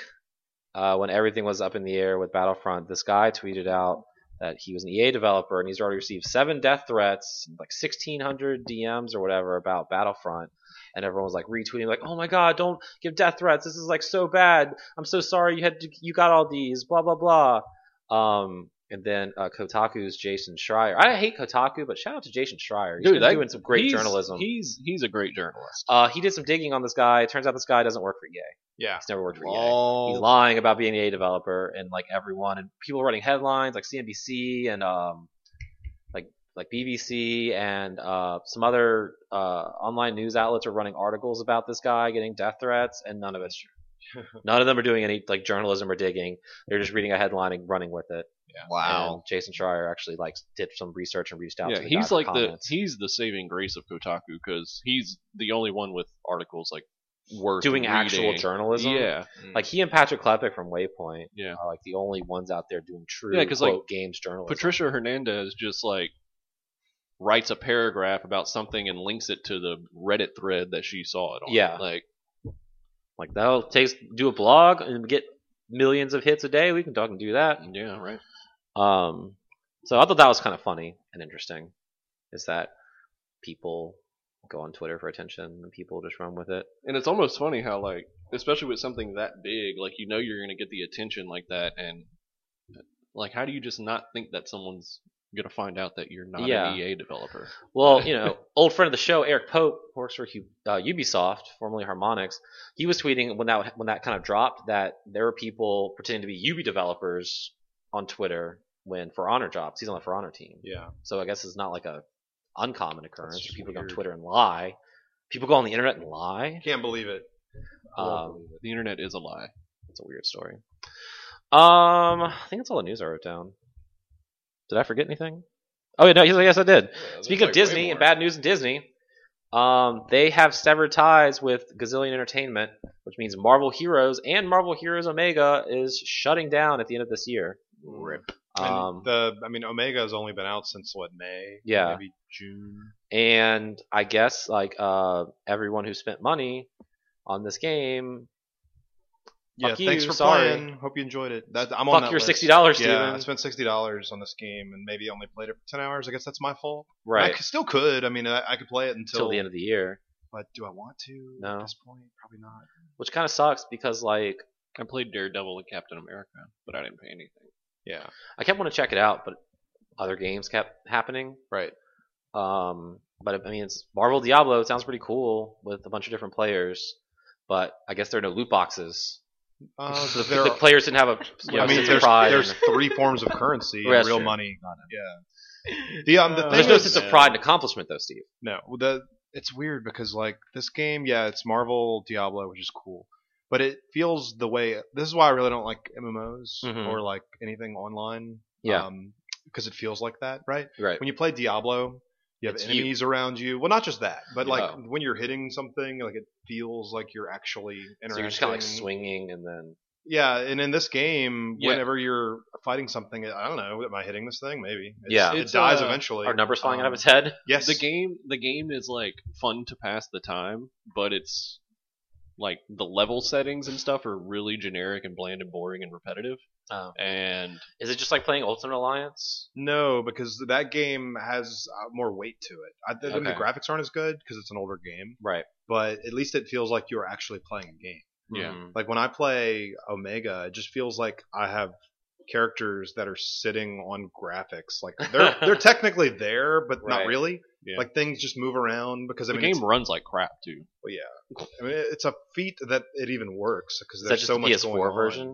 Speaker 3: uh, when everything was up in the air with Battlefront, this guy tweeted out that he was an EA developer and he's already received seven death threats, like 1,600 DMs or whatever about Battlefront. And everyone was like retweeting, like, "Oh my God, don't give death threats. This is like so bad. I'm so sorry you had to, you got all these. Blah blah blah." Um, and then uh, Kotaku's Jason Schreier. I hate Kotaku, but shout out to Jason Schreier. He's been
Speaker 2: that-
Speaker 3: doing some great
Speaker 2: he's-
Speaker 3: journalism.
Speaker 2: He's he's a great journalist.
Speaker 3: Uh, he did some digging on this guy. Turns out this guy doesn't work for E EA.
Speaker 1: Yeah.
Speaker 3: He's never worked for EA. He's
Speaker 4: Lol.
Speaker 3: lying about being an EA developer, and like everyone and people writing headlines like CNBC and um, like like BBC and uh, some other uh, online news outlets are running articles about this guy getting death threats, and none of it's true. none of them are doing any like journalism or digging. They're just reading a headline and running with it.
Speaker 4: Wow.
Speaker 3: And Jason Schreier actually like did some research and reached out.
Speaker 2: yeah,
Speaker 3: to the guy
Speaker 2: he's
Speaker 3: for
Speaker 2: like
Speaker 3: comments.
Speaker 2: the he's the saving grace of Kotaku because he's the only one with articles like worth
Speaker 3: doing actual
Speaker 2: reading.
Speaker 3: journalism.
Speaker 2: Yeah,
Speaker 3: like he and Patrick Klepek from Waypoint
Speaker 2: Yeah.
Speaker 3: are like the only ones out there doing true
Speaker 2: Yeah, 'cause,
Speaker 3: quote
Speaker 2: like,
Speaker 3: games journalism.
Speaker 2: Patricia Hernandez just like writes a paragraph about something and links it to the Reddit thread that she saw it on.
Speaker 3: Yeah.
Speaker 2: Like
Speaker 3: Like that'll take do a blog and get millions of hits a day. We can talk and do that.
Speaker 2: yeah, right.
Speaker 3: Um, so I thought that was kind of funny and interesting. Is that people go on Twitter for attention and people just run with it?
Speaker 2: And it's almost funny how like especially with something that big, like you know you're gonna get the attention like that and like how do you just not think that someone's gonna find out that you're not
Speaker 3: Yeah.
Speaker 2: an EA developer?
Speaker 3: Well, you know, old friend of the show, Eric Pope, who works for Hu- uh, Ubisoft, formerly Harmonix. He was tweeting when that when that kind of dropped that there were people pretending to be Ubi developers on Twitter when For Honor drops. He's on the For Honor team,
Speaker 1: Yeah.
Speaker 3: so I guess it's not like a uncommon occurrence.
Speaker 1: That's
Speaker 3: People go on
Speaker 1: weird.
Speaker 3: Twitter and lie. People go on the internet and lie.
Speaker 1: Can't believe it.
Speaker 3: Um,
Speaker 2: The internet is a lie.
Speaker 3: It's a weird story. Um, I think that's all the news I wrote down. Did I forget anything? Oh, yeah, no, yes, yes, I did. Speaking of Disney and bad news in Disney, um, they have severed ties with Gazillion Entertainment, which means Marvel Heroes and Marvel Heroes Omega is shutting down at the end of this year.
Speaker 1: Rip.
Speaker 3: Um,
Speaker 1: and the I mean Omega has only been out since what May?
Speaker 3: Yeah.
Speaker 1: Maybe June.
Speaker 3: and I guess like uh, everyone who spent money on this game,
Speaker 1: Yeah.
Speaker 3: Fuck
Speaker 1: thanks
Speaker 3: you,
Speaker 1: for
Speaker 3: sorry.
Speaker 1: playing. Hope you enjoyed it. That, I'm on
Speaker 3: fuck
Speaker 1: that
Speaker 3: your
Speaker 1: list.
Speaker 3: sixty dollars,
Speaker 1: Yeah, I
Speaker 3: Steven.
Speaker 1: spent sixty dollars on this game and maybe only played it for ten hours. I guess that's my fault. I
Speaker 3: Right
Speaker 1: c- still could. I mean, I, I could play it until,
Speaker 3: until the end of the year,
Speaker 1: But do I want to?
Speaker 3: No.
Speaker 1: At this point, probably not.
Speaker 3: which kind of sucks because like
Speaker 2: I played Daredevil and Captain America, but I didn't pay anything.
Speaker 1: Yeah.
Speaker 3: I kept wanting to check it out, but other games kept happening.
Speaker 1: Right.
Speaker 3: Um, but I mean, it's Marvel Diablo. It sounds pretty cool with a bunch of different players, but I guess there are no loot boxes.
Speaker 1: Uh,
Speaker 3: so the,
Speaker 1: there
Speaker 3: the
Speaker 1: are-
Speaker 3: players didn't have a. You know,
Speaker 1: I mean,
Speaker 3: sense of
Speaker 1: there's,
Speaker 3: pride.
Speaker 1: there's three forms of currency:
Speaker 3: Well, that's
Speaker 1: real
Speaker 3: true.
Speaker 1: money. Yeah. The um the
Speaker 4: Uh,
Speaker 1: thing
Speaker 3: there's no
Speaker 1: is-
Speaker 3: sense of pride and accomplishment though, Steve.
Speaker 1: No, well, the it's weird because like this game, yeah, it's Marvel Diablo, which is cool, but it feels the way. This is why I really don't like MMOs
Speaker 3: Mhm.
Speaker 1: or like anything online.
Speaker 3: Yeah.
Speaker 1: because it feels like that, right?
Speaker 3: Right.
Speaker 1: When you play Diablo, you have
Speaker 3: It's you. Oh.
Speaker 1: enemies around you. Well, not just that, but like
Speaker 3: Yeah.
Speaker 1: when you're hitting something, like it feels like you're actually interacting.
Speaker 3: So you're just kind of like swinging and then.
Speaker 1: Yeah, and in this game,
Speaker 2: Yeah.
Speaker 1: whenever you're fighting something, I don't know, am I hitting this thing? Maybe. It's-
Speaker 3: Yeah.
Speaker 1: it
Speaker 2: It's,
Speaker 1: dies
Speaker 2: uh,
Speaker 1: eventually.
Speaker 3: Are numbers falling out of
Speaker 1: Um,
Speaker 3: its head?
Speaker 1: Yes,
Speaker 2: The game the game is like fun to pass the time, but it's like the level settings and stuff are really generic and bland and boring and repetitive.
Speaker 3: Oh.
Speaker 2: And
Speaker 3: Is it just like playing Ultimate Alliance?
Speaker 1: No, because that game has uh, more weight to it. I, I mean, the
Speaker 3: Okay.
Speaker 1: graphics aren't as good because it's an older game,
Speaker 3: Right.
Speaker 1: but at least it feels like you're actually playing a game.
Speaker 2: Yeah.
Speaker 3: Mhm.
Speaker 1: Like when I play Omega, it just feels like I have characters that are sitting on graphics. Like they're they're technically there, but
Speaker 3: Right.
Speaker 1: not really.
Speaker 2: Yeah.
Speaker 1: Like things just move around because I
Speaker 2: the
Speaker 1: mean,
Speaker 2: game runs like crap too.
Speaker 1: it's, I mean, it's a feat that it even works because
Speaker 3: Is that
Speaker 1: there's
Speaker 3: just
Speaker 1: so
Speaker 3: the
Speaker 1: much going
Speaker 3: PS4
Speaker 1: on.
Speaker 3: version?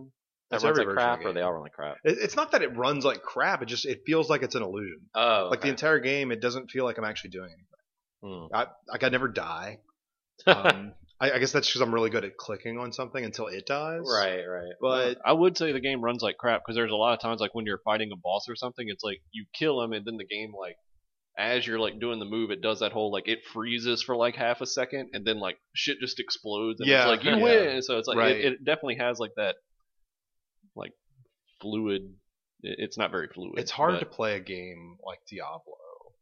Speaker 3: That
Speaker 1: That's
Speaker 3: runs
Speaker 1: every
Speaker 3: like
Speaker 1: version of
Speaker 3: crap,
Speaker 1: the
Speaker 3: or they
Speaker 1: game.
Speaker 3: all run like crap.
Speaker 1: It, it's not that it runs like crap. It just it feels like it's an illusion.
Speaker 3: Oh,
Speaker 1: Like the
Speaker 3: okay.
Speaker 1: entire game, it doesn't feel like I'm actually doing anything.
Speaker 3: Hmm.
Speaker 1: I like I never die. Um, I, I guess that's because I'm really good at clicking on something until it dies.
Speaker 3: right, right.
Speaker 1: But
Speaker 2: I would say the game runs like crap because there's a lot of times like when you're fighting a boss or something, it's like you kill him and then the game like as you're like doing the move, it does that whole like it freezes for like half a second and then like shit just explodes and
Speaker 1: Yeah,
Speaker 2: it's like you
Speaker 1: yeah.
Speaker 2: win. And So it's like
Speaker 1: Right.
Speaker 2: it, it definitely has like that like fluid. it- It's not very fluid.
Speaker 1: it's hard to
Speaker 2: but
Speaker 1: play a game like Diablo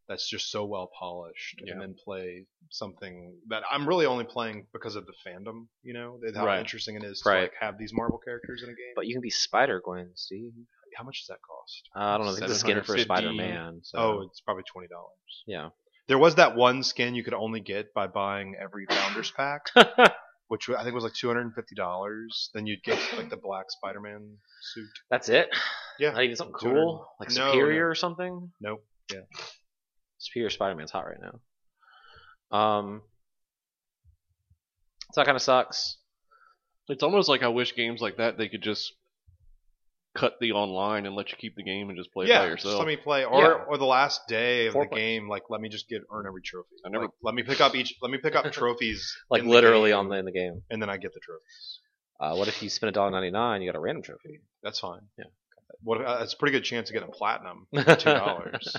Speaker 1: that's just so well polished,
Speaker 2: Yeah.
Speaker 1: and then play something that I'm really only playing because of the fandom. You know and how
Speaker 2: Right.
Speaker 1: interesting it is
Speaker 3: Right.
Speaker 1: to like have these Marvel characters in a game.
Speaker 3: But you can be Spider Gwen, Steve.
Speaker 1: how much does that cost?
Speaker 3: Uh, I don't know. I think the skin for
Speaker 2: 750.
Speaker 3: Spider Man. So.
Speaker 1: Oh, it's probably twenty dollars.
Speaker 3: Yeah.
Speaker 1: There was that one skin you could only get by buying every Founders pack, which I think was like two hundred and fifty dollars. Then you'd get like the black Spider-Man suit.
Speaker 3: that's it.
Speaker 1: Yeah.
Speaker 3: Not even something
Speaker 1: Two hundred.
Speaker 3: cool like
Speaker 1: No,
Speaker 3: Superior
Speaker 1: no.
Speaker 3: or something.
Speaker 1: Nope. Yeah.
Speaker 3: Superior Spider Man's hot right now. Um. So that kind of sucks.
Speaker 2: It's almost like I wish games like that they could just cut the online and let you keep the game and just play it by
Speaker 1: yeah, just
Speaker 2: yourself.
Speaker 1: let me play, or
Speaker 3: Yeah.
Speaker 1: or the last day of
Speaker 3: Four
Speaker 1: the
Speaker 3: players.
Speaker 1: game, like let me just get earn every trophy.
Speaker 2: I never-
Speaker 1: Like, let me pick up each. Let me pick up trophies.
Speaker 3: Like
Speaker 1: in the
Speaker 3: literally
Speaker 1: game,
Speaker 3: on the in the game.
Speaker 1: and then I get the trophies.
Speaker 3: Uh, what if you spend a dollar ninety nine? You got a random trophy.
Speaker 1: That's fine.
Speaker 3: Yeah.
Speaker 1: What? Uh, it's a pretty good chance of getting a platinum for two dollars,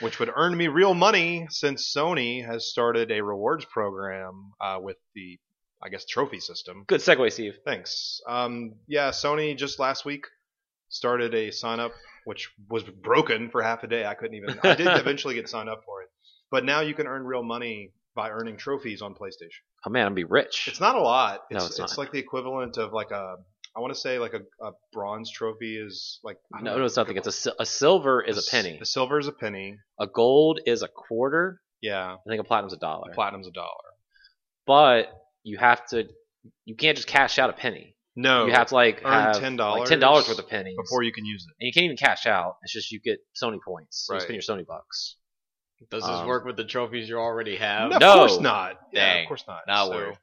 Speaker 1: which would earn me real money since Sony has started a rewards program uh, with the, I guess, trophy system.
Speaker 3: Good segue, Steve.
Speaker 1: Thanks. Um, yeah, Sony just last week started a sign up which was broken for half a day. I couldn't even. I did eventually get signed up for it, but now you can earn real money by earning trophies on PlayStation.
Speaker 3: Oh man, I'm gonna be rich.
Speaker 1: It's not a lot. It's,
Speaker 3: No,
Speaker 1: it's,
Speaker 3: it's not.
Speaker 1: like the equivalent of like a. I want to say like a, a bronze trophy is like I don't
Speaker 3: No,
Speaker 1: know.
Speaker 3: no, it's nothing. It's a, sil- a silver is a penny.
Speaker 1: The silver is a penny.
Speaker 3: A gold is a quarter.
Speaker 1: Yeah,
Speaker 3: I think a platinum's a dollar.
Speaker 1: platinum's a dollar.
Speaker 3: But you have to, you can't just cash out a penny.
Speaker 1: No,
Speaker 3: you have to like
Speaker 1: Oh, earn
Speaker 3: have
Speaker 1: $10
Speaker 3: like ten dollars worth of pennies
Speaker 1: before you can use it.
Speaker 3: and you can't even cash out. It's just you get Sony points. So You
Speaker 1: Right.
Speaker 3: spend your Sony bucks.
Speaker 4: Does this
Speaker 3: Um,
Speaker 4: work with the trophies you already have?
Speaker 1: No,
Speaker 3: No.
Speaker 1: of course not. Yeah,
Speaker 4: Dang.
Speaker 1: of course not.
Speaker 4: Not
Speaker 1: So-
Speaker 4: worth.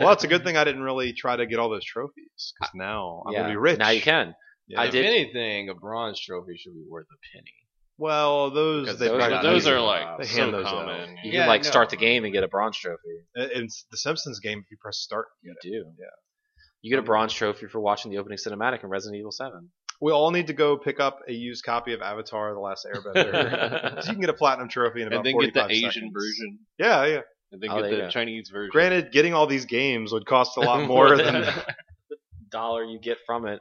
Speaker 1: Well, it's a good thing I didn't really try to get all those trophies 'cause now I'm
Speaker 3: Yeah.
Speaker 1: gonna be rich.
Speaker 3: Now you can.
Speaker 1: Yeah.
Speaker 3: I
Speaker 4: if
Speaker 3: did-
Speaker 4: anything, a bronze trophy should be worth a penny.
Speaker 1: Well, those
Speaker 4: Because
Speaker 1: they
Speaker 4: those
Speaker 1: probably
Speaker 4: are-
Speaker 1: don't
Speaker 4: those
Speaker 1: use
Speaker 4: are,
Speaker 1: a lot.
Speaker 2: like,
Speaker 1: they
Speaker 2: so
Speaker 1: hand those
Speaker 2: common.
Speaker 1: out.
Speaker 3: You
Speaker 4: Yeah,
Speaker 3: can like
Speaker 4: no.
Speaker 3: start the game and get a bronze trophy.
Speaker 1: In- In the Simpsons game, if you press start, you get it.
Speaker 3: You do.
Speaker 1: Yeah.
Speaker 3: You get a bronze trophy for watching the opening cinematic in Resident Evil Seven.
Speaker 1: We all need to go pick up a used copy of Avatar: The Last Airbender. so you can get a platinum trophy in about
Speaker 2: and then get
Speaker 1: 45
Speaker 2: the Asian
Speaker 1: seconds.
Speaker 2: version,
Speaker 1: Yeah, yeah.
Speaker 2: and then
Speaker 3: Oh,
Speaker 2: get
Speaker 3: there you
Speaker 2: the
Speaker 3: go.
Speaker 2: Chinese version.
Speaker 1: Granted, getting all these games would cost a lot more than.
Speaker 3: dollar you get from it.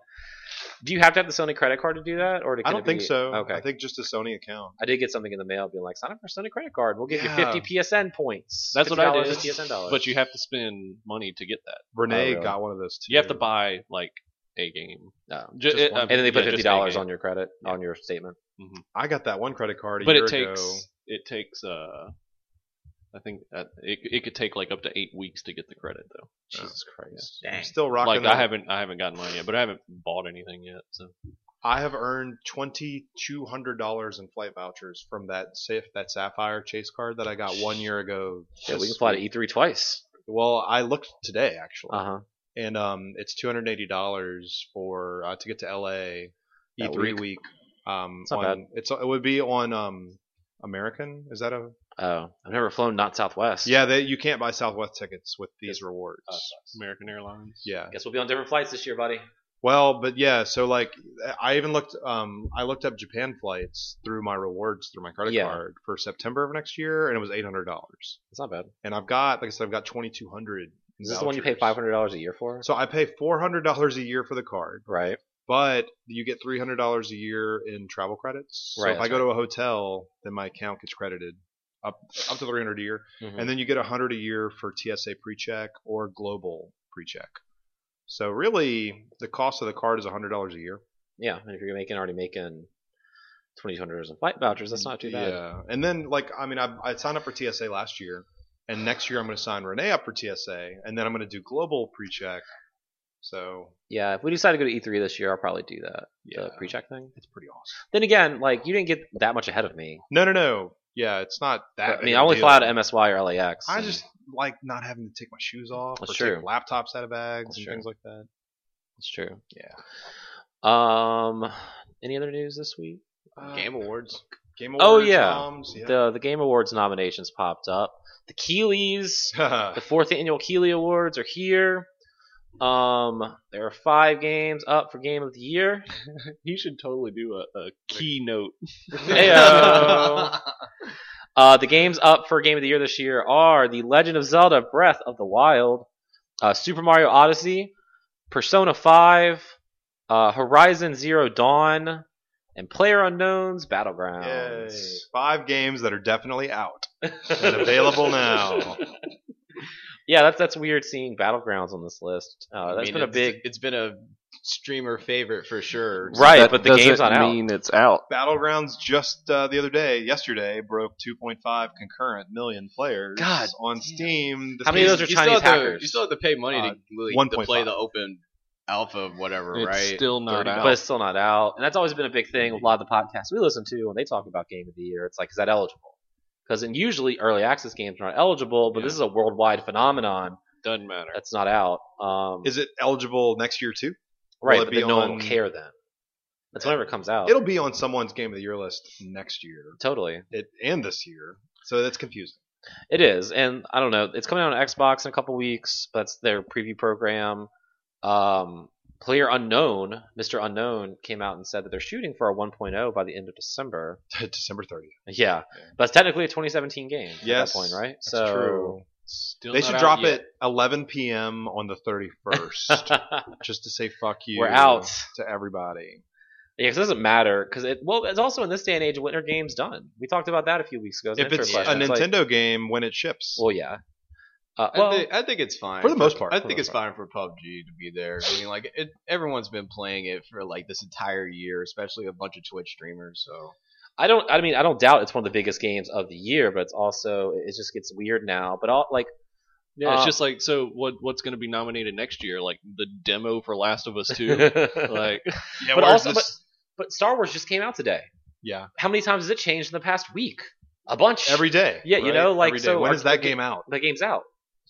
Speaker 3: Do you have to have the Sony credit card to do that, or can
Speaker 1: I
Speaker 3: it
Speaker 1: don't think
Speaker 3: be-
Speaker 1: so.
Speaker 3: Okay.
Speaker 1: I think just a Sony account.
Speaker 3: I did get something in the mail being like, sign up for Sony credit card. We'll give
Speaker 1: Yeah.
Speaker 3: you 50 PSN points.
Speaker 2: That's what I
Speaker 3: $50
Speaker 2: did.
Speaker 3: in PSN dollars.
Speaker 2: But you have to spend money to get that.
Speaker 1: Renee
Speaker 3: really?
Speaker 1: got one of those too.
Speaker 2: You have to buy like a game.
Speaker 3: No.
Speaker 2: Ju-
Speaker 1: Just
Speaker 2: it-
Speaker 1: one.
Speaker 2: I
Speaker 3: and
Speaker 2: mean,
Speaker 3: then they put
Speaker 2: yeah,
Speaker 3: $50
Speaker 2: just a game.
Speaker 3: on your credit, on your statement.
Speaker 1: I got that one credit card a
Speaker 2: But
Speaker 1: year
Speaker 2: it takes
Speaker 1: ago.
Speaker 2: it takes uh, I think uh, it it could take like up to eight weeks to get the credit though.
Speaker 3: Jesus Christ.
Speaker 1: I'm still rocking.
Speaker 2: Like
Speaker 1: that.
Speaker 2: I haven't I haven't gotten mine yet, but I haven't bought anything yet. So
Speaker 1: I have earned twenty two hundred dollars in flight vouchers from that safe that Sapphire Chase card that I got one year ago.
Speaker 3: Yeah, we
Speaker 1: this
Speaker 3: can fly to E-
Speaker 1: week.
Speaker 3: E3 twice.
Speaker 1: Well, I looked today actually,
Speaker 3: Uh huh.
Speaker 1: and um, it's two hundred eighty dollars for uh, to get to LA E
Speaker 3: That
Speaker 1: three
Speaker 3: week.
Speaker 1: week. Um,
Speaker 3: It's not
Speaker 1: on- It's it would be on um American. Is that a
Speaker 3: Oh, I've never flown not Southwest.
Speaker 1: yeah? They, you can't buy Southwest tickets with these
Speaker 3: uh,
Speaker 1: rewards.
Speaker 2: American Airlines.
Speaker 1: yeah.
Speaker 3: Guess we'll be on different flights this year, buddy.
Speaker 1: Well, but yeah, so like I even looked um I looked up Japan flights through my rewards through my credit
Speaker 3: Yeah.
Speaker 1: card for September of next year and it was eight hundred dollars.
Speaker 3: It's not bad.
Speaker 1: And I've got like I said, I've got twenty two hundred.
Speaker 3: Is this the one you pay $500 a year for?
Speaker 1: So I pay four hundred dollars a year for the card,
Speaker 3: right.
Speaker 1: but you get three hundred dollars a year in travel credits. So
Speaker 3: Right,
Speaker 1: if I
Speaker 3: that's
Speaker 1: go to a hotel, then my account gets credited up up to three hundred a year.
Speaker 3: Mm-hmm.
Speaker 1: And then you get 100 a year for TSA pre-check or global pre-check. So really, the cost of the card is $100 a year.
Speaker 3: yeah, and if you're making already making $2,200 in flight vouchers, that's not too bad.
Speaker 1: Mm, Yeah. And then, like, I mean, I, I signed up for TSA last year, and next year I'm going to sign Renee up for TSA, and then I'm going to do global pre-check. So
Speaker 3: Yeah, if we decide to go to E3 this year, I'll probably do that.
Speaker 1: yeah,
Speaker 3: The pre-check thing.
Speaker 1: it's pretty awesome.
Speaker 3: Then again, like you didn't get that much ahead of me.
Speaker 1: No, no, no. Yeah, it's not that.
Speaker 3: I
Speaker 1: big
Speaker 3: mean,
Speaker 1: of
Speaker 3: I
Speaker 1: a
Speaker 3: only
Speaker 1: deal.
Speaker 3: fly out of MSY or LAX.
Speaker 1: I
Speaker 3: and-
Speaker 1: just like not having to take my shoes off
Speaker 3: That's
Speaker 1: or
Speaker 3: true.
Speaker 1: take laptops out of bags
Speaker 3: That's
Speaker 1: and
Speaker 3: true.
Speaker 1: things like that.
Speaker 3: it's true.
Speaker 1: Yeah.
Speaker 3: Um, any other news this week?
Speaker 4: Game Awards.
Speaker 1: Uh, Game
Speaker 3: Oh,
Speaker 1: Awards,
Speaker 3: yeah.
Speaker 1: noms,
Speaker 3: The the Game Awards nominations popped up. The Keeleys,
Speaker 1: yeah.
Speaker 3: the fourth annual Keeley Awards are here. Um, there are five games up for Game of the Year.
Speaker 2: He should totally do a, a keynote.
Speaker 3: Heyo. Uh, the games up for Game of the Year this year are The Legend of Zelda: Breath of the Wild, uh, Super Mario Odyssey, Persona 5, uh, Horizon Zero Dawn, and Player Unknown's
Speaker 1: Yay.
Speaker 3: Battlegrounds.
Speaker 1: Five games that are definitely out and available now.
Speaker 3: Yeah, that's that's weird seeing Battlegrounds on this list. Uh,
Speaker 4: I
Speaker 3: that's
Speaker 4: mean,
Speaker 3: been a
Speaker 4: it's-
Speaker 3: big
Speaker 4: It's been a streamer favorite for sure.
Speaker 3: right,
Speaker 5: That
Speaker 3: but the game's
Speaker 5: doesn't
Speaker 3: not out.
Speaker 5: mean it's out.
Speaker 1: Battlegrounds just uh, the other day, yesterday, broke 2.5 concurrent million players
Speaker 4: God
Speaker 1: on
Speaker 4: damn.
Speaker 1: Steam.
Speaker 3: How many of those are
Speaker 4: You
Speaker 3: Chinese
Speaker 4: still have to-
Speaker 3: hackers?
Speaker 4: you still have to pay money
Speaker 1: Uh,
Speaker 4: to, like, to
Speaker 1: 1.5.
Speaker 4: play the open alpha of whatever,
Speaker 2: It's
Speaker 4: right?
Speaker 2: still not
Speaker 4: 30
Speaker 2: out.
Speaker 3: but it's still not out, and that's always been a big thing with a lot of the podcasts we listen to when they talk about Game of the Year. It's like, is that eligible? Because and usually early access games are not eligible, but this is a worldwide phenomenon
Speaker 2: Doesn't matter.
Speaker 3: that's not out. Um,
Speaker 1: Is it eligible next year too?
Speaker 3: right,
Speaker 1: will it
Speaker 3: but
Speaker 1: be
Speaker 3: then no one will
Speaker 1: on-
Speaker 3: care then. That's whenever it comes out.
Speaker 1: It'll be on someone's Game of the Year list next year
Speaker 3: totally.
Speaker 1: it, and this year. So that's confusing.
Speaker 3: It is, and I don't know. It's coming out on Xbox in a couple weeks. That's their preview program. Um, Player Unknown, Mr. Unknown, came out and said that they're shooting for a 1.0 by the end of December.
Speaker 1: December 30th.
Speaker 3: Yeah, but it's technically a 2017 game
Speaker 1: Yes,
Speaker 3: at that point, right?
Speaker 1: That's
Speaker 3: so
Speaker 1: true.
Speaker 2: Still
Speaker 1: They
Speaker 2: not
Speaker 1: should
Speaker 2: out
Speaker 1: drop
Speaker 2: yet.
Speaker 1: it 11 p.m. on the 31st just to say fuck you
Speaker 3: we're out.
Speaker 1: to everybody.
Speaker 3: Yeah, 'cause it doesn't matter because it well, it's also in this day and age when are games done. We talked about that a few weeks ago. as an
Speaker 1: If
Speaker 3: intro
Speaker 1: it's a
Speaker 3: question. like-
Speaker 1: Nintendo game, when it ships,
Speaker 3: well, yeah. Uh,
Speaker 4: I,
Speaker 3: well,
Speaker 4: thi- I think it's fine
Speaker 1: for the most part.
Speaker 4: I
Speaker 1: for
Speaker 4: think
Speaker 1: the
Speaker 4: it's
Speaker 1: most part.
Speaker 4: fine for PUBG to be there. I mean, like it, everyone's been playing it for like this entire year, especially a bunch of Twitch streamers. So
Speaker 3: I don't. I mean, I don't doubt it's one of the biggest games of the year, but it's also it just gets weird now. But all like,
Speaker 2: Yeah, it's
Speaker 3: Uh,
Speaker 2: just like so. What what's going to be nominated next year? Like the demo for Last of Us Two.
Speaker 3: like,
Speaker 2: like
Speaker 1: Yeah,
Speaker 3: but
Speaker 1: where's
Speaker 3: also,
Speaker 1: this-
Speaker 3: but Star Wars just came out today.
Speaker 1: yeah,
Speaker 3: How many times has it changed in the past week? A bunch.
Speaker 1: every day.
Speaker 3: Yeah, you
Speaker 1: right?
Speaker 3: know, like,
Speaker 1: every day.
Speaker 3: so
Speaker 1: when
Speaker 3: are-
Speaker 1: is that game out?
Speaker 3: the game's out,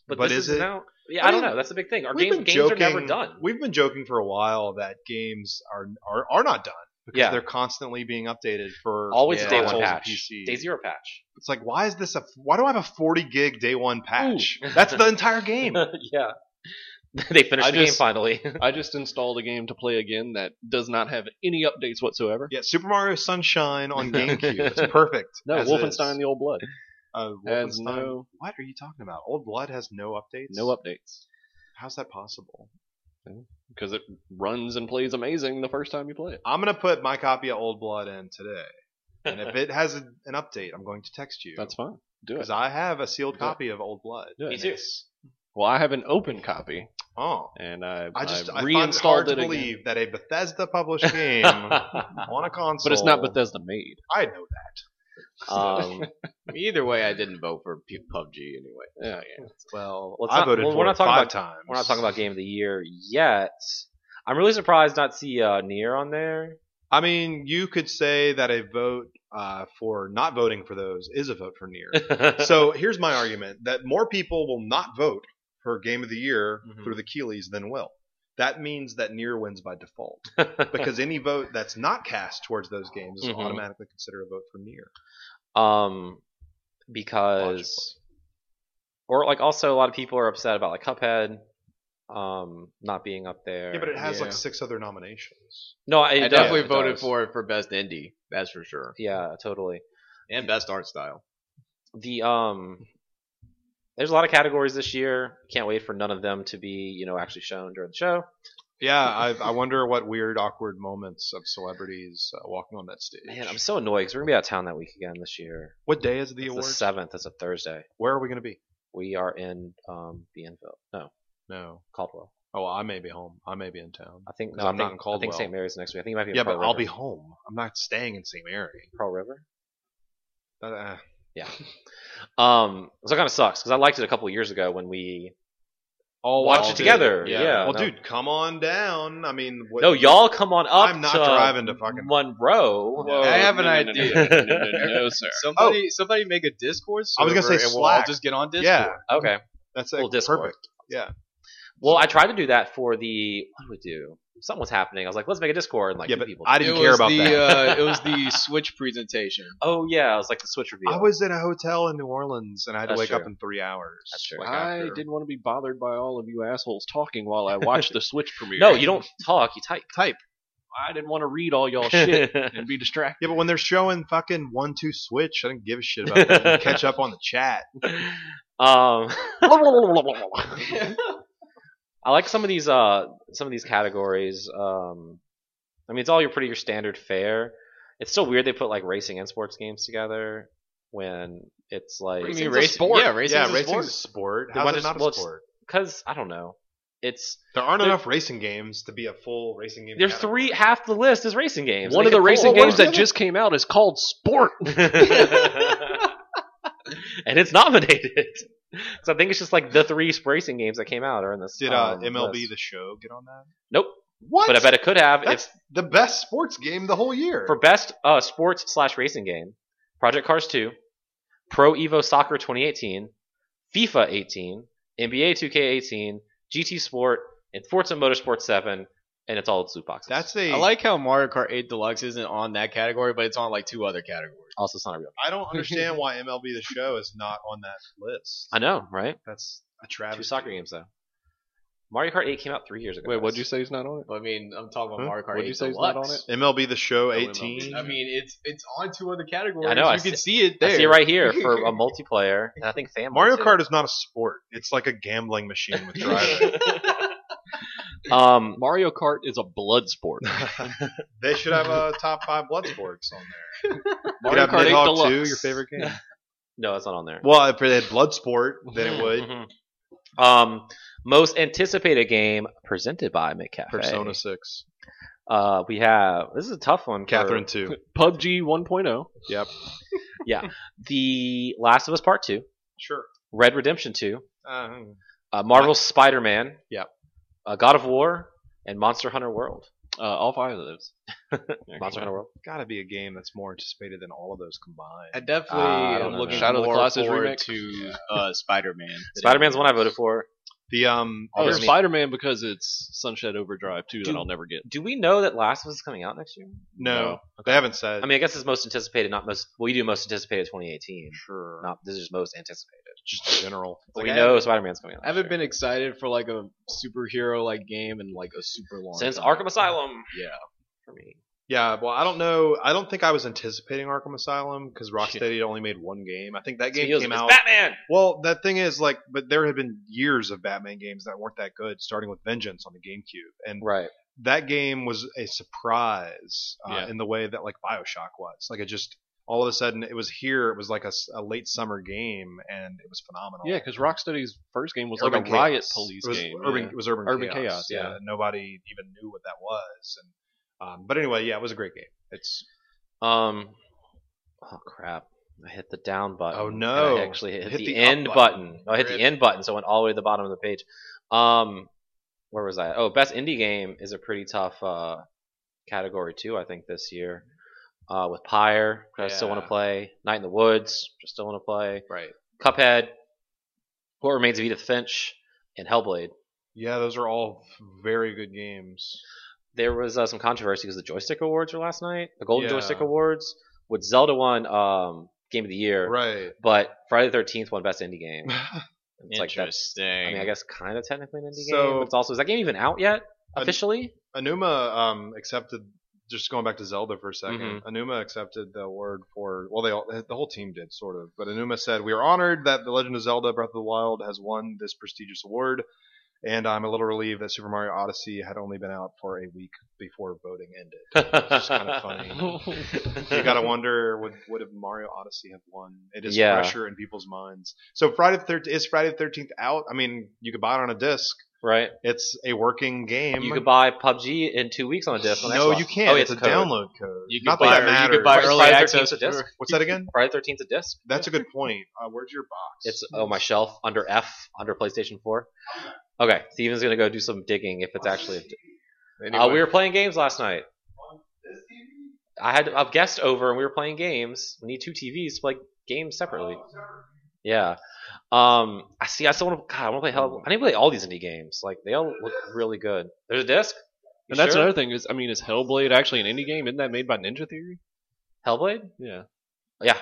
Speaker 3: but,
Speaker 1: But
Speaker 3: this
Speaker 1: is
Speaker 3: isn't
Speaker 1: it-
Speaker 3: out. Yeah,
Speaker 1: I
Speaker 3: I don't
Speaker 1: mean,
Speaker 3: know. That's the big thing. Our
Speaker 1: We've been
Speaker 3: game, games are never done.
Speaker 1: We've been joking for a while that games are are, are not done because
Speaker 3: Yeah.
Speaker 1: they're constantly being updated for
Speaker 3: Always
Speaker 4: Yeah.
Speaker 3: a day one
Speaker 1: consoles and
Speaker 3: patch,
Speaker 1: PC.
Speaker 3: day zero patch.
Speaker 1: It's like why is this a why do I have a 40 gig day one patch? That's the entire game.
Speaker 3: yeah, they finished
Speaker 2: I
Speaker 3: the game
Speaker 2: just-
Speaker 3: finally.
Speaker 2: I just installed a game to play again that does not have any updates whatsoever.
Speaker 1: Yeah, Super Mario Sunshine on GameCube. It's perfect.
Speaker 2: No,
Speaker 1: as
Speaker 2: Wolfenstein:
Speaker 1: is.
Speaker 2: The Old Blood
Speaker 1: Uh,
Speaker 2: has
Speaker 1: Wolfenstein.
Speaker 2: no
Speaker 1: What are you talking about? Old Blood has no updates.
Speaker 2: no updates
Speaker 1: How's that possible?
Speaker 2: because it runs and plays amazing the first time you play it.
Speaker 1: I'm gonna put my copy of Old Blood in today, and if it has a, an update, I'm going to text you.
Speaker 2: That's fine. Do it.
Speaker 1: because I have a sealed
Speaker 2: Do it.
Speaker 1: copy of Old Blood.
Speaker 2: Do it.
Speaker 3: Me too.
Speaker 2: Well, I have an open copy,
Speaker 1: Oh,
Speaker 2: and I
Speaker 1: I just I, find it
Speaker 2: reinstalled
Speaker 1: hard to
Speaker 2: it again.
Speaker 1: believe that a Bethesda published game on a console.
Speaker 2: But it's not Bethesda made.
Speaker 1: I know that.
Speaker 3: um,
Speaker 4: either way, I didn't vote for P- PUBG anyway.
Speaker 2: Yeah, yeah.
Speaker 1: Well,
Speaker 3: Well, it's
Speaker 1: I
Speaker 3: not-
Speaker 1: voted
Speaker 3: well,
Speaker 1: for
Speaker 3: we're
Speaker 1: it
Speaker 3: not talking
Speaker 1: five
Speaker 3: about-
Speaker 1: times.
Speaker 3: we're not talking about game of the year yet. I'm really surprised not to see uh, Nier on there.
Speaker 1: I mean, you could say that a vote uh, for not voting for those is a vote for near. so here's my argument that more people will not vote for game of the year
Speaker 3: Mhm.
Speaker 1: through the Keeleys than will. That means that near wins by default because any vote that's not cast towards those games is
Speaker 3: Mhm.
Speaker 1: automatically considered a vote for near.
Speaker 3: um, because or like also a lot of people are upset about like Cuphead um not being up there.
Speaker 1: Yeah, but it has
Speaker 4: Yeah.
Speaker 1: like six other nominations.
Speaker 3: no, it
Speaker 4: I
Speaker 3: does,
Speaker 4: definitely
Speaker 3: it
Speaker 4: voted
Speaker 3: does.
Speaker 4: for it for best indie, that's for sure,
Speaker 3: Yeah, totally.
Speaker 4: and best art style.
Speaker 3: The um, there's a lot of categories this year. Can't wait for none of them to be you know actually shown during the show.
Speaker 1: Yeah, I, I wonder what weird, awkward moments of celebrities uh, walking on that stage.
Speaker 3: Man, I'm so annoyed because we're gonna be out of town that week again this year.
Speaker 1: what day is the
Speaker 3: It's the
Speaker 1: award?
Speaker 3: seventh. That's a Thursday.
Speaker 1: Where are we going to be?
Speaker 3: We are in um the Enfield. No,
Speaker 1: No.
Speaker 3: Caldwell.
Speaker 1: Oh, well, I may be home. I may be in town.
Speaker 3: I think
Speaker 1: 'Cause
Speaker 3: no, i
Speaker 1: I'm not in
Speaker 3: think- I think
Speaker 1: Caldwell.
Speaker 3: St. Mary's next week. I think it might be. in
Speaker 1: Yeah,
Speaker 3: Pearl
Speaker 1: but I'll be
Speaker 3: River.
Speaker 1: home. I'm not staying in St. Mary.
Speaker 3: Pearl River.
Speaker 1: That, uh,
Speaker 3: Um, so it kind of sucks because I liked it a couple years ago when we
Speaker 1: all
Speaker 3: watched
Speaker 1: all
Speaker 3: it
Speaker 1: day.
Speaker 3: together.
Speaker 4: yeah.
Speaker 3: Yeah.
Speaker 1: Well,
Speaker 3: no.
Speaker 1: dude, come on down. I mean, what,
Speaker 3: No, y'all come on up.
Speaker 1: I'm not
Speaker 3: to
Speaker 1: driving to fucking-
Speaker 3: Monroe.
Speaker 2: Whoa,
Speaker 4: I have
Speaker 2: no,
Speaker 4: an
Speaker 2: no, no, no,
Speaker 4: idea.
Speaker 2: No, no, no, no, sir.
Speaker 4: Somebody, somebody make a Discord.
Speaker 1: Oh. I was gonna
Speaker 4: server
Speaker 1: say
Speaker 4: and we'll all
Speaker 1: Slack.
Speaker 4: just get on Discord.
Speaker 1: Yeah,
Speaker 3: Okay.
Speaker 1: that's
Speaker 3: Well,
Speaker 1: well,
Speaker 3: Discord.
Speaker 1: perfect. Yeah.
Speaker 3: Well, I tried to do that for the what do we do? Something was happening. I was like, let's make a Discord and like
Speaker 1: yeah,
Speaker 3: two
Speaker 1: but
Speaker 3: people.
Speaker 1: I didn't
Speaker 4: It
Speaker 1: care
Speaker 4: was
Speaker 1: about
Speaker 4: the,
Speaker 1: that.
Speaker 4: Uh, it was the Switch presentation.
Speaker 3: oh yeah, I was like the Switch reveal.
Speaker 1: I was in a hotel in New Orleans and I had to
Speaker 3: That's
Speaker 1: wake up
Speaker 3: true.
Speaker 1: in three hours.
Speaker 3: That's true.
Speaker 1: like,
Speaker 2: I
Speaker 1: after.
Speaker 2: didn't want to be bothered by all of you assholes talking while I watched the Switch premiere.
Speaker 3: no, you don't talk. You type.
Speaker 4: Type.
Speaker 2: I didn't want to read all y'all shit and be distracted.
Speaker 1: Yeah, but when they're showing fucking one two switch, I didn't give a shit about that. You Catch up on the chat.
Speaker 3: um, I like some of these uh some of these categories. Um, I mean, it's all your pretty your standard fare. It's still weird they put like racing and sports games together when it's like
Speaker 4: Racing's
Speaker 2: mean
Speaker 4: a
Speaker 2: racing-
Speaker 4: sport.
Speaker 2: yeah,
Speaker 4: racing.
Speaker 1: yeah, racing's a sport.
Speaker 3: They
Speaker 1: How's
Speaker 3: want
Speaker 1: it
Speaker 3: to-
Speaker 1: not
Speaker 3: well,
Speaker 1: a
Speaker 3: it's-
Speaker 1: sport?
Speaker 3: because I don't know. It's
Speaker 1: There aren't
Speaker 2: there-
Speaker 1: enough racing games to be a full racing game.
Speaker 3: there's
Speaker 1: category.
Speaker 3: three half the list is racing games. oh,
Speaker 2: One
Speaker 3: They
Speaker 2: of the
Speaker 3: could
Speaker 2: racing
Speaker 3: pull one
Speaker 2: games that just came out is called Sport.
Speaker 3: and it's nominated. So I think it's just like the three racing games that came out are in this.
Speaker 1: Did uh,
Speaker 3: um,
Speaker 4: Oh,
Speaker 1: MLB
Speaker 3: list.
Speaker 1: the show get on that?
Speaker 3: nope,
Speaker 1: What?
Speaker 3: but I bet it could have
Speaker 1: That's
Speaker 3: if
Speaker 1: the best sports game the whole year.
Speaker 3: for best uh, sports slash racing game. Project Cars 2, Pro Evo Soccer 2018, FIFA 18, NBA 2K18, GT Sport, and Forza Motorsport 7, and it's all in loot boxes.
Speaker 1: That's a.
Speaker 4: I like how Mario Kart 8 Deluxe isn't on that category, but it's on like two other categories.
Speaker 3: also it's not a real.
Speaker 1: I don't understand why MLB the Show is not on that list.
Speaker 3: I know, right?
Speaker 1: That's a
Speaker 3: Two
Speaker 1: travesty.
Speaker 3: soccer games though. Mario Kart 8 came out three years ago.
Speaker 2: Wait,
Speaker 3: guys.
Speaker 2: what'd you say is not on it?
Speaker 4: But I mean, I'm talking about
Speaker 1: Huh?
Speaker 4: Mario Kart
Speaker 2: What'd
Speaker 4: 8
Speaker 2: you say is not
Speaker 4: Deluxe.
Speaker 2: on it?
Speaker 1: MLB the Show
Speaker 2: MLB.
Speaker 1: 18.
Speaker 4: I mean, it's it's on two other categories.
Speaker 3: I know, I
Speaker 4: you can
Speaker 3: see-
Speaker 4: see it there.
Speaker 3: I see it right here for a multiplayer, and I think family.
Speaker 1: Mario
Speaker 3: too.
Speaker 1: Kart is not a sport. It's like a gambling machine with driving.
Speaker 3: Um,
Speaker 2: Mario Kart is a blood sport.
Speaker 1: they should have a top five Bloodsports on there. You could
Speaker 2: Mario
Speaker 1: have
Speaker 2: Kart 8
Speaker 1: Nidhogg
Speaker 2: Deluxe.
Speaker 1: 2, your favorite game.
Speaker 3: no, that's not on there.
Speaker 1: Well, if they had Bloodsport, then
Speaker 4: Mm-hmm.
Speaker 1: it would.
Speaker 3: Mhm. Um, most anticipated game presented by McCafe.
Speaker 1: Persona 6,
Speaker 3: Uh, we have this is a tough one. for-
Speaker 1: Catherine 2.
Speaker 2: PUBG 1.0.
Speaker 1: Yep.
Speaker 3: The Last of Us Part Two,
Speaker 1: Sure.
Speaker 3: Red Redemption Two,
Speaker 1: Uh,
Speaker 3: uh, Marvel's Spider Man.
Speaker 1: Yep.
Speaker 3: Uh, God of War and Monster Hunter World.
Speaker 2: Uh, all five of those.
Speaker 3: Monster Hunter World.
Speaker 1: gotta be a game that's more anticipated than all of those combined.
Speaker 4: Uh, I definitely
Speaker 3: Ah, I don't
Speaker 4: am
Speaker 3: know.
Speaker 4: looking
Speaker 2: Shadow of the
Speaker 4: more
Speaker 2: Colossus
Speaker 4: forward
Speaker 2: remake?
Speaker 4: to uh, Spider-Man.
Speaker 3: Spider Man's one I voted for.
Speaker 1: The um,
Speaker 2: Oh,
Speaker 3: Other
Speaker 2: Spider Man because it's Sunset Overdrive 2 that
Speaker 3: Dude.
Speaker 2: I'll never get.
Speaker 3: Do we know that Last of Us is coming out next year?
Speaker 1: no,
Speaker 2: No.
Speaker 1: they haven't said.
Speaker 3: I mean, I guess it's most anticipated, not most. Well, you do most anticipated 2018.
Speaker 1: sure,
Speaker 3: Not this is most anticipated.
Speaker 1: just in general.
Speaker 3: But
Speaker 4: Like,
Speaker 3: we
Speaker 4: I
Speaker 3: know Spider Man's coming out.
Speaker 4: I haven't
Speaker 3: next year.
Speaker 4: been excited for like a superhero like game in like a super long
Speaker 3: since
Speaker 4: time.
Speaker 3: Arkham Asylum.
Speaker 4: Yeah.
Speaker 3: For me,
Speaker 1: Yeah, well, I don't know. I don't think I was anticipating Arkham Asylum because Rocksteady only made one game. I think that game
Speaker 3: Speaking of-
Speaker 1: came
Speaker 3: it's
Speaker 1: out.
Speaker 3: Batman.
Speaker 1: Well, that thing is like, but there had been years of Batman games that weren't that good, starting with Vengeance on the GameCube, and
Speaker 3: Right.
Speaker 1: that game was a surprise uh,
Speaker 2: Yeah.
Speaker 1: in the way that like Bioshock was. Like it just all of a sudden it was here. It was like a, s- a late summer game, and it was phenomenal.
Speaker 2: Yeah, because Rocksteady's first game was
Speaker 1: Urban
Speaker 2: like a Riot
Speaker 1: Chaos.
Speaker 2: Police
Speaker 1: it was
Speaker 2: game.
Speaker 1: Urban,
Speaker 2: yeah.
Speaker 1: It was Urban,
Speaker 2: Urban
Speaker 1: Chaos.
Speaker 2: Chaos, yeah.
Speaker 1: nobody even knew what that was. And um, but anyway, yeah, it was a great game. It's
Speaker 3: Um. Oh crap! I hit the down button.
Speaker 1: Oh,
Speaker 3: and
Speaker 1: no.
Speaker 3: I actually hit,
Speaker 1: Hit
Speaker 3: the,
Speaker 1: the up
Speaker 3: end button.
Speaker 1: button.
Speaker 3: No, I hit the
Speaker 1: Rip.
Speaker 3: end button, so it went all the way to the bottom of the page. Um, where was I? Oh, best indie game is a pretty tough uh, category too. I think this year. Uh, with Pyre, which I still want to
Speaker 1: Yeah.
Speaker 3: play. Night in the Woods, which I still want to play.
Speaker 1: right.
Speaker 3: Cuphead, What Remains of Edith Finch, and Hellblade.
Speaker 1: Yeah, those are all very good games.
Speaker 3: there was uh, some controversy because the joystick awards were last night, the Golden
Speaker 1: Yeah.
Speaker 3: Joystick Awards, with Zelda won um, Game of the Year,
Speaker 1: Right.
Speaker 3: but Friday the Thirteenth won Best Indie Game. It's like that's,
Speaker 4: Interesting.
Speaker 3: I mean, I guess kind of technically an indie
Speaker 1: So-
Speaker 3: game, but it's also is that game even out yet
Speaker 1: An-
Speaker 3: officially?
Speaker 1: Anuma um, accepted. Just going back to Zelda for a 2nd
Speaker 2: Mm-hmm.
Speaker 1: Anuma accepted the award for well, they all, eh, the whole team did sort of, but Anuma said, "We are honored that The Legend of Zelda: Breath of the Wild has won this prestigious award, and I'm a little relieved that Super Mario Odyssey had only been out for a week before voting ended." just
Speaker 3: It's
Speaker 1: kinda funny. you gotta wonder would would have Mario Odyssey have won? It is
Speaker 3: Yeah.
Speaker 1: fresher in people's minds. So Friday the thirteenth is Friday the thirteenth out. I mean, you could buy it on a disc.
Speaker 3: right?
Speaker 1: It's a working game.
Speaker 3: You could buy PUBG in two weeks on a disc. on
Speaker 1: no,
Speaker 3: Xbox.
Speaker 1: you can't.
Speaker 3: Oh, yeah,
Speaker 1: it's, a
Speaker 3: code.
Speaker 1: download code.
Speaker 4: You could
Speaker 1: Not
Speaker 4: buy-
Speaker 1: that,
Speaker 4: you
Speaker 1: that matters.
Speaker 4: could buy
Speaker 3: It's
Speaker 4: early
Speaker 3: Friday the
Speaker 4: access
Speaker 3: 13th a disc.
Speaker 1: What's that again?
Speaker 3: Friday the Thirteenth a disc.
Speaker 1: That's a good point. Uh, where's your box?
Speaker 3: It's oh my shelf under F under PlayStation Four. Okay, Steven's gonna go do some digging if it's actually. A, Uh, we were playing games last night. I had a guest over and we were playing games. We need two TVs to play games separately. Yeah. Um. I see. I still want to. God, I want to play hell. I need to play all these indie games. Like they all look really good. There's a disc. You
Speaker 2: And that's
Speaker 3: sure?
Speaker 2: another thing is, I mean, is Hellblade actually an indie game? Isn't that made by Ninja Theory?
Speaker 3: Hellblade.
Speaker 2: Yeah.
Speaker 3: Yeah.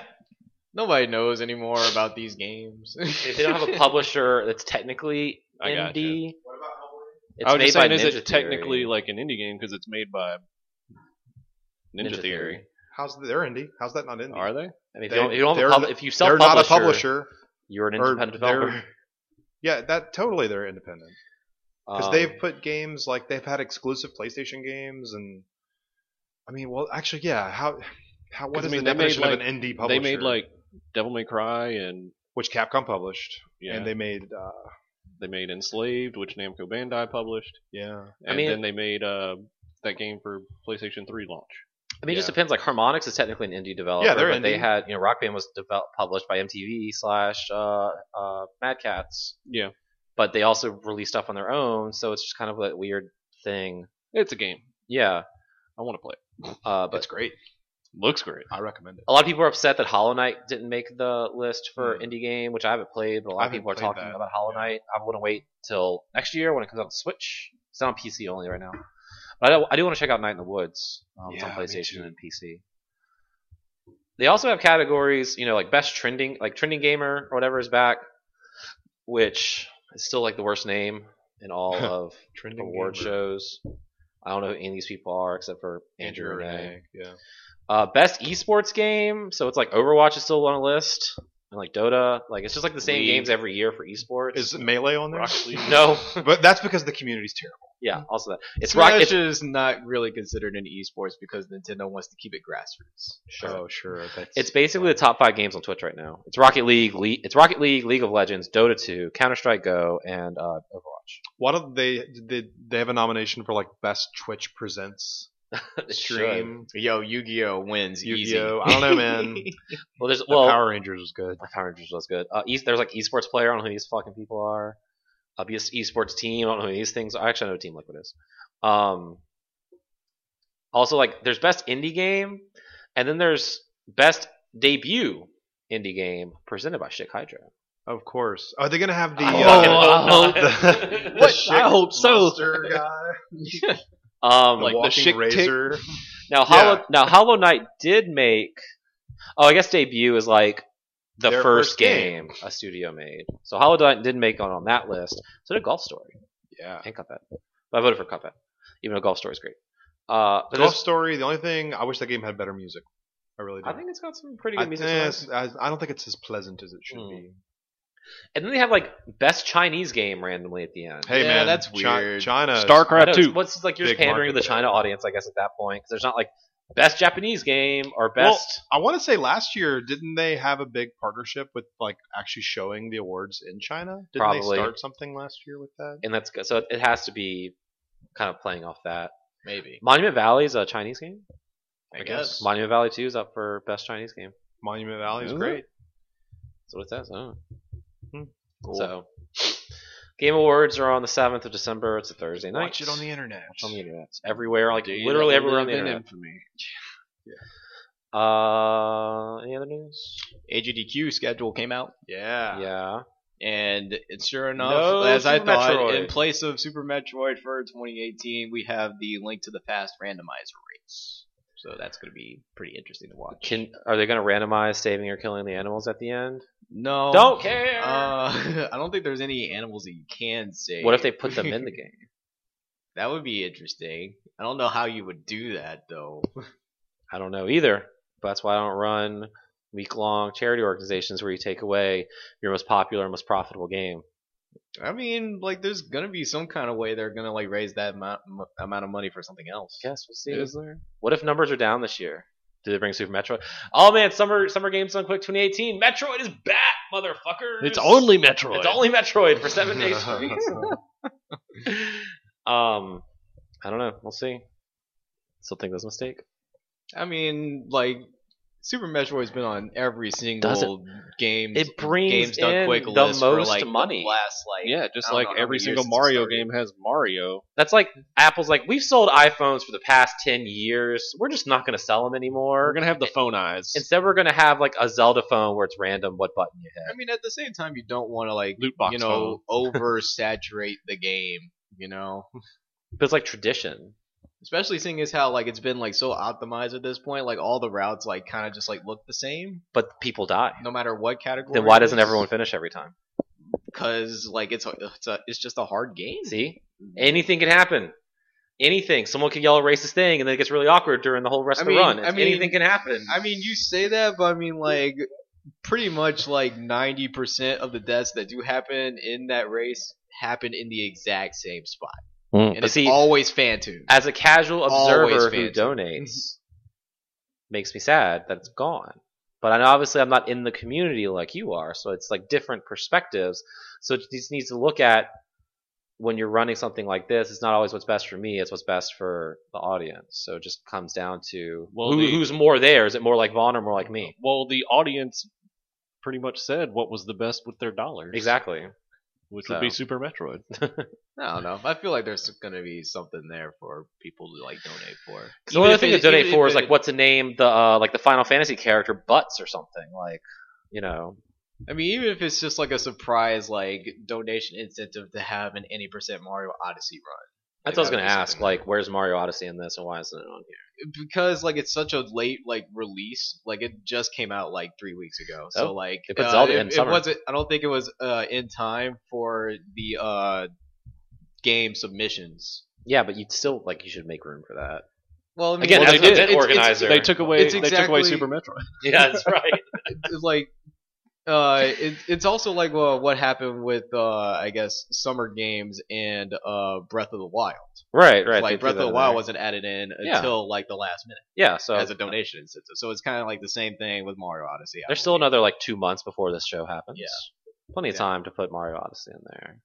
Speaker 4: Nobody knows anymore about these games.
Speaker 3: If they don't have a publisher that's technically
Speaker 2: I gotcha.
Speaker 3: indie,
Speaker 1: What about Hellblade?
Speaker 3: it's
Speaker 2: I was
Speaker 3: made
Speaker 2: just saying,
Speaker 3: by
Speaker 2: is
Speaker 3: Ninja
Speaker 2: it technically
Speaker 3: Theory.
Speaker 2: like an indie game because it's made by Ninja, Theory.
Speaker 1: How's they're indie? How's that not indie?
Speaker 2: Are they?
Speaker 3: I mean, if
Speaker 1: They-
Speaker 3: you don't, if you don't have a
Speaker 1: they're
Speaker 3: pub-
Speaker 1: not-
Speaker 3: if you
Speaker 1: they're
Speaker 3: self
Speaker 1: not a
Speaker 3: publisher,
Speaker 1: publisher.
Speaker 3: you're an
Speaker 1: or
Speaker 3: independent developer.
Speaker 1: they're- Yeah, that totally they're independent because
Speaker 3: Um,
Speaker 1: they've put games like they've had exclusive PlayStation games and I mean, well, actually, yeah. How how what
Speaker 2: 'Cause, I
Speaker 1: is
Speaker 2: mean,
Speaker 1: the
Speaker 2: they made,
Speaker 1: definition
Speaker 2: like-
Speaker 1: of an indie publisher?
Speaker 2: They made like Devil May Cry and
Speaker 1: which Capcom published,
Speaker 2: yeah,
Speaker 1: and
Speaker 2: they,
Speaker 1: they made uh,
Speaker 2: made Enslaved, which Namco Bandai published,
Speaker 1: yeah.
Speaker 2: and
Speaker 3: mean-
Speaker 2: then they made uh, that game for PlayStation 3 launch.
Speaker 3: I mean, it just
Speaker 1: Yeah.
Speaker 3: depends. Like Harmonix is technically an indie developer.
Speaker 1: Yeah, they're
Speaker 3: but They
Speaker 1: indie.
Speaker 3: had you know Rock Band was developed, published by MTV slash uh, uh, Mad Cats,
Speaker 2: Yeah,
Speaker 3: but they also released stuff on their own. So it's just kind of that weird thing.
Speaker 2: it's a game.
Speaker 3: Yeah,
Speaker 2: I want to play. it.
Speaker 3: uh, but
Speaker 1: That's great.
Speaker 2: Looks great.
Speaker 1: I recommend it.
Speaker 3: a lot of people are upset that Hollow Knight didn't make the list for
Speaker 1: Hmm.
Speaker 3: indie game, which I haven't played. But a lot
Speaker 1: I
Speaker 3: of people are
Speaker 1: haven't played
Speaker 3: talking
Speaker 1: that.
Speaker 3: about Hollow Knight. I'm gonna wait till next year when it comes out on Switch. It's not on PC only right now. But I do, I do want to check out Night in the Woods. Um, it's on
Speaker 1: Yeah, me
Speaker 3: PlayStation
Speaker 1: too.
Speaker 3: and PC. They also have categories, you know, like best trending, like trending gamer or whatever is back, which is still like the worst name in all of
Speaker 1: Trending
Speaker 3: award
Speaker 1: gamer.
Speaker 3: shows. I don't know who any of these people are except for Andrew, Renee.
Speaker 1: Yeah.
Speaker 3: Uh, best esports game. So it's like Overwatch is still on a list. and like Dota. Like it's just like the same
Speaker 2: League.
Speaker 3: games every year for esports.
Speaker 1: Is melee on there?
Speaker 2: Rocket League.
Speaker 3: no,
Speaker 1: But that's because the community's terrible.
Speaker 3: yeah. Also that it's rock.
Speaker 4: Smash
Speaker 3: It's,
Speaker 4: is not really considered an esports because Nintendo wants to keep it grassroots.
Speaker 1: Oh, sure. That's,
Speaker 3: it's basically the top five games on Twitch right now. It's Rocket League. Le- it's Rocket League, League of Legends, Dota 2, Counter Strike Go, and uh, Overwatch.
Speaker 1: why don't they did they have a nomination for like best Twitch presents
Speaker 3: It should.
Speaker 1: stream?
Speaker 4: Yo, Yu-Gi-Oh wins easy.
Speaker 1: Yu-Gi-Oh! I don't know, man. The
Speaker 3: Well, there's well
Speaker 1: Power Rangers was good.
Speaker 3: Power Rangers was good. Uh, e- there's like esports player. I don't know who these fucking people are. Uh, be- esports team. I don't know who these things. Are. Actually, I know Team Liquid is. Um, also, like there's best indie game, and then there's best debut indie game presented by Chick Hydra.
Speaker 1: Of course. Are they gonna have the?
Speaker 3: I
Speaker 1: uh,
Speaker 3: hope
Speaker 1: the-
Speaker 3: not.
Speaker 1: the
Speaker 3: What?
Speaker 1: Chick
Speaker 3: I hope so.
Speaker 1: Monster guy,
Speaker 3: Um,
Speaker 1: the
Speaker 2: Like the
Speaker 1: walking
Speaker 2: Chick Tick-
Speaker 1: razor.
Speaker 3: now, Hollow, now Hollow Knight did make. Oh, I guess debut is like the
Speaker 1: Their
Speaker 3: first,
Speaker 1: first
Speaker 3: game, a studio made. So Hollow Knight did make on on that list. So did Golf Story
Speaker 1: Yeah.
Speaker 3: and Cuphead. But I voted for Cuphead, even though Golf Story is great. Uh,
Speaker 1: Golf
Speaker 3: but there's-
Speaker 1: Story. The only thing I wish that game had better music. I really do.
Speaker 3: I think it's got some pretty
Speaker 1: I,
Speaker 3: good music.
Speaker 1: eh,
Speaker 3: sometimes.
Speaker 1: it's- I- I don't think it's as pleasant as it should
Speaker 3: Hmm.
Speaker 1: be.
Speaker 3: And then they have like best Chinese game randomly at the end.
Speaker 1: Hey
Speaker 4: Yeah,
Speaker 1: man,
Speaker 4: that's
Speaker 1: Chi-
Speaker 4: weird.
Speaker 1: China. is-
Speaker 3: I
Speaker 2: StarCraft
Speaker 3: know,
Speaker 2: 2.
Speaker 3: it's- What's like you're just
Speaker 1: Big
Speaker 3: pandering to the
Speaker 1: market.
Speaker 3: China audience, I guess, at that point because there's not like best Japanese game or
Speaker 1: Well,
Speaker 3: best.
Speaker 1: I want to say last year, didn't they have a big partnership with like actually showing the awards in China? Didn't
Speaker 3: Probably.
Speaker 1: they start something last year with that?
Speaker 3: and that's good. So it has to be kind of playing off that.
Speaker 4: Maybe.
Speaker 3: Monument Valley is a Chinese game.
Speaker 4: I, guess.
Speaker 3: Monument Valley Two is up for best Chinese game.
Speaker 1: Monument Valley is
Speaker 3: Is it?
Speaker 1: great.
Speaker 3: That's what it says. I don't know.
Speaker 1: Hmm.
Speaker 4: Cool.
Speaker 3: So, Game Awards are on the seventh of December. It's a Thursday night.
Speaker 1: Watch it on the internet.
Speaker 3: It's on the internet. It's everywhere, like
Speaker 4: Do you
Speaker 3: literally
Speaker 4: live
Speaker 3: everywhere on the
Speaker 4: in
Speaker 3: internet.
Speaker 4: infamy?
Speaker 3: Uh, any other news?
Speaker 4: AGDQ schedule came out,
Speaker 1: Yeah.
Speaker 3: Yeah.
Speaker 4: and it's sure enough,
Speaker 3: No
Speaker 4: as I
Speaker 3: Super
Speaker 4: thought,
Speaker 3: Metroid.
Speaker 4: in place of Super Metroid for 2018, we have the Link to the Past randomizer race. So that's going to be pretty interesting to watch.
Speaker 3: Can are they going to randomize saving or killing the animals at the end?
Speaker 1: Oh.
Speaker 4: No,
Speaker 3: Don't care.
Speaker 4: Uh, I don't think there's any animals that you can save.
Speaker 3: what if they put them in the game?
Speaker 4: That would be interesting. I don't know how you would do that though.
Speaker 3: I don't know either. But that's why I don't run week long charity organizations where you take away your most popular, and most profitable game.
Speaker 4: I mean, like, there's gonna be some kind of way they're gonna like raise that amount, m- amount of money for something else.
Speaker 3: Guess we'll see.
Speaker 4: Yeah.
Speaker 3: Is there? What if numbers are down this year? Do they bring Super Metroid? Oh man, summer summer games done quick 2018. Metroid is back, motherfuckers.
Speaker 2: It's only Metroid.
Speaker 3: It's only Metroid for seven days straight. um, I don't know. We'll see. Still think that's a mistake.
Speaker 4: I mean, like, Super Metroid's been on every single game.
Speaker 3: It brings
Speaker 4: games done
Speaker 3: in
Speaker 4: quick
Speaker 3: the
Speaker 4: list for,
Speaker 3: most
Speaker 4: like, the
Speaker 3: money.
Speaker 4: last, like,
Speaker 2: Yeah, just
Speaker 4: I don't
Speaker 2: like
Speaker 4: know how
Speaker 2: every
Speaker 4: many
Speaker 2: single
Speaker 4: years it's
Speaker 2: Mario
Speaker 4: started.
Speaker 2: game has Mario.
Speaker 3: That's like Apple's like we've sold iPhones for the past ten years. We're just not going to sell them anymore.
Speaker 2: We're gonna have the phone eyes.
Speaker 3: Instead, we're going to have like a Zelda phone where it's random what button you hit.
Speaker 4: I mean, at the same time, you don't want to like
Speaker 2: loot box
Speaker 4: you know oversaturate the game. You know,
Speaker 3: But it's like tradition.
Speaker 4: especially seeing as how like it's been like so optimized at this point. Like all the routes like kind of just like look the same,
Speaker 3: But people die.
Speaker 4: no matter what category.
Speaker 3: Then why doesn't everyone finish every time?
Speaker 4: Because like it's a, it's a, it's just a hard game.
Speaker 3: See,
Speaker 2: Mm-hmm.
Speaker 3: anything can happen. Anything. Someone could yell a racist thing, and then it gets really awkward during the whole rest
Speaker 4: I
Speaker 3: of
Speaker 4: mean-
Speaker 3: the run. It's,
Speaker 4: I mean-
Speaker 3: anything can happen.
Speaker 4: I mean, you say that, but I mean, like, pretty much like 90% of the deaths that do happen in that race happen in the exact same spot. And
Speaker 3: but
Speaker 4: it's
Speaker 3: Mm. see,
Speaker 4: always fan tuned.
Speaker 3: as a casual
Speaker 4: Always
Speaker 3: observer who
Speaker 4: fancy.
Speaker 3: donates, makes me sad that it's gone. But I know obviously I'm not in the community like you are, so it's like different perspectives. So it just needs to look at when you're running something like this, it's not always what's best for me, it's what's best for the audience. So it just comes down to
Speaker 2: Well,
Speaker 3: who,
Speaker 2: the-
Speaker 3: who's more there. Is it more like Vaughn or more like me?
Speaker 2: Well, the audience pretty much said what was the best with their dollars.
Speaker 3: Exactly.
Speaker 2: Which
Speaker 3: So.
Speaker 2: would be Super Metroid.
Speaker 4: I don't know. I feel like there's going to be something there for people to like donate for.
Speaker 3: So the only
Speaker 4: Even
Speaker 3: thing
Speaker 4: if
Speaker 3: to
Speaker 4: it-
Speaker 3: donate
Speaker 4: even
Speaker 3: for
Speaker 4: if
Speaker 3: is
Speaker 4: it-
Speaker 3: like what to name the uh, like the Final Fantasy character Butts or something like you know
Speaker 4: I mean, even if it's just like a surprise, like donation incentive to have an any percent Mario Odyssey run,
Speaker 3: that's
Speaker 4: Like,
Speaker 3: what I was
Speaker 4: that'd
Speaker 3: gonna
Speaker 4: be
Speaker 3: ask
Speaker 4: something.
Speaker 3: like where's Mario Odyssey in this and why isn't it on here?
Speaker 4: because like it's such a late like release, like it just came out like three weeks ago. So
Speaker 3: Oh,
Speaker 4: like
Speaker 3: they
Speaker 4: uh,
Speaker 3: put Zelda
Speaker 4: it,
Speaker 3: in
Speaker 4: it
Speaker 3: summer.
Speaker 4: wasn't. I don't think it was uh, in time for the uh, game submissions.
Speaker 3: Yeah, but you'd still like you should make room for that.
Speaker 4: Well, I mean,
Speaker 3: Again,
Speaker 4: it's-
Speaker 3: that's
Speaker 2: Well, they
Speaker 3: what
Speaker 2: did.
Speaker 3: the
Speaker 2: It's-
Speaker 3: organizer.
Speaker 2: They took away.
Speaker 4: It's
Speaker 2: They took away
Speaker 4: exactly-
Speaker 2: Super Metroid.
Speaker 3: yeah, that's right.
Speaker 4: it's like Uh, it, it's also like well, what happened with uh, I guess Summer Games and uh, Breath of the Wild.
Speaker 3: Right, right. they
Speaker 4: like
Speaker 3: threw
Speaker 4: Breath of
Speaker 3: that
Speaker 4: the
Speaker 3: in
Speaker 4: Wild
Speaker 3: there.
Speaker 4: wasn't added in
Speaker 3: Yeah.
Speaker 4: until like the last minute
Speaker 3: Yeah, so
Speaker 4: as a donation incentive. So it's kind of like the same thing with Mario Odyssey. I
Speaker 3: There's still
Speaker 4: believe.
Speaker 3: another like two months before this show happens. Yeah. Plenty of
Speaker 4: Yeah.
Speaker 3: time to put Mario Odyssey in there.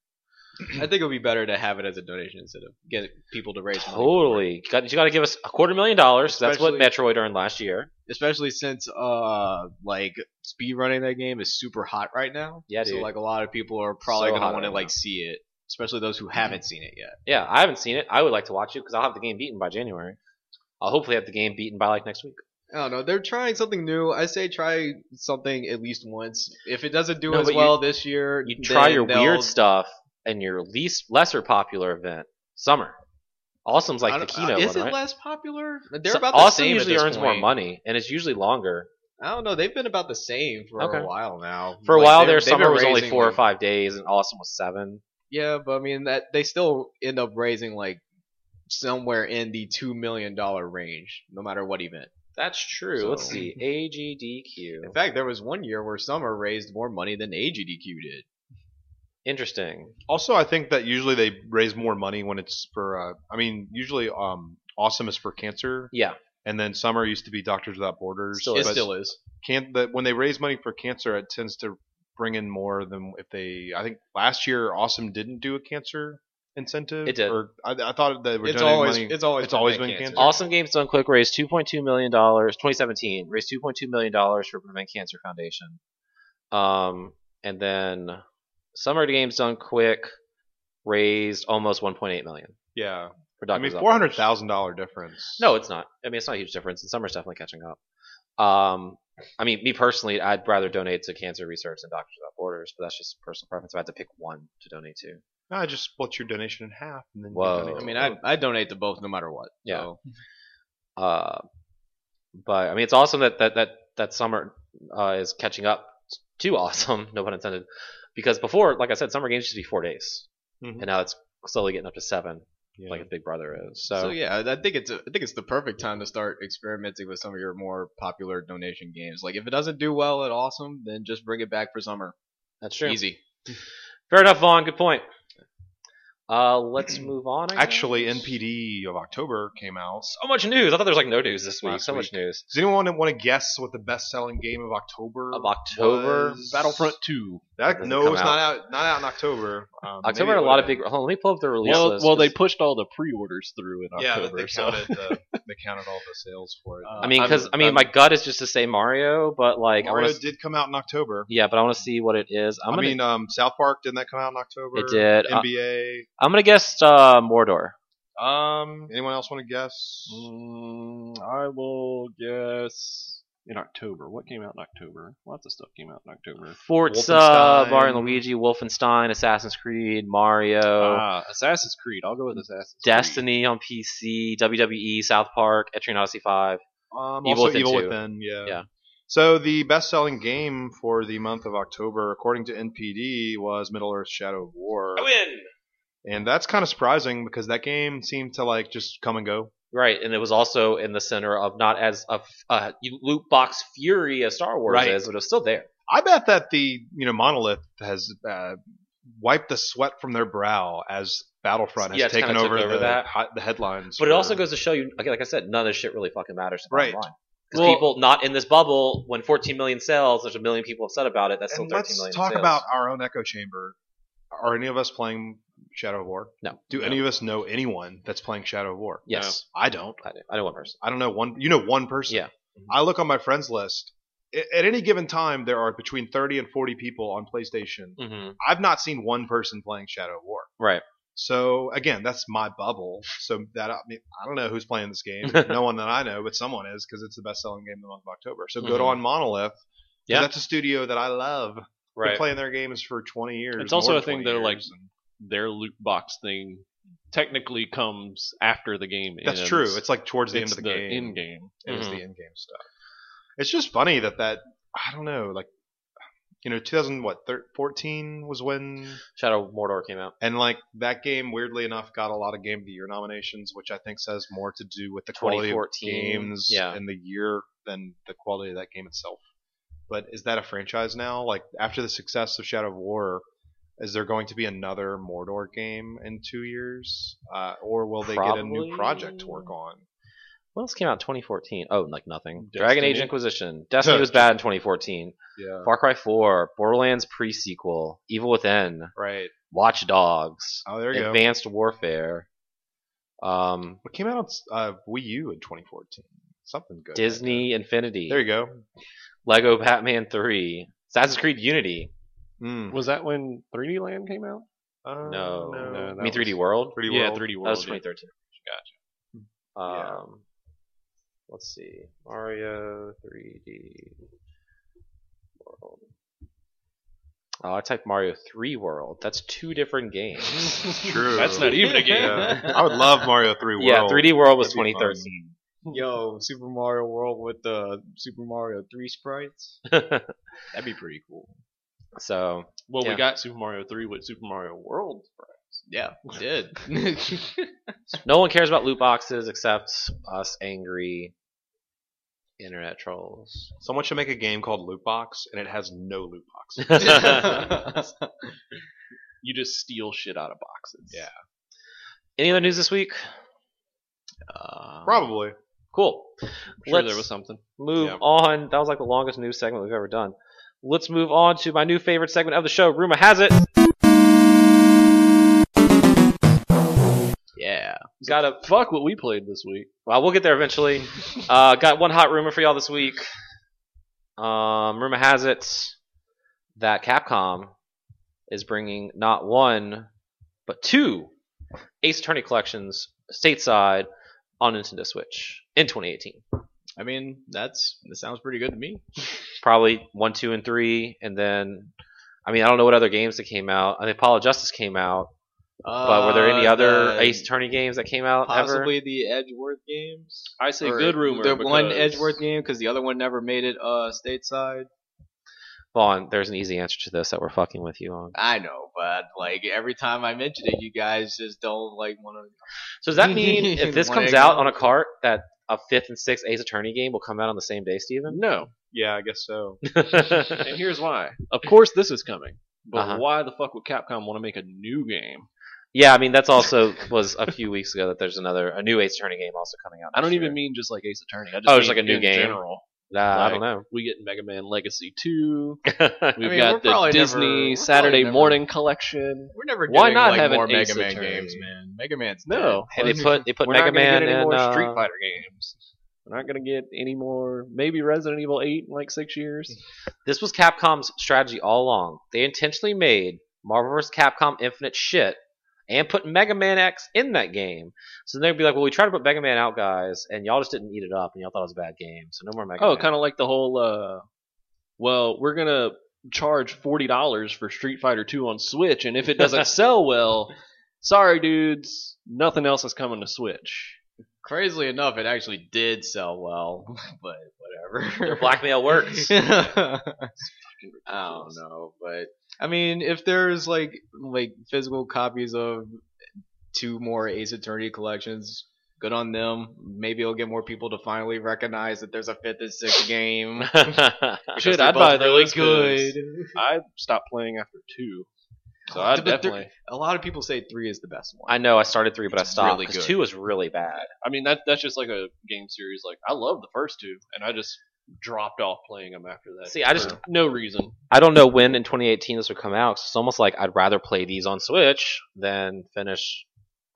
Speaker 4: I think it would be better to have it as a donation incentive. Get people to raise money. for it.
Speaker 3: Totally. Got, you got to give us a quarter million dollars. That's what Metroid earned last year.
Speaker 4: especially since uh like speedrunning that game is super hot right now.
Speaker 3: Yeah,
Speaker 4: so
Speaker 3: dude.
Speaker 4: like a lot of people are probably
Speaker 3: So
Speaker 4: gonna
Speaker 3: hot
Speaker 4: want to
Speaker 3: right
Speaker 4: like
Speaker 3: now.
Speaker 4: see it, especially those who haven't seen it yet.
Speaker 3: Yeah, I haven't seen it. I would like to watch it because I'll have the game beaten by January. I'll hopefully have the game beaten by like next week.
Speaker 4: I don't know. They're trying something new. I say try something at least once. If it doesn't do
Speaker 3: No,
Speaker 4: as
Speaker 3: but you-
Speaker 4: well this year,
Speaker 3: You try
Speaker 4: then
Speaker 3: your
Speaker 4: they'll-
Speaker 3: weird stuff and your least lesser popular event, Summer. Awesome's
Speaker 4: I
Speaker 3: like the
Speaker 4: don't- uh,
Speaker 3: keynote
Speaker 4: Is
Speaker 3: one,
Speaker 4: it
Speaker 3: right?
Speaker 4: less popular? They're
Speaker 3: So
Speaker 4: about the
Speaker 3: Awesome
Speaker 4: same. at
Speaker 3: usually
Speaker 4: this
Speaker 3: earns more
Speaker 4: point.
Speaker 3: money and it's usually longer.
Speaker 4: I don't know. They've been about the same for
Speaker 3: Okay.
Speaker 4: a while now.
Speaker 3: For a
Speaker 4: Mm, Like,
Speaker 3: while
Speaker 4: they're-
Speaker 3: there,
Speaker 4: they've been
Speaker 3: Summer was only
Speaker 4: raising,
Speaker 3: four or
Speaker 4: like-
Speaker 3: five days and Awesome was seven.
Speaker 4: Yeah, but I mean that they still end up raising like somewhere in the two million dollar range, no matter what event.
Speaker 3: That's true.
Speaker 4: So-
Speaker 3: Let's see. AGDQ.
Speaker 4: In fact, there was one year where Summer raised more money than AGDQ did.
Speaker 3: Interesting.
Speaker 1: Also, I think that usually they raise more money when it's for. Uh, I mean, usually, um, awesome is for cancer,
Speaker 3: Yeah.
Speaker 1: and then summer used to be Doctors Without Borders.
Speaker 3: Still
Speaker 4: It
Speaker 1: but
Speaker 4: still is.
Speaker 1: can the, when they raise money for cancer, it tends to bring in more than if they. I think last year, awesome didn't do a cancer incentive.
Speaker 3: It did.
Speaker 1: Or I, I thought they were
Speaker 4: It's
Speaker 1: donating
Speaker 4: always
Speaker 1: money.
Speaker 4: it's always
Speaker 1: it's always been cancer.
Speaker 3: Awesome Games Done Quick raised 2.2 million dollars. 2017 raised 2.2 million dollars for Prevent Cancer Foundation. Um, and then Summer Games Done Quick raised almost 1.8 million
Speaker 1: yeah,
Speaker 3: for
Speaker 1: I
Speaker 3: Doctor.
Speaker 1: mean, four hundred thousand dollar difference.
Speaker 3: No, it's not. I mean, it's not a huge difference, and Summer's definitely catching up. Um, I mean, me personally, I'd rather donate to cancer research than Doctors Without Borders, but that's just personal preference. If I had to pick one to donate to,
Speaker 1: No, I just split your donation in half and then. you
Speaker 3: Whoa.
Speaker 1: donate.
Speaker 4: I mean, I, I donate to both no matter what.
Speaker 3: Yeah.
Speaker 4: so.
Speaker 3: Uh, but I mean, it's awesome that that that that summer uh, is catching up to awesome. No pun intended. Because before, like I said, summer games used to be four days,
Speaker 1: Mhm.
Speaker 3: and now it's slowly getting up to seven,
Speaker 1: Yeah.
Speaker 3: like Big Brother is. So,
Speaker 4: So, yeah, I I think it's a, I think it's the perfect time to start experimenting with some of your more popular donation games. Like if it doesn't do well at Awesome, then just bring it back for Summer.
Speaker 3: that's true.
Speaker 4: Easy.
Speaker 3: Fair enough, Vaughn. Good point. Uh, let's move on. I guess.
Speaker 1: Actually, NPD of October came out.
Speaker 3: So much news. I thought there was like no news this week.
Speaker 1: Last
Speaker 3: so much news
Speaker 1: Does anyone want to guess what the best-selling game of October?
Speaker 3: of October.
Speaker 1: was?
Speaker 4: Battlefront Two.
Speaker 1: That
Speaker 3: Doesn't
Speaker 1: no,
Speaker 3: come
Speaker 1: it's not out. Not out in October. Um,
Speaker 3: October
Speaker 1: maybe it
Speaker 3: had a lot of
Speaker 1: would've
Speaker 3: big. Hold on, let me pull up the release
Speaker 2: Well,
Speaker 3: list.
Speaker 2: well, they
Speaker 3: 'cause-
Speaker 2: pushed all the pre-orders through in
Speaker 1: been. Yeah,
Speaker 2: October.
Speaker 1: but they
Speaker 2: so.
Speaker 1: counted. The, they counted all the sales for it.
Speaker 4: Uh,
Speaker 3: I mean, because
Speaker 4: I'm-
Speaker 3: I mean,
Speaker 4: I'm-
Speaker 3: my gut is just to say Mario, but like, I
Speaker 1: Mario
Speaker 3: wanna,
Speaker 1: did come out in October.
Speaker 3: yeah, but I want to see what it is. I'm
Speaker 1: I
Speaker 3: gonna
Speaker 1: mean, um, South Park didn't that come out in October?
Speaker 3: It did. Uh, I-
Speaker 1: NBA.
Speaker 3: I'm gonna guess uh, Mordor.
Speaker 1: um, anyone else want to guess?
Speaker 2: Mm, I will guess in October. What came out in October? Lots of stuff came out in October.
Speaker 3: Forza,
Speaker 1: Wolfenstein.
Speaker 3: Mario and Luigi, Wolfenstein, Assassin's Creed, Mario,
Speaker 1: Uh,
Speaker 2: Ah, Assassin's Creed. I'll go with Assassin's Creed.
Speaker 3: Destiny on PC, WWE, E, South Park, Etrian Odyssey Five.
Speaker 1: Um, Evil also
Speaker 3: Evil Within
Speaker 1: Within Evil
Speaker 3: 2.
Speaker 1: Within, yeah.
Speaker 3: Yeah.
Speaker 1: So the best-selling game for the month of October, according to NPD, was Middle Earth: Shadow of War,
Speaker 3: win.
Speaker 1: and that's kind of surprising because that game seemed to like just come and go.
Speaker 3: Right, and it was also in the center of not as a, f- a loot box fury as Star Wars
Speaker 1: Right.
Speaker 3: is, but it was still there.
Speaker 1: I bet that the you know monolith has uh, wiped the sweat from their brow as Battlefront has
Speaker 3: Yeah, it's
Speaker 1: taken
Speaker 3: kinda took
Speaker 1: over,
Speaker 3: over
Speaker 1: the,
Speaker 3: that.
Speaker 1: hi- the headlines.
Speaker 3: But it
Speaker 1: for-
Speaker 3: also goes to show you, like, like I said, none of this shit really fucking matters. to the
Speaker 1: Right.
Speaker 3: bottom line. Because
Speaker 2: Well-
Speaker 3: people not in this bubble, when 14 million sells, there's a million people upset about it. That's still
Speaker 1: And
Speaker 3: 13
Speaker 1: let's
Speaker 3: million
Speaker 1: talk
Speaker 3: sales.
Speaker 1: about our own echo chamber. Are any of us playing Shadow of War?
Speaker 3: No.
Speaker 1: Do any of us know anyone that's playing Shadow of War?
Speaker 3: yes,
Speaker 1: I don't.
Speaker 3: I do. I know one person.
Speaker 1: I don't know one. You know one person.
Speaker 3: Yeah.
Speaker 1: I look on my friends list. A- At any given time, there are between thirty and forty people on PlayStation.
Speaker 3: Mm-hmm.
Speaker 1: I've not seen one person playing Shadow of War.
Speaker 3: Right.
Speaker 1: So again, that's my bubble. So that I, mean, I don't know who's playing this game. no one that I know, but someone is because it's the best-selling game of the month of October. So good
Speaker 2: Mm-hmm.
Speaker 3: Mhm.
Speaker 1: on Monolith. 'cause
Speaker 3: Yeah.
Speaker 1: that's a studio that I love. Been
Speaker 3: Right.
Speaker 1: playing their games for twenty years.
Speaker 2: It's also
Speaker 1: more
Speaker 2: a
Speaker 1: than
Speaker 2: thing
Speaker 1: 20
Speaker 2: that, like,
Speaker 1: years, and-
Speaker 2: Their loot box thing technically comes after the game.
Speaker 1: that's
Speaker 2: ends.
Speaker 1: true. It's like towards the end
Speaker 2: It's Mm-hmm.
Speaker 1: of the, game.
Speaker 2: end game.
Speaker 1: It is
Speaker 3: Mhm.
Speaker 1: the end game stuff. It's just funny that that I don't know, like you know, 2000 what thir- 14 was when,
Speaker 3: Shadow of Mordor came out.
Speaker 1: and like that game, weirdly enough, got a lot of game of the year nominations, which I think says more to do with the quality of
Speaker 3: 2014,
Speaker 1: games
Speaker 3: yeah.
Speaker 1: in the year than the quality of that game itself. But is that a franchise now? Like after the success of Shadow of War, is there going to be another Mordor game in two years, uh, or will they get a new
Speaker 3: Probably.
Speaker 1: project to work on?
Speaker 3: What else came out in 2014? Oh, like nothing. Dragon
Speaker 2: Destiny.
Speaker 3: Age Inquisition. Destiny was bad in 2014.
Speaker 1: Yeah.
Speaker 3: Far Cry 4, Borderlands prequel, Evil Within,
Speaker 1: Right.
Speaker 3: Watch Dogs,
Speaker 1: Oh, there you go.
Speaker 3: Advanced Warfare, um,
Speaker 1: What came out on uh, Wii U in 2014? Something good.
Speaker 3: Disney Infinity,
Speaker 1: There you go.
Speaker 3: Lego Batman 3, Assassin's Creed Unity,
Speaker 1: Mm.
Speaker 2: Was that when 3D Land came out?
Speaker 1: Uh,
Speaker 3: No.
Speaker 2: No,
Speaker 3: I
Speaker 2: that
Speaker 3: mean 3D
Speaker 2: was-
Speaker 3: World.
Speaker 1: 3D
Speaker 2: yeah,
Speaker 1: World.
Speaker 2: 3D
Speaker 3: That
Speaker 2: World.
Speaker 3: was
Speaker 2: yeah.
Speaker 3: 2013.
Speaker 1: Yeah.
Speaker 3: Um, Let's see. Mario 3D World. Oh, I typed Mario 3 World. That's two different games.
Speaker 1: True.
Speaker 2: That's not even a game.
Speaker 1: Yeah. I would love Mario 3 World.
Speaker 3: yeah, 3D World was
Speaker 1: That'd be fun.
Speaker 3: 2013.
Speaker 4: Yo, Super Mario World with the Super Mario 3 sprites. That'd be pretty cool.
Speaker 3: so,
Speaker 2: Well,
Speaker 3: Yeah.
Speaker 2: we got Super Mario 3 with Super Mario World.
Speaker 4: Yeah, we did.
Speaker 3: no one cares about loot boxes except us angry internet trolls.
Speaker 1: Someone should make a game called Loot Box, and it has no loot boxes.
Speaker 2: You just steal shit out of boxes.
Speaker 1: Yeah.
Speaker 3: Any other news this week?
Speaker 1: Um,
Speaker 2: Uh,
Speaker 1: Probably.
Speaker 3: Cool.
Speaker 2: I'm sure
Speaker 3: Let's-
Speaker 2: there was something.
Speaker 3: move
Speaker 1: Yeah.
Speaker 3: on. That was like the longest news segment we've ever done. Let's move on to my new favorite segment of the show. Rumor has it.
Speaker 4: yeah.
Speaker 3: Got a
Speaker 2: Fuck what we played this week.
Speaker 3: well, we'll get there eventually. Uh, got one hot rumor for y'all this week. Um, rumor has it that Capcom is bringing not one but two Ace Attorney collections stateside on Nintendo Switch in 2018.
Speaker 4: I mean, that's that sounds pretty good to me.
Speaker 3: probably one, two, and three, and then I mean I don't know what other games that came out. I think Apollo Justice came out,
Speaker 4: Uh,
Speaker 3: but were there any other
Speaker 4: the-
Speaker 3: Ace Attorney games that came out ever?
Speaker 4: Possibly the Edgeworth games.
Speaker 2: I say
Speaker 4: Or
Speaker 2: good rumor.
Speaker 4: The one
Speaker 2: because-
Speaker 4: Edgeworth game because the other one never made it uh stateside.
Speaker 3: Vaughn, there's an easy answer to this that we're fucking with you on.
Speaker 4: I know, but like every time I mention it, you guys just don't like want to.
Speaker 3: So does that mean if this
Speaker 4: Wanna
Speaker 3: comes out on
Speaker 4: ignore
Speaker 3: a cart that a fifth and sixth Ace Attorney game will come out on the same day, Steven?
Speaker 2: No.
Speaker 1: Yeah, I guess so.
Speaker 2: And here's why. Of course, this is coming. But
Speaker 3: Uh-huh.
Speaker 2: why the fuck would Capcom want to make a new game?
Speaker 3: yeah, I mean that's also was a few weeks ago that there's another a new Ace Attorney game also coming out.
Speaker 2: I don't
Speaker 3: next year.
Speaker 2: even mean just like Ace Attorney. I just
Speaker 3: Oh,
Speaker 2: mean
Speaker 3: it's like a new
Speaker 2: in
Speaker 3: game.
Speaker 2: General,
Speaker 3: Nah, I don't know.
Speaker 2: we get Mega Man Legacy Two. We've
Speaker 4: mean, we're
Speaker 2: got the
Speaker 4: probably never- we're
Speaker 2: Disney
Speaker 4: probably
Speaker 2: Saturday
Speaker 4: never-
Speaker 2: morning collection.
Speaker 4: We're never
Speaker 2: Why
Speaker 4: getting
Speaker 2: not
Speaker 4: like
Speaker 2: have an
Speaker 4: more
Speaker 2: Ace
Speaker 4: Mega Man
Speaker 2: Attorney?
Speaker 4: games, man. Mega Man's
Speaker 2: No,
Speaker 4: dead.
Speaker 3: And they put they put
Speaker 2: We're
Speaker 3: Mega
Speaker 2: not gonna
Speaker 3: Man
Speaker 2: get any
Speaker 3: and
Speaker 2: more
Speaker 3: uh,
Speaker 2: Street Fighter games. We're not gonna get any more. Maybe Resident Evil Eight in like six years.
Speaker 3: This was Capcom's strategy all along. They intentionally made Marvel vs. Capcom Infinite shit and put Mega Man X in that game. So they'd be like, well, we tried to put Mega Man out, guys, and y'all just didn't eat it up, and y'all thought it was a bad game, so no more Mega
Speaker 2: Oh,
Speaker 3: Man.
Speaker 2: kind of like the whole. uh Well, we're gonna charge forty dollars for Street Fighter Two on Switch, and if it doesn't sell well, sorry, dudes, nothing else is coming to Switch.
Speaker 4: Crazily enough, it actually did sell well, but whatever.
Speaker 3: Their blackmail works.
Speaker 4: I don't know, but I mean, if there's like like physical copies of two more Ace Attorney collections, good on them. Maybe it'll get more people to finally recognize that there's a fifth and sixth game.
Speaker 3: Shit,
Speaker 2: Shit,
Speaker 4: they're
Speaker 2: I'd
Speaker 4: both
Speaker 2: buy
Speaker 4: really
Speaker 2: those 'cause
Speaker 4: good.
Speaker 2: I stopped playing after two, so
Speaker 4: Oh,
Speaker 2: I
Speaker 4: but they're-
Speaker 2: definitely.
Speaker 4: A lot of people say three is the best one.
Speaker 3: I know I started three, but I
Speaker 4: It's
Speaker 3: stopped
Speaker 4: really
Speaker 3: because
Speaker 4: good.
Speaker 3: two was really bad.
Speaker 2: I mean, that that's just like a game series. Like I love the first two, and I just dropped off playing them after that.
Speaker 3: See, I just-
Speaker 2: for no reason.
Speaker 3: I don't know when in 2018 this would come out. 'cause it's almost like I'd rather play these on Switch than finish.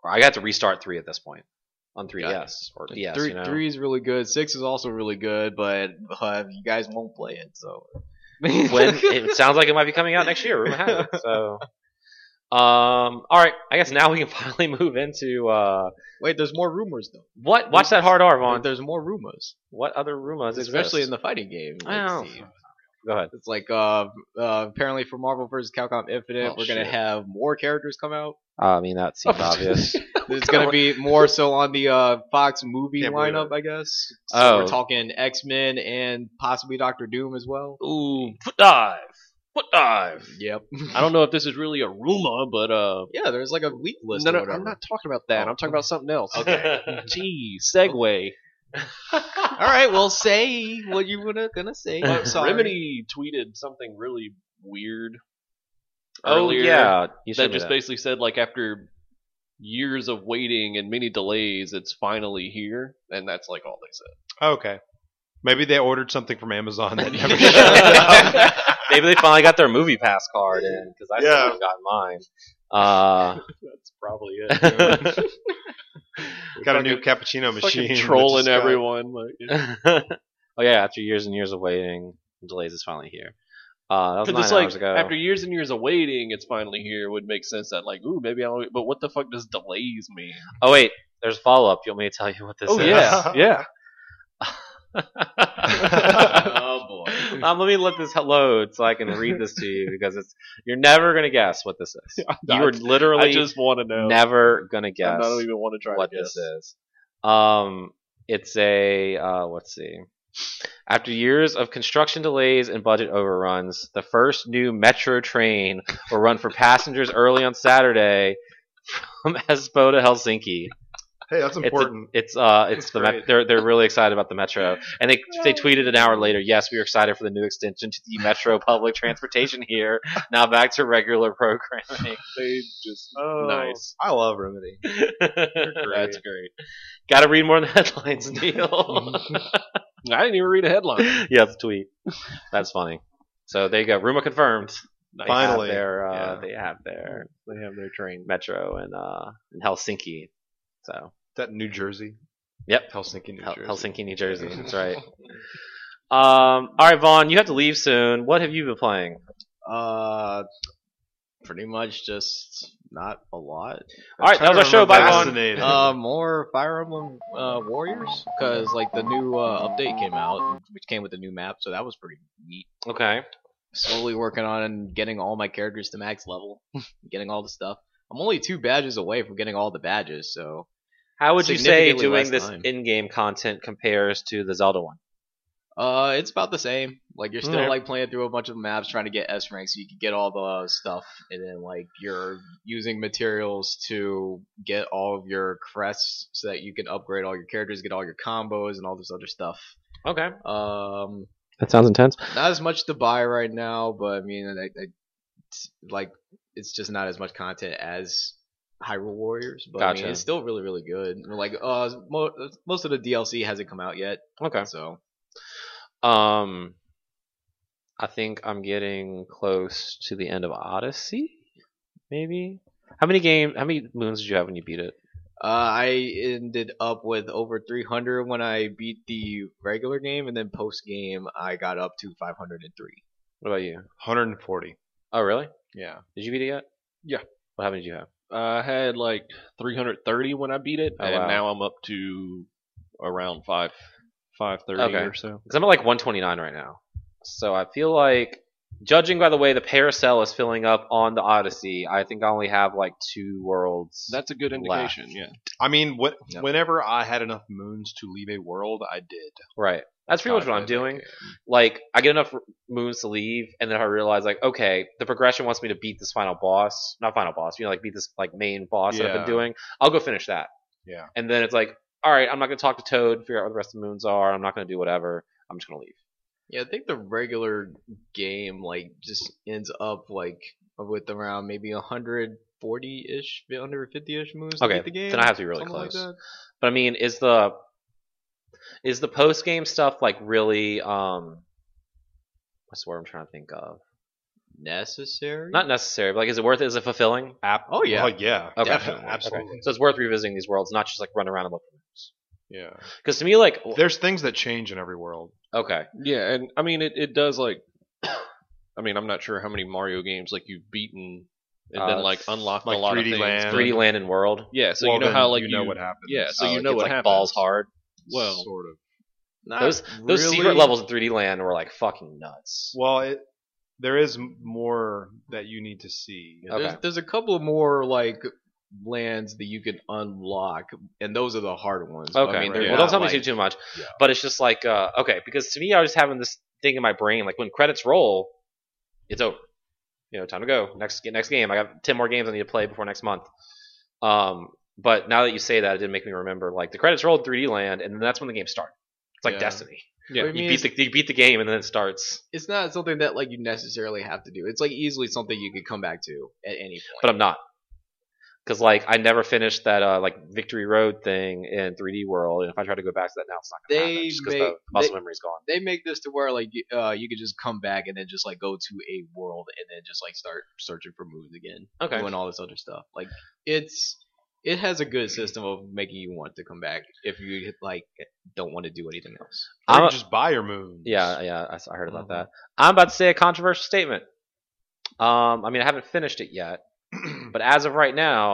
Speaker 3: Or I got to restart three at this point on 3DS or DS.
Speaker 4: three,
Speaker 3: you know?
Speaker 4: three is really good. Six is also really good, but uh, you guys won't play it, so.
Speaker 3: when it sounds like it might be coming out next year. Rumor has it. So, um, all right. I guess now we can finally move into uh,
Speaker 4: Wait, there's more rumors though.
Speaker 3: what? Watch that hard R, Vaughn.
Speaker 4: There's more rumors,
Speaker 3: What other rumors?
Speaker 4: especially in the fighting game. like,
Speaker 3: Oh.
Speaker 4: Steve.
Speaker 3: Go ahead.
Speaker 4: It's like uh, uh apparently for Marvel vs. Capcom Infinite,
Speaker 2: Oh,
Speaker 4: we're gonna
Speaker 2: shit.
Speaker 4: have more characters come out.
Speaker 3: Uh, I mean, that seems obvious.
Speaker 4: There's gonna be more so on the uh Fox movie
Speaker 1: Can't believe
Speaker 4: lineup, I guess. So
Speaker 3: Oh.
Speaker 4: we're talking X Men and possibly Doctor Doom as well.
Speaker 3: Ooh, foot dive, foot dive.
Speaker 4: Yep.
Speaker 2: I don't know if this is really a rumor, but uh,
Speaker 4: Yeah, there's like a leak list.
Speaker 2: no,
Speaker 4: or
Speaker 2: no,
Speaker 4: whatever.
Speaker 2: I'm not talking about that.
Speaker 4: Oh.
Speaker 2: I'm talking about something else.
Speaker 4: Okay.
Speaker 2: Gee, segue.
Speaker 4: All right, well, say what you were gonna say.
Speaker 3: Uh,
Speaker 4: Sorry.
Speaker 2: Remedy tweeted something really weird.
Speaker 3: oh
Speaker 2: earlier
Speaker 3: yeah, you
Speaker 2: that
Speaker 3: should
Speaker 2: just
Speaker 3: just
Speaker 2: basically said like after years of waiting and many delays, it's finally here, and that's like all they said.
Speaker 1: Okay. Maybe they ordered something from Amazon that never showed up.
Speaker 3: Yeah. Maybe they finally got their movie pass card in because I still
Speaker 1: Yeah.
Speaker 3: haven't gotten mine. Uh,
Speaker 2: That's probably it.
Speaker 1: Got a new cappuccino machine. that
Speaker 2: Fucking
Speaker 1: just
Speaker 2: trolling
Speaker 1: got-
Speaker 2: everyone. Like, yeah.
Speaker 3: oh yeah, after years and years of waiting, delays is finally here. Uh, that was
Speaker 2: Because
Speaker 3: nine
Speaker 2: it's
Speaker 3: hours
Speaker 2: like
Speaker 3: ago.
Speaker 2: after years and years of waiting, it's finally here. Would make sense that like, ooh, maybe I'll. But what the fuck does delays mean?
Speaker 3: oh wait, there's follow up. You want me to tell you what this
Speaker 2: Oh,
Speaker 3: is?
Speaker 1: yeah.
Speaker 3: yeah.
Speaker 4: oh boy.
Speaker 3: um, let me let this load so I can read this to you because it's you're never gonna guess what this is. You are literally
Speaker 2: I just want to know.
Speaker 3: never gonna
Speaker 2: I
Speaker 3: guess
Speaker 2: don't even want to try
Speaker 3: what
Speaker 2: to guess.
Speaker 3: this is. Um, it's a uh, let's see. After years of construction delays and budget overruns, the first new metro train will run for passengers early on Saturday from Espoo to Helsinki.
Speaker 1: Hey, that's
Speaker 3: It's a-
Speaker 1: important.
Speaker 3: It's uh, it's the met-
Speaker 2: great.
Speaker 3: they're they're really excited about the metro, and they they tweeted an hour later. Yes, we are excited for the new extension to the metro public transportation here. Now back to regular programming.
Speaker 2: They just
Speaker 1: Oh,
Speaker 2: nice.
Speaker 1: I love Remedy.
Speaker 3: That's great. Got to read more than headlines, Neil.
Speaker 2: I didn't even read a headline.
Speaker 3: yeah, it's a tweet. That's funny. So there you go. Rumor confirmed. They have
Speaker 1: Finally.
Speaker 3: their, uh,
Speaker 2: Yeah.
Speaker 3: they have their
Speaker 2: They have their train.
Speaker 3: metro in uh, in Helsinki. So
Speaker 1: That in New Jersey.
Speaker 3: Yep.
Speaker 1: Helsinki, New
Speaker 3: Hel-
Speaker 1: Jersey.
Speaker 3: Helsinki, New Jersey. That's right. Um, all right, Vaughn, you have to leave soon. What have you been playing?
Speaker 4: Uh, pretty much just not a lot.
Speaker 3: All right, that was our show. Bye, Vaughn.
Speaker 1: Fascinating.
Speaker 4: Uh, more Fire Emblem uh, Warriors because like the new uh, update came out, which came with a new map, so that was pretty neat.
Speaker 3: Okay.
Speaker 4: Slowly working on getting all my characters to max level, getting all the stuff. I'm only two badges away from getting all the badges, so
Speaker 3: How would you say
Speaker 4: Significantly
Speaker 3: doing
Speaker 4: less
Speaker 3: this
Speaker 4: time.
Speaker 3: in-game content compares to the Zelda one?
Speaker 4: uh, it's about the same. Like you're still
Speaker 3: Okay.
Speaker 4: like playing through a bunch of maps, trying to get S rank so you can get all the stuff, and then like you're using materials to get all of your crests so that you can upgrade all your characters, get all your combos, and all this other stuff.
Speaker 3: Okay.
Speaker 4: Um,
Speaker 3: That sounds intense.
Speaker 4: not as much to buy right now, but I mean, I, I, it's, like it's just not as much content as Hyrule Warriors. But I mean,
Speaker 3: Gotcha.
Speaker 4: it's still really, really good. We're Like uh, mo- most of the DLC hasn't come out yet,
Speaker 3: Okay.
Speaker 4: so
Speaker 3: Um, I think I'm getting close to the end of Odyssey. Maybe. How many game? How many moons did you have when you beat it?
Speaker 4: uh, I ended up with over 300 when I beat the regular game, and then post game I got up to 503.
Speaker 3: What about you?
Speaker 1: 140.
Speaker 3: Oh, really?
Speaker 4: Yeah,
Speaker 3: Did you beat it yet?
Speaker 2: Yeah.
Speaker 3: What happened? Did you have?
Speaker 2: I had like 330 when I beat it,
Speaker 3: Oh,
Speaker 2: and
Speaker 3: wow.
Speaker 2: now I'm up to around five, 530
Speaker 3: Okay.
Speaker 2: or so.
Speaker 3: Because I'm at like 129 right now. So I feel like, judging by the way the Paracel is filling up on the Odyssey, I think I only have like two worlds.
Speaker 2: That's a good
Speaker 3: Left.
Speaker 2: indication. Yeah.
Speaker 1: I mean, what,
Speaker 4: Yep.
Speaker 1: whenever I had enough moons to leave a world, I did.
Speaker 3: right. That's pretty much what I'm doing. like I get enough moons to leave, and then I realize like, okay, the progression wants me to beat this final boss, not final boss, you know, like beat this like main boss that I've
Speaker 1: Yeah.
Speaker 3: been doing. I'll go finish that.
Speaker 1: Yeah.
Speaker 3: And then it's like, all right, I'm not gonna talk to Toad, figure out what the rest of the moons are. I'm not gonna do whatever. I'm just gonna leave.
Speaker 4: Yeah, I think the regular game like just ends up like with around maybe 140 ish, 150 ish moves. to
Speaker 3: Okay,
Speaker 4: beat the game,
Speaker 3: then I have to be really
Speaker 4: something like
Speaker 3: close.
Speaker 4: that.
Speaker 3: But I mean, is the is the post game stuff like really um what's the word I'm trying to think of?
Speaker 4: Necessary?
Speaker 3: Not necessary, but like is it worth it? Is it fulfilling?
Speaker 1: App.
Speaker 4: Oh, yeah.
Speaker 1: Oh yeah.
Speaker 3: Okay.
Speaker 1: Definitely.
Speaker 3: Okay.
Speaker 1: Absolutely.
Speaker 3: So it's worth revisiting these worlds, not just like run around and look for moons.
Speaker 1: Yeah.
Speaker 3: Because to me, like
Speaker 1: There's things that change in every world.
Speaker 3: okay,
Speaker 2: Yeah, and I mean it, it does like I mean, I'm not sure how many Mario games like you've beaten and
Speaker 3: Uh,
Speaker 2: then like unlocked
Speaker 1: like
Speaker 2: a lot
Speaker 1: 3D
Speaker 2: of things.
Speaker 1: Land.
Speaker 3: 3D land and world.
Speaker 2: Yeah, so
Speaker 1: Well,
Speaker 2: you know
Speaker 1: then
Speaker 2: how like
Speaker 1: you know what happens.
Speaker 2: Yeah, so
Speaker 3: Oh,
Speaker 2: you
Speaker 3: it
Speaker 2: know
Speaker 3: gets,
Speaker 2: what
Speaker 3: like
Speaker 2: happens.
Speaker 3: balls hard.
Speaker 2: Well,
Speaker 1: sort of.
Speaker 4: Not
Speaker 3: Those those secret
Speaker 4: really.
Speaker 3: levels in 3D Land were like fucking nuts.
Speaker 1: Well, it, there is m- more that you need to see.
Speaker 4: Yeah, There's,
Speaker 3: okay.
Speaker 4: there's a couple of more like lands that you can unlock, and those are the hard ones. but
Speaker 3: Okay,
Speaker 4: I mean, they're
Speaker 1: yeah.
Speaker 3: well, don't
Speaker 4: not,
Speaker 3: tell me
Speaker 4: like-
Speaker 3: too too much.
Speaker 1: Yeah.
Speaker 3: But it's just like uh, okay, because to me, I was just having this thing in my brain like when credits roll, it's over. You know, time to go. Next next game. I got ten more games I need to play before next month. Um, But now that you say that, it did make me remember like the credits rolled 3D Land, and then that's when the game started. It's like
Speaker 4: Yeah.
Speaker 3: Destiny.
Speaker 2: Yeah,
Speaker 4: What I
Speaker 3: You
Speaker 4: mean
Speaker 3: beat
Speaker 4: is-
Speaker 3: the you beat the game, and then it starts.
Speaker 4: it's not something that like you necessarily have to do. It's like easily something you could come back to at any point.
Speaker 3: But I'm not because like I never finished that uh, like Victory Road thing in 3D World, and if I try to go back to that now, it's not gonna
Speaker 4: They
Speaker 3: happen just 'cause
Speaker 4: make-
Speaker 3: the muscle
Speaker 4: they-
Speaker 3: memory's gone.
Speaker 4: they make this to where like you- uh, you could just come back and then just like go to a world and then just like start searching for moves again,
Speaker 3: Okay.
Speaker 4: doing all this other stuff. Like it's it has a good system of making you want to come back if you like don't want to do anything else.
Speaker 1: Or you
Speaker 3: I'm-
Speaker 1: just buy your moons.
Speaker 3: Yeah, yeah, I, s- I heard about
Speaker 1: Mhm.
Speaker 3: that.
Speaker 2: Mm-hmm.
Speaker 3: I'm about to say a controversial statement. Um, I mean, I haven't finished it yet, but as of right now,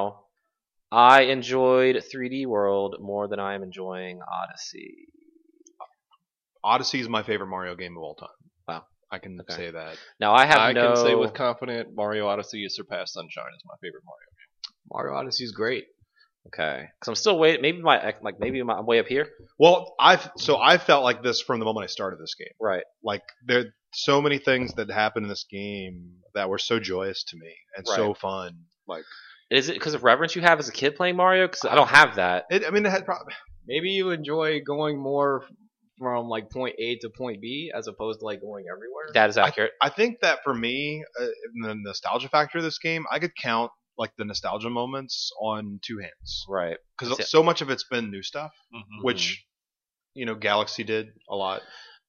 Speaker 3: I enjoyed 3D World more than I am enjoying Odyssey.
Speaker 1: Odyssey is my favorite Mario game of all time.
Speaker 3: Wow.
Speaker 1: I can
Speaker 3: Okay.
Speaker 1: say that.
Speaker 3: Now I have
Speaker 2: I
Speaker 3: no.
Speaker 2: can say with confidence, Mario Odyssey has surpassed Sunshine as my favorite Mario.
Speaker 4: Mario Odyssey is great.
Speaker 3: okay, because I'm still waiting. Maybe my ex- like maybe my, I'm way up here.
Speaker 1: Well, I've so I felt like this from the moment I started this game.
Speaker 3: Right.
Speaker 1: Like there, so many things that happened in this game that were so joyous to me and so fun. Like
Speaker 3: Is it because of reverence you have as a kid playing Mario? Because I don't have that.
Speaker 1: it, I mean, it had prob-
Speaker 4: Maybe you enjoy going more from like point A to point B as opposed to like going everywhere.
Speaker 3: That is accurate.
Speaker 1: I think that for me, uh, in the nostalgia factor of this game, I could count like the nostalgia moments on two hands
Speaker 3: right. That's it.
Speaker 1: because so much of it's been new stuff, which you know Galaxy did a lot,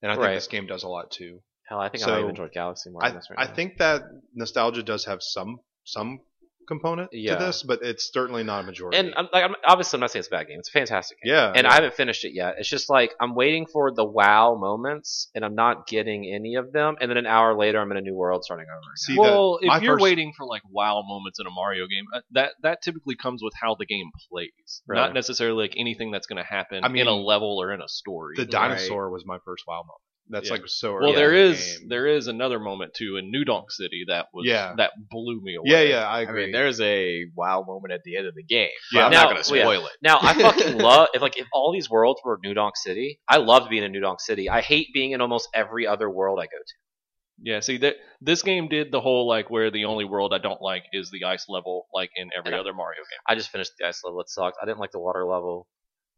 Speaker 1: and I think
Speaker 3: Right.
Speaker 1: this game does a lot too.
Speaker 3: Hell, I think I might have
Speaker 1: so,
Speaker 3: enjoyed Galaxy more.
Speaker 1: I,
Speaker 3: than this right
Speaker 1: I
Speaker 3: now.
Speaker 1: think that nostalgia does have some some component
Speaker 3: Yeah.
Speaker 1: to this, but it's certainly not a majority.
Speaker 3: And I'm, like, I'm, obviously, I'm not saying it's a bad game. It's a fantastic game.
Speaker 1: yeah,
Speaker 3: and
Speaker 1: yeah.
Speaker 3: I haven't finished it yet. It's just like I'm waiting for the wow moments, and I'm not getting any of them. And then an hour later, I'm in a new world starting over.
Speaker 1: see
Speaker 2: well,
Speaker 1: my
Speaker 2: if you're
Speaker 1: first-
Speaker 2: waiting for like wow moments in a Mario game, uh, that that typically comes with how the game plays,
Speaker 3: Right.
Speaker 2: not necessarily like anything that's going to happen
Speaker 1: I mean,
Speaker 2: in a level or in a story.
Speaker 1: the dinosaur was my first wow moment. That's
Speaker 2: Yeah.
Speaker 1: like so. Early
Speaker 2: well, there
Speaker 1: in the
Speaker 2: is
Speaker 1: game.
Speaker 2: there is another moment too in New Donk City that was
Speaker 1: Yeah.
Speaker 2: that blew me away.
Speaker 1: Yeah, yeah, I
Speaker 4: I
Speaker 1: agree.
Speaker 4: mean, there's a wow moment at the end of the game. but
Speaker 1: Yeah.
Speaker 4: I'm
Speaker 3: Now-
Speaker 4: not gonna
Speaker 3: well, yeah.
Speaker 4: spoil it.
Speaker 3: Now I fucking love if like if all these worlds were New Donk City, I loved being in New Donk City. I hate being in almost every other world I go to.
Speaker 2: Yeah, see that this game did the whole like where the only world I don't like is the ice level, like in every
Speaker 3: And I-
Speaker 2: other Mario game.
Speaker 3: I just finished the ice level. It sucked. I didn't like the water level.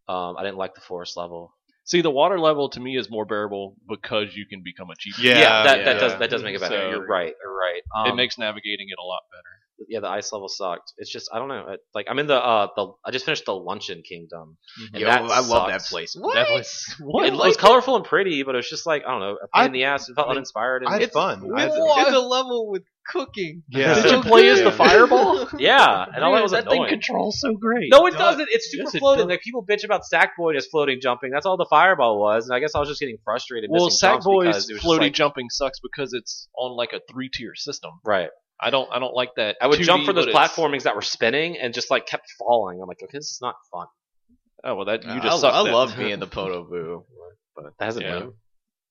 Speaker 3: Um, I didn't like the forest level.
Speaker 2: See, the water level to me is more bearable because you can become a cheat.
Speaker 1: Yeah,
Speaker 3: that,
Speaker 1: yeah.
Speaker 3: that does that does make it better.
Speaker 2: So-
Speaker 3: you're right. You're right.
Speaker 2: it
Speaker 3: Um,
Speaker 2: makes navigating it a lot better.
Speaker 3: yeah, the ice level sucked. It's just I don't know. It- Like I'm in the uh the I just finished the Luncheon Kingdom. And
Speaker 4: Yo,
Speaker 3: that
Speaker 4: I love that
Speaker 3: sucks.
Speaker 4: place.
Speaker 3: That was It, was colorful and pretty, but it was just like I don't know, a pain
Speaker 1: I-
Speaker 3: in the ass. It felt
Speaker 1: I mean,
Speaker 3: uninspired.
Speaker 1: I
Speaker 3: And
Speaker 1: had fun. I had-
Speaker 4: It's a level with cooking.
Speaker 1: yeah.
Speaker 2: Did you play as the
Speaker 1: Yeah.
Speaker 2: fireball?
Speaker 3: yeah, and all that was
Speaker 2: that
Speaker 3: annoying.
Speaker 2: thing controls so great.
Speaker 3: no, it
Speaker 2: Duh.
Speaker 3: doesn't. It's super
Speaker 2: Yes, it
Speaker 3: floating.
Speaker 2: does.
Speaker 3: like people bitch about Sackboy as floating jumping. That's all the fireball was, and I guess I was just getting frustrated.
Speaker 2: Well,
Speaker 3: missing jumps because
Speaker 2: Sackboy's
Speaker 3: it was just
Speaker 2: floaty
Speaker 3: like-
Speaker 2: jumping sucks because it's on like a three tier system.
Speaker 3: Right.
Speaker 2: I don't I don't like that.
Speaker 3: I would
Speaker 2: 2D,
Speaker 3: jump for
Speaker 2: but
Speaker 3: those
Speaker 2: it's-
Speaker 3: platformings that were spinning and just like kept falling. I'm like, okay, this is not fun.
Speaker 2: Oh well, that you
Speaker 4: I,
Speaker 2: just suck.
Speaker 4: I
Speaker 2: then.
Speaker 4: love being the Poto Boo.
Speaker 3: That hasn't
Speaker 2: Yeah.
Speaker 3: been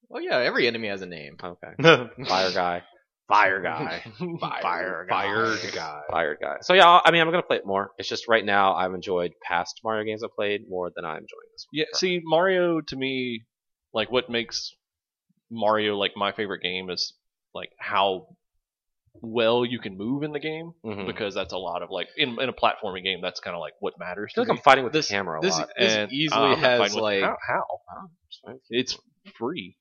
Speaker 4: Well, yeah, every enemy has a name.
Speaker 3: okay.
Speaker 1: Fire
Speaker 3: Fire guy. Fire guy.
Speaker 4: Fire guy.
Speaker 1: Fired guy.
Speaker 3: Fire guy. So yeah, I- I mean, I'm gonna play it more. It's just right now I've enjoyed past Mario games I played more than I'm enjoying this one.
Speaker 2: Yeah, see, Mario to me, like what makes Mario like my favorite game is like how well you can move in the game
Speaker 3: Mhm.
Speaker 2: because that's a lot of like in, in a platforming game that's kind of like what
Speaker 3: I
Speaker 2: matters. To
Speaker 3: feel like I'm
Speaker 2: me.
Speaker 3: fighting with
Speaker 4: This-
Speaker 3: the camera a
Speaker 4: this-
Speaker 3: lot. um,
Speaker 4: easily
Speaker 2: I'm not
Speaker 4: has,
Speaker 2: fighting with-
Speaker 4: like-
Speaker 2: how, how? it's free.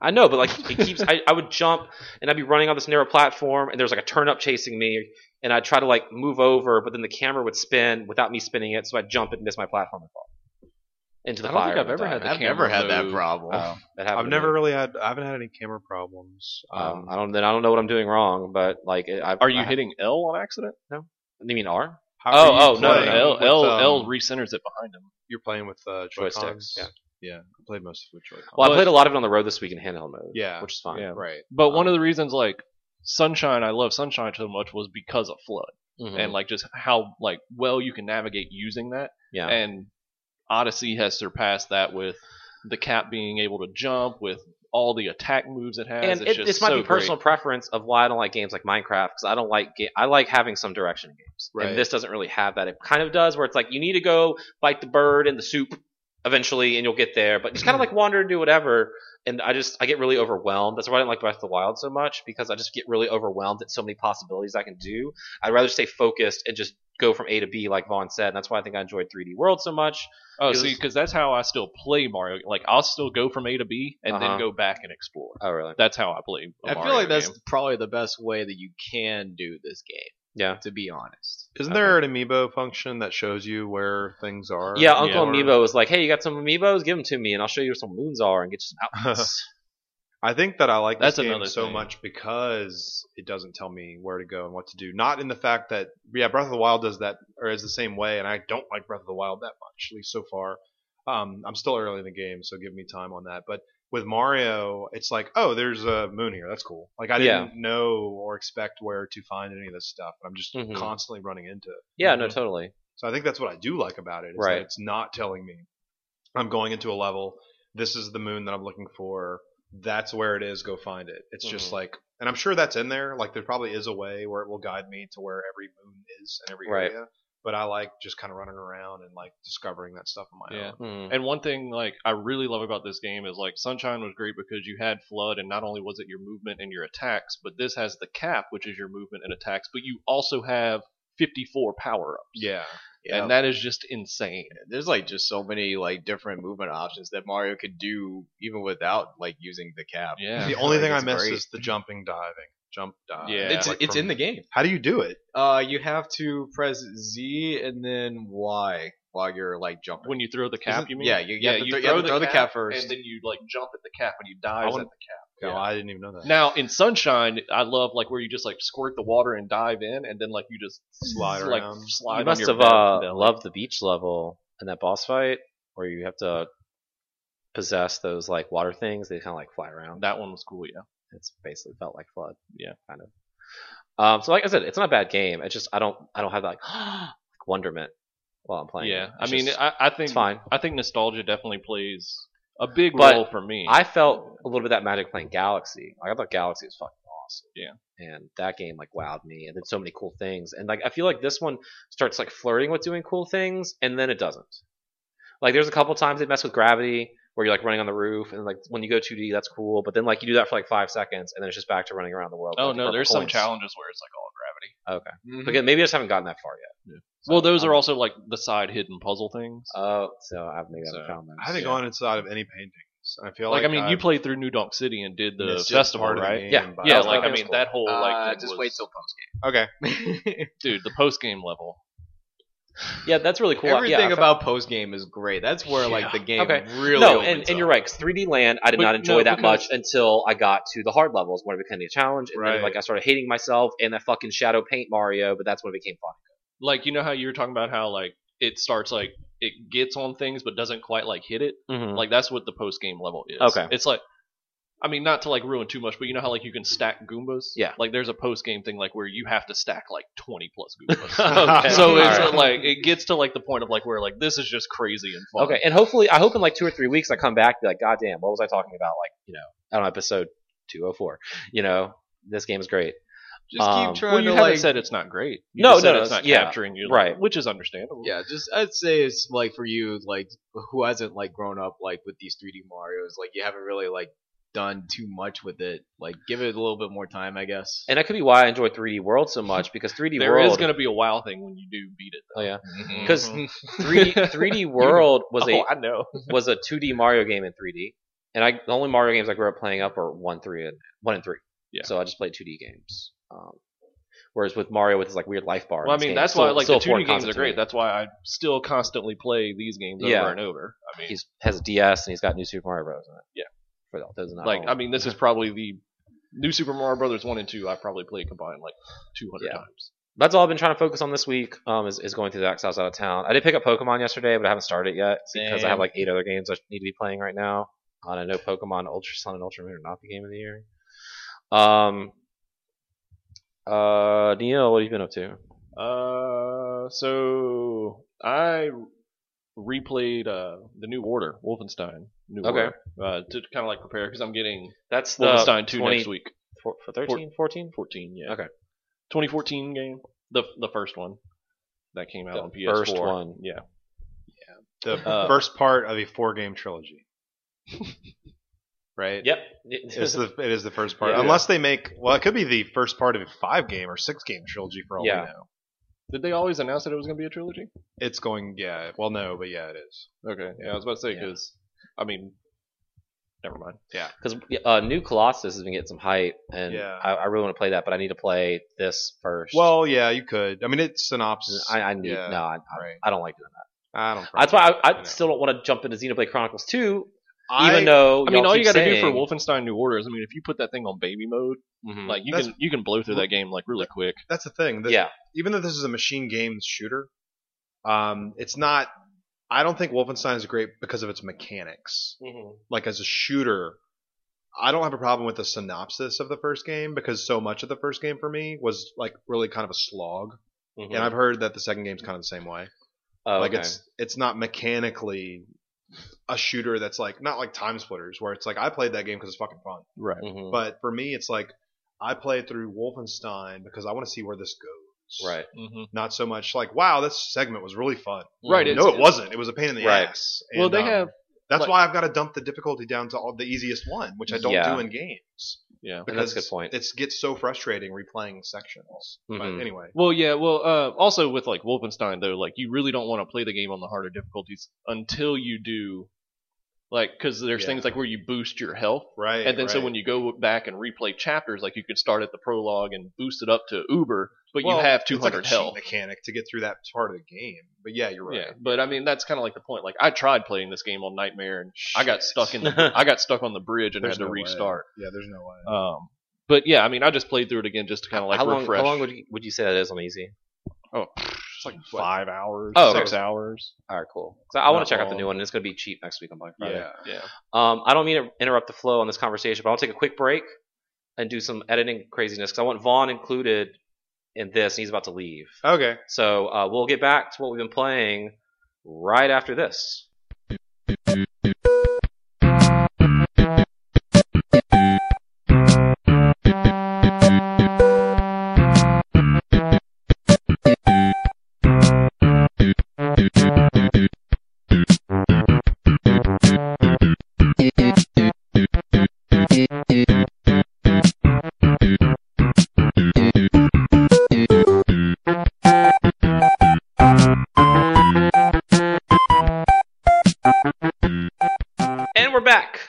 Speaker 3: I know, but like it keeps. I, I would jump and I'd be running on this narrow platform, and there's like a turn up chasing me, and I'd try to like move over, but then the camera would spin without me spinning it, so I'd jump and miss my platform and fall into the
Speaker 2: I don't
Speaker 3: fire.
Speaker 2: think I've
Speaker 3: and
Speaker 2: ever
Speaker 3: die.
Speaker 2: had The
Speaker 4: I've
Speaker 2: camera
Speaker 4: never had that
Speaker 2: move.
Speaker 4: problem.
Speaker 3: Oh, that happened
Speaker 1: I've
Speaker 3: to
Speaker 1: never
Speaker 3: me.
Speaker 1: really had. I haven't had any camera problems.
Speaker 3: Um, I don't. Then I don't know what I'm doing wrong, but like, it, I,
Speaker 2: Are you
Speaker 3: I,
Speaker 2: hitting L on accident?
Speaker 3: You mean R?
Speaker 1: How
Speaker 3: Oh,
Speaker 1: are you
Speaker 3: oh, no, no,
Speaker 1: playing
Speaker 2: L
Speaker 1: with,
Speaker 2: L
Speaker 1: um,
Speaker 2: L recenters it behind him.
Speaker 1: You're playing with uh,
Speaker 3: Joysticks,
Speaker 1: joysticks.
Speaker 3: yeah.
Speaker 1: yeah. I played most of it with Joy-Cons.
Speaker 3: Well, I
Speaker 2: But-
Speaker 3: played a lot of it on the road this week in handheld mode.
Speaker 1: Yeah.
Speaker 3: which is fine.
Speaker 2: Yeah.
Speaker 1: right.
Speaker 2: But one of
Speaker 3: Um,
Speaker 2: the reasons like Sunshine, I love Sunshine so much was because of Flood
Speaker 3: Mhm.
Speaker 2: and like just how like well you can navigate using that.
Speaker 3: yeah.
Speaker 2: and Odyssey has surpassed that with the cat being able to jump with all the attack moves it has.
Speaker 3: and
Speaker 2: it's
Speaker 3: it,
Speaker 2: just
Speaker 3: this might
Speaker 2: so
Speaker 3: be personal preference of why I don't like games like Minecraft because I don't like ga- I like having some direction in games,
Speaker 1: Right.
Speaker 3: and this doesn't really have that. It kind of does, where it's like you need to go fight the bird and the soup eventually, and you'll get there, but just kind of
Speaker 1: Mm-hmm.
Speaker 3: like wander and do whatever. And I just I get really overwhelmed. That's why I didn't like Breath of the Wild so much because I just get really overwhelmed at so many possibilities I can do. I'd rather stay focused and just go from A to B, like Vaughn said. And that's why I think I enjoyed 3D World so much.
Speaker 2: Oh,
Speaker 3: It
Speaker 2: see,
Speaker 3: was-
Speaker 2: because that's how I still play Mario. Like I'll still go from A to B and
Speaker 3: Uh-huh.
Speaker 2: then go back and explore.
Speaker 3: Oh, really?
Speaker 2: That's how I play. I
Speaker 4: I feel like that's probably the best way that you can do this game,
Speaker 3: Yeah.
Speaker 4: to be honest.
Speaker 1: Isn't there an amiibo function that shows you where things are?
Speaker 3: Yeah, Uncle
Speaker 1: Or-
Speaker 3: Amiibo was like, "Hey, you got some amiibos? Give them to me, and I'll show you where some moons are and get you some outfits."
Speaker 1: I think that I like
Speaker 2: That's
Speaker 1: this game
Speaker 2: another
Speaker 1: so
Speaker 2: thing.
Speaker 1: much because it doesn't tell me where to go and what to do. Not in the fact that yeah, Breath of the Wild does that or is the same way, and I don't like Breath of the Wild that much, at least so far. Um, I'm still early in the game, so give me time on that. But with Mario, it's like, oh, there's a moon here. That's cool. Like I
Speaker 3: Yeah.
Speaker 1: didn't know or expect where to find any of this stuff. I'm just
Speaker 2: Mm-hmm.
Speaker 3: Mhm.
Speaker 1: constantly running into it.
Speaker 3: yeah, no, totally.
Speaker 1: So I think that's what I do like about it. Is
Speaker 3: Right.
Speaker 1: That it's not telling me I'm going into a level. This is the moon that I'm looking for. That's where it is. Go find it. It's
Speaker 3: Mhm.
Speaker 1: just like, and I'm sure that's in there. Like there probably is a way where it will guide me to where every moon is and every
Speaker 3: Right.
Speaker 1: area. But I like just kind of running around and like discovering that stuff on my
Speaker 2: Yeah.
Speaker 1: own.
Speaker 3: Mm.
Speaker 2: And one thing like I really love about this game is like Sunshine was great because you had Flood, and not only was it your movement and your attacks, but this has the cap, which is your movement and attacks, but you also have 54 power ups,
Speaker 1: Yeah.
Speaker 4: Yeah.
Speaker 2: and that is just insane.
Speaker 4: there's like just so many like different movement options that Mario could do even without like using the cap.
Speaker 2: Yeah.
Speaker 1: The only
Speaker 4: Like,
Speaker 1: thing I
Speaker 4: it's
Speaker 1: miss
Speaker 4: great.
Speaker 1: is the jumping, diving, jump, dive.
Speaker 2: Yeah.
Speaker 4: It's
Speaker 1: Like
Speaker 4: it's
Speaker 1: from-
Speaker 4: in the game.
Speaker 1: How do you do it?
Speaker 4: Uh, you have to press Z and then Y while you're like jumping.
Speaker 2: When you throw the cap,
Speaker 4: Isn't-
Speaker 2: you mean?
Speaker 4: yeah, you-
Speaker 2: yeah,
Speaker 4: yeah, you throw- you have to throw the cap first.
Speaker 2: and then you like jump at the cap and you dive at the
Speaker 1: wouldn't-
Speaker 2: cap.
Speaker 1: No,
Speaker 4: Yeah.
Speaker 1: I didn't even know that.
Speaker 2: Now in Sunshine, I love like where you just like squirt the water and dive in, and then like you just
Speaker 1: Slide
Speaker 2: like
Speaker 1: around.
Speaker 2: slide.
Speaker 3: You
Speaker 2: on
Speaker 3: must
Speaker 2: your
Speaker 3: have
Speaker 2: bed.
Speaker 3: uh, loved the beach level in that boss fight, where you have to possess those like water things. They kind of like fly around.
Speaker 2: that one was cool. Yeah,
Speaker 3: It's basically felt like flood.
Speaker 2: Yeah.
Speaker 3: kind of. Um, so like I said, it's not a bad game. It's just I don't I don't have that like wonderment while I'm playing.
Speaker 2: yeah.
Speaker 3: it.
Speaker 2: I
Speaker 3: It's
Speaker 2: mean,
Speaker 3: just-
Speaker 2: I, I think
Speaker 3: it's fine.
Speaker 2: I think nostalgia definitely plays a big
Speaker 3: But
Speaker 2: role for me.
Speaker 3: I felt a little bit that magic playing Galaxy. Like I thought Galaxy was fucking awesome.
Speaker 2: Yeah.
Speaker 3: And that game like wowed me and did so many cool things. And like I feel like this one starts like flirting with doing cool things and then it doesn't. Like there's a couple times they mess with gravity where you're like running on the roof and like when you go 2D that's cool, but then like you do that for like five seconds and then it's just back to running around the world.
Speaker 2: oh
Speaker 3: with
Speaker 2: no,
Speaker 3: purple
Speaker 2: there's some Mm-hmm.
Speaker 3: coins.
Speaker 2: challenges where it's like all gravity.
Speaker 3: But again, maybe I just haven't gotten that far yet.
Speaker 2: well, those
Speaker 3: I'm-
Speaker 2: are also like the side hidden puzzle things.
Speaker 3: Oh, so I've maybe I
Speaker 2: So,
Speaker 3: haven't found that.
Speaker 1: I haven't gone inside of any paintings. I feel
Speaker 2: like,
Speaker 1: like,
Speaker 2: I mean,
Speaker 1: I've
Speaker 2: you played through New Donk City and did the
Speaker 1: missed just
Speaker 2: festival,
Speaker 1: part of the
Speaker 2: right?
Speaker 1: game
Speaker 3: Yeah.
Speaker 1: by-
Speaker 2: Yeah,
Speaker 3: That was
Speaker 2: like
Speaker 3: cool.
Speaker 2: I mean,
Speaker 3: That was
Speaker 2: that whole like
Speaker 4: Uh,
Speaker 2: thing
Speaker 4: just
Speaker 2: was-
Speaker 4: wait till post
Speaker 1: Okay.
Speaker 4: game.
Speaker 2: dude the post game level.
Speaker 3: Yeah, that's really cool. yeah, I
Speaker 4: Everything
Speaker 3: found-
Speaker 4: about post game is great. That's where like the game
Speaker 3: Okay.
Speaker 4: really.
Speaker 3: no,
Speaker 4: opens
Speaker 3: and,
Speaker 4: up.
Speaker 3: and you're right. 'cause 3D Land, I did
Speaker 2: But
Speaker 3: not
Speaker 2: no,
Speaker 3: enjoy that much
Speaker 2: because-
Speaker 3: until I got to the hard levels when it became a challenge, and
Speaker 1: Right.
Speaker 3: then like I started hating myself and that fucking shadow paint Mario. But that's when it became fun.
Speaker 2: Like you know how you were talking about how like it starts like it gets on things but doesn't quite like hit it.
Speaker 3: Mm-hmm.
Speaker 2: Like that's what the post game level is.
Speaker 3: Okay.
Speaker 2: It's like I mean not to like ruin too much, but you know how like you can stack Goombas?
Speaker 3: Yeah.
Speaker 2: Like there's a post game thing like where you have to stack like twenty plus Goombas.
Speaker 3: Okay.
Speaker 2: so it's
Speaker 3: Alright.
Speaker 2: like it gets to like the point of like where like this is just crazy and fun.
Speaker 3: okay, and hopefully, I hope in like two or three weeks I come back and be like, God damn, what was I talking about? Like, you know, I don't know, episode 204. You know, this game is great.
Speaker 4: Just
Speaker 3: Um,
Speaker 4: keep trying
Speaker 2: Well, you
Speaker 4: to
Speaker 2: haven't
Speaker 4: like.
Speaker 2: said it's not great. You
Speaker 3: No,
Speaker 2: just said
Speaker 3: no,
Speaker 2: it's not
Speaker 3: yeah.
Speaker 2: capturing you,
Speaker 3: Right.
Speaker 2: Which is understandable.
Speaker 4: yeah, just I'd say it's like for you, like who hasn't like grown up like with these 3D Mario's, like you haven't really like done too much with it. Like give it a little bit more time, I guess.
Speaker 3: And that could be why I enjoy 3D World so much because 3D
Speaker 2: There
Speaker 3: World
Speaker 2: is going to be a wow thing when you do beat it.
Speaker 3: Oh yeah,
Speaker 1: Mhm.
Speaker 4: Mm-hmm.
Speaker 3: because
Speaker 2: Mm-hmm.
Speaker 3: 3D 3D World was a
Speaker 2: oh, I know.
Speaker 3: was a 2D Mario game in 3D, and I the only Mario games I grew up playing up are one, three, and one and three.
Speaker 2: Yeah.
Speaker 3: So I just played 2D games. Um, whereas with Mario, with his like weird life bar. in
Speaker 2: Well, I
Speaker 3: his
Speaker 2: mean,
Speaker 3: game,
Speaker 2: that's
Speaker 3: it's still-
Speaker 2: why like
Speaker 3: still
Speaker 2: the
Speaker 3: a
Speaker 2: two D
Speaker 3: foreign
Speaker 2: games
Speaker 3: concept
Speaker 2: are
Speaker 3: to me.
Speaker 2: great. That's why I still constantly play these games
Speaker 3: Yeah.
Speaker 2: over and over. I mean,
Speaker 3: He's has a DS and he's got New Super Mario Bros. in it.
Speaker 2: Yeah.
Speaker 3: For those not
Speaker 2: like I mean, this is probably the new Super Mario Brothers one and two. I probably played combined like two hundred
Speaker 3: Yeah.
Speaker 2: times.
Speaker 3: that's all I've been trying to focus on this week. Um, is, is going through that because I was out of town. I did pick up Pokemon yesterday, but I haven't started it yet because I
Speaker 4: Same.
Speaker 3: have like eight other games I need to be playing right now. And I know Pokemon Ultra Sun and Ultra Moon are not the game of the year. Um. Uh, Neil, what have you been up to?
Speaker 2: Uh, so I replayed uh the New Order, Wolfenstein. New
Speaker 3: Okay. Uh,
Speaker 2: Order, uh, to kind of like prepare because I'm getting
Speaker 3: That's the
Speaker 2: Wolfenstein two
Speaker 3: 20
Speaker 2: next week.
Speaker 3: Four, 13, 14?
Speaker 2: 14, yeah.
Speaker 3: Okay.
Speaker 2: 2014 game, the the first one that came out
Speaker 3: The
Speaker 2: on PS4.
Speaker 3: first one.
Speaker 2: yeah.
Speaker 1: the
Speaker 2: Uh,
Speaker 1: first part of a four-game trilogy, right?
Speaker 3: Yep.
Speaker 1: It's the it is the first part,
Speaker 3: Yeah.
Speaker 1: unless they make well, it could be the first part of a five-game or six-game trilogy for all
Speaker 3: Yeah.
Speaker 1: we know.
Speaker 2: Did they always announce that it was going to be a trilogy?
Speaker 1: It's going, yeah. Well, no, but yeah, it is.
Speaker 2: Okay, yeah, I was about to say
Speaker 3: Yeah.
Speaker 2: because I mean, never mind.
Speaker 3: Because uh, New Colossus has been getting some hype, and
Speaker 1: Yeah.
Speaker 3: I, I really want to play that, but I need to play this first.
Speaker 1: Well, yeah, you could. I mean, it's synopsis.
Speaker 3: I, I need
Speaker 1: yeah,
Speaker 3: no, I, I-
Speaker 1: right.
Speaker 3: I don't like doing that.
Speaker 1: I don't.
Speaker 3: That's why
Speaker 1: I
Speaker 3: I, I
Speaker 1: know.
Speaker 3: still don't want to jump into Xenoblade Chronicles Two,
Speaker 1: I-
Speaker 3: even though
Speaker 2: I mean, all you got
Speaker 3: got
Speaker 2: to do for Wolfenstein New Order is, I mean, if you put that thing on baby mode,
Speaker 3: Mm-hmm.
Speaker 2: like you
Speaker 1: Mm-hmm. That's-
Speaker 2: can you can blow through that game like really quick.
Speaker 1: that's the thing. This,
Speaker 3: yeah,
Speaker 1: Even though this is a machine games shooter, um, it's not. I don't think Wolfenstein is great because of its mechanics.
Speaker 2: Mm-hmm.
Speaker 1: Like as a shooter, I don't have a problem with the synopsis of the first game because so much of the first game for me was like really kind of a slog.
Speaker 2: Mm-hmm.
Speaker 1: And I've heard that the second game's kind of the same way.
Speaker 3: oh,
Speaker 1: like
Speaker 3: okay.
Speaker 1: it's it's not mechanically a shooter that's like not like time splitters where it's like i played that game because it's fucking fun
Speaker 2: Right.
Speaker 3: Mhm.
Speaker 1: but for me it's like i play through wolfenstein because i want to see where this goes
Speaker 3: right,
Speaker 2: hmm
Speaker 1: not so much like wow this segment was really fun
Speaker 2: Mm-hmm. Right.
Speaker 3: Mhm.
Speaker 2: It's,
Speaker 1: no it wasn't it was a pain in the
Speaker 3: Right.
Speaker 1: ass
Speaker 2: well,
Speaker 1: And,
Speaker 2: they
Speaker 1: um,
Speaker 2: have
Speaker 1: that's
Speaker 2: like-
Speaker 1: why i've got to dump the difficulty down to all, the easiest one which i don't
Speaker 3: Yeah.
Speaker 1: do in games
Speaker 2: yeah.
Speaker 1: because
Speaker 3: a good point.
Speaker 1: it gets so frustrating replaying sections
Speaker 3: Mhm.
Speaker 2: Mm-hmm.
Speaker 1: but anyway
Speaker 2: Well, yeah. Well, uh, also with like Wolfenstein though, like you really don't want to play the game on the harder difficulties until you do, like, because there's
Speaker 1: Yeah.
Speaker 2: things like where you boost your health,
Speaker 1: right
Speaker 2: and then so when you go back and replay chapters, like you could start at the prologue and boost it up to Uber, but you have 200
Speaker 1: it's like a cheat
Speaker 2: health.
Speaker 1: mechanic to get through that part of the game but yeah you're right
Speaker 2: Yeah, but I mean that's kind of like the point. Like I tried playing this game on Nightmare and I got stuck in the I got stuck on the bridge and had to
Speaker 1: no way.
Speaker 2: restart.
Speaker 1: Yeah, there's no way.
Speaker 2: Um, but yeah, I mean I just played through it again just to kind of like
Speaker 3: how long?
Speaker 2: refresh.
Speaker 3: How long would you, would you say that is on E easy?
Speaker 1: It's like
Speaker 2: five hours,
Speaker 3: Oh,
Speaker 2: six
Speaker 3: okay.
Speaker 2: hours.
Speaker 3: All right, cool. 'Cause I want
Speaker 2: Not
Speaker 3: to check out the
Speaker 2: long.
Speaker 3: new one, and it's going to be cheap next week on Black Friday.
Speaker 1: Yeah.
Speaker 2: Yeah.
Speaker 3: Um, I don't mean to interrupt the flow on this conversation, but I'll take a quick break and do some editing craziness because I want Vaughn included in this, and he's about to leave.
Speaker 1: Okay.
Speaker 3: So uh, we'll get back to what we've been playing right after this. And we're back.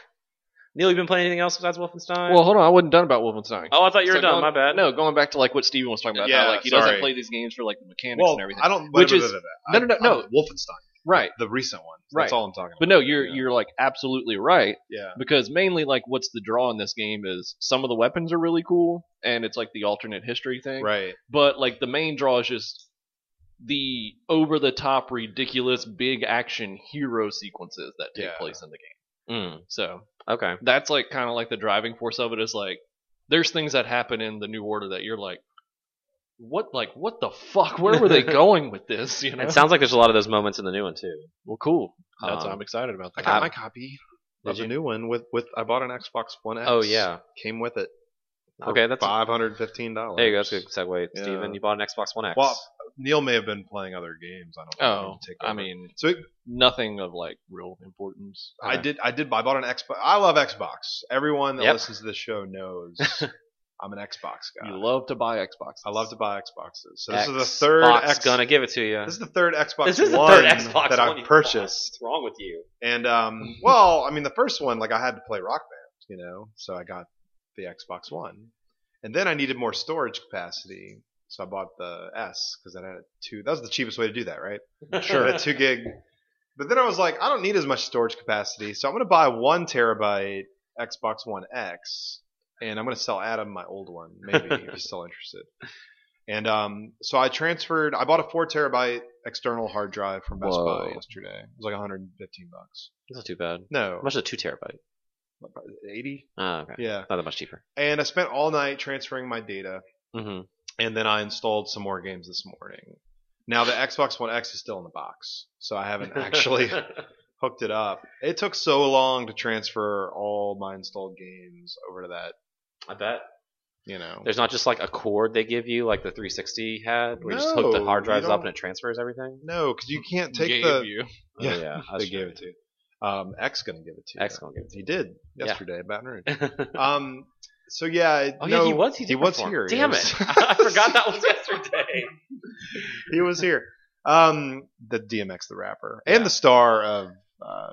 Speaker 3: Neil, you been playing anything else besides Wolfenstein?
Speaker 2: Well, hold on, I wasn't done about Wolfenstein.
Speaker 3: oh, I thought you were
Speaker 2: So
Speaker 3: done.
Speaker 2: going-
Speaker 3: My bad.
Speaker 2: No, going back to like what Steven was talking about.
Speaker 1: Yeah,
Speaker 2: how, like he doesn't
Speaker 1: sorry.
Speaker 2: play these games for like the mechanics
Speaker 1: Well,
Speaker 2: and everything.
Speaker 1: I don't.
Speaker 2: Which
Speaker 1: blah,
Speaker 2: is-
Speaker 1: blah, blah, blah.
Speaker 2: no, no,
Speaker 1: I'm-
Speaker 2: no,
Speaker 1: I'm Wolfenstein,
Speaker 2: right.
Speaker 1: the recent one.
Speaker 2: Right.
Speaker 1: That's all I'm talking about.
Speaker 2: But no, you're
Speaker 1: Yeah.
Speaker 2: you're like absolutely right
Speaker 1: Yeah.
Speaker 2: because mainly like what's the draw in this game is some of the weapons are really cool and it's like the alternate history thing.
Speaker 1: Right.
Speaker 2: but like the main draw is just the over the top ridiculous big action hero sequences that take
Speaker 1: Yeah.
Speaker 2: place in the game.
Speaker 3: Mm,
Speaker 2: So
Speaker 3: okay.
Speaker 2: that's like kind of like the driving force of it is like there's things that happen in the new order that you're like what like what the fuck where were they going with this you know
Speaker 3: It sounds like there's a lot of those moments in the new one too.
Speaker 2: well cool that's
Speaker 3: Um,
Speaker 2: i'm excited about
Speaker 1: I
Speaker 2: that
Speaker 1: got
Speaker 3: I-
Speaker 1: my copy
Speaker 3: Did
Speaker 1: of the
Speaker 3: you?
Speaker 1: new one with with. I bought an Xbox One X.
Speaker 3: Oh yeah.
Speaker 1: Came with it. for
Speaker 3: Okay, that's
Speaker 1: five hundred fifteen dollars.
Speaker 3: there you go. That's a good segue,
Speaker 1: Yeah.
Speaker 3: Steven. You bought an Xbox One X.
Speaker 1: Well, Neil may have been playing other games. I don't. know.
Speaker 2: oh i mean
Speaker 1: So
Speaker 2: nothing of like real importance
Speaker 1: I did. I did. I bought an Xbox. I love Xbox. Everyone that
Speaker 3: Yep.
Speaker 1: listens to this show knows I'm an Xbox guy.
Speaker 2: you love to buy xbox
Speaker 1: I love to buy Xboxes. So this is the third
Speaker 3: Xbox
Speaker 1: X-
Speaker 3: gonna give it to you.
Speaker 1: This is the third Xbox.
Speaker 3: This is the
Speaker 1: One
Speaker 3: third Xbox
Speaker 1: that
Speaker 3: One
Speaker 1: I've
Speaker 3: you've
Speaker 1: purchased.
Speaker 3: What's wrong with you?
Speaker 1: And um, well, I mean, the first one, like I had to play Rock Band, you know, so I got the Xbox One, and then I needed more storage capacity, so I bought the S because that had a two. That was the cheapest way to do that, right? It had two gig. But then I was like, I don't need as much storage capacity, so I'm going to buy one terabyte Xbox One X, and I'm going to sell Adam my old one, maybe if he's still interested. And um, so I transferred. I bought a four terabyte external hard drive from Best
Speaker 3: Whoa.
Speaker 1: Buy yesterday. It was like 115 bucks.
Speaker 3: That's not too bad.
Speaker 1: No,
Speaker 3: How much is a two terabyte?
Speaker 1: 80.
Speaker 3: Oh, okay.
Speaker 1: Yeah.
Speaker 3: Not that much cheaper.
Speaker 1: And I spent all night transferring my data,
Speaker 3: Mm-hmm.
Speaker 1: and then I installed some more games this morning. Now the Xbox One X is still in the box, so I haven't actually hooked it up. It took so long to transfer all my installed games over to that,
Speaker 3: I bet
Speaker 1: you know.
Speaker 3: there's not just like a cord they give you, like the 360 had, where you just hook the
Speaker 1: No,
Speaker 3: hard
Speaker 1: you
Speaker 3: drives up
Speaker 1: don't-
Speaker 3: and it transfers everything.
Speaker 1: No, because you can't take
Speaker 2: Gave
Speaker 1: the.
Speaker 2: you.
Speaker 3: Oh,
Speaker 1: Yeah,
Speaker 3: that's
Speaker 1: they gave
Speaker 3: true.
Speaker 1: it to you. Um, X gonna give it to you.
Speaker 3: X gonna give it to
Speaker 1: He did
Speaker 3: Yeah.
Speaker 1: yesterday at Baton Rouge. Um, so yeah.
Speaker 3: oh
Speaker 1: no,
Speaker 3: yeah, he was. He,
Speaker 1: He
Speaker 3: did
Speaker 1: was
Speaker 3: perform.
Speaker 1: here.
Speaker 3: Damn
Speaker 1: yes.
Speaker 3: it! I forgot that was yesterday.
Speaker 1: he was here. Um, the DMX, the rapper, and the star of uh,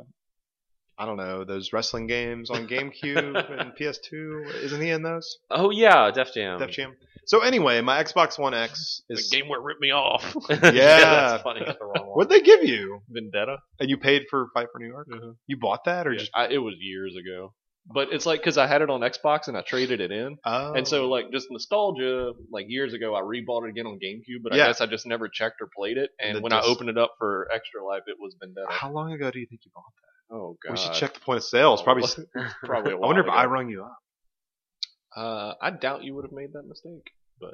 Speaker 1: I don't know those wrestling games on GameCube and PS2. Isn't he in those?
Speaker 3: Oh yeah, Def Jam.
Speaker 1: Def Jam. So anyway, my Xbox One X
Speaker 2: The
Speaker 1: is.
Speaker 2: game where it ripped me off.
Speaker 1: Yeah.
Speaker 3: that's funny. That's the wrong one.
Speaker 1: What'd they give you?
Speaker 2: Vendetta. Mm-hmm.
Speaker 1: And you paid for Fight for New York? You bought that or
Speaker 2: Yeah,
Speaker 1: just?
Speaker 2: I, it was years ago, but it's like because I had it on Xbox and I traded it in,
Speaker 1: Oh.
Speaker 2: and so like just nostalgia. Like years ago, I rebought it again on GameCube, but
Speaker 1: Yeah.
Speaker 2: I guess I just never checked or played it. And
Speaker 1: The
Speaker 2: when I
Speaker 1: disc.
Speaker 2: opened it up for Extra Life, it was Vendetta.
Speaker 1: how long ago do you think you bought that?
Speaker 2: Oh god,
Speaker 1: Ah, We should check the point of sale. It's probably.
Speaker 2: probably. A
Speaker 1: I wonder if I
Speaker 2: while ago.
Speaker 1: rung you up.
Speaker 2: Uh, I doubt you would have made that mistake.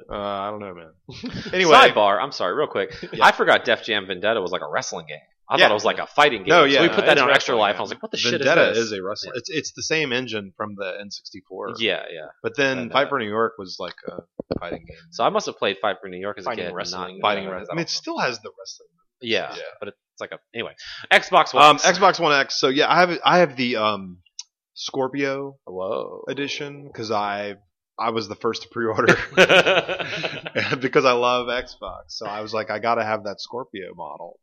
Speaker 1: Uh, I don't know, man. Anyway,
Speaker 3: Sidebar. I'm sorry, real quick.
Speaker 1: Yeah.
Speaker 3: I forgot Def Jam Vendetta was like a wrestling game. I
Speaker 1: Yeah.
Speaker 3: thought it was like a fighting game.
Speaker 1: No,
Speaker 3: So
Speaker 1: yeah,
Speaker 3: we put that
Speaker 1: it's
Speaker 3: in on Extra
Speaker 1: wrestling,
Speaker 3: Life.
Speaker 1: yeah.
Speaker 3: I was like, what the
Speaker 1: Vendetta
Speaker 3: shit is this?
Speaker 1: a wrestler. It's it's the same engine from the N64.
Speaker 3: yeah, yeah.
Speaker 1: But then
Speaker 3: And, uh,
Speaker 1: Fight for New York was like a fighting game.
Speaker 3: So I must have played Fight for New York as a
Speaker 2: Fighting
Speaker 3: kid.
Speaker 2: wrestling.
Speaker 3: not
Speaker 1: Fighting
Speaker 3: uh,
Speaker 1: wrestling. I
Speaker 3: I
Speaker 1: mean,
Speaker 3: don't
Speaker 1: it still has the wrestling.
Speaker 3: know. yeah,
Speaker 2: Yeah.
Speaker 3: but it's like a anyway. Xbox One.
Speaker 1: Um, Xbox One X. So yeah, I have I have the um, Scorpio
Speaker 3: Whoa.
Speaker 1: edition because I I was the first to pre-order because I love Xbox. So I was like, I gotta have that Scorpio model,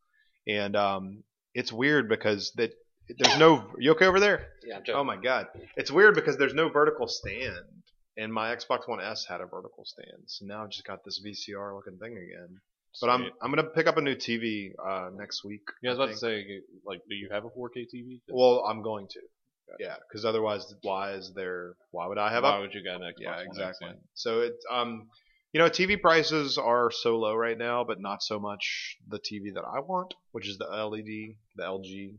Speaker 1: and um, it's weird because that there's no. You okay over there?
Speaker 3: yeah, I'm
Speaker 1: Oh
Speaker 3: joking.
Speaker 1: my god, it's weird because there's no vertical stand, and my Xbox One S had a vertical stand, so now I just got this VCR looking thing again. But I'm
Speaker 2: Sweet.
Speaker 1: I'm gonna pick up a new TV uh, next week.
Speaker 2: Yeah, I was about
Speaker 1: I
Speaker 2: to say, like, do you have a 4K TV?
Speaker 1: Well, I'm going to. Yeah, because otherwise, why is there? Why would I have
Speaker 2: Why
Speaker 1: up?
Speaker 2: would you get an Xbox?
Speaker 1: Yeah,
Speaker 2: One X
Speaker 1: exactly.
Speaker 2: then?
Speaker 1: So it's um, you know, TV prices are so low right now, but not so much the TV that I want, which is the LED, the LG,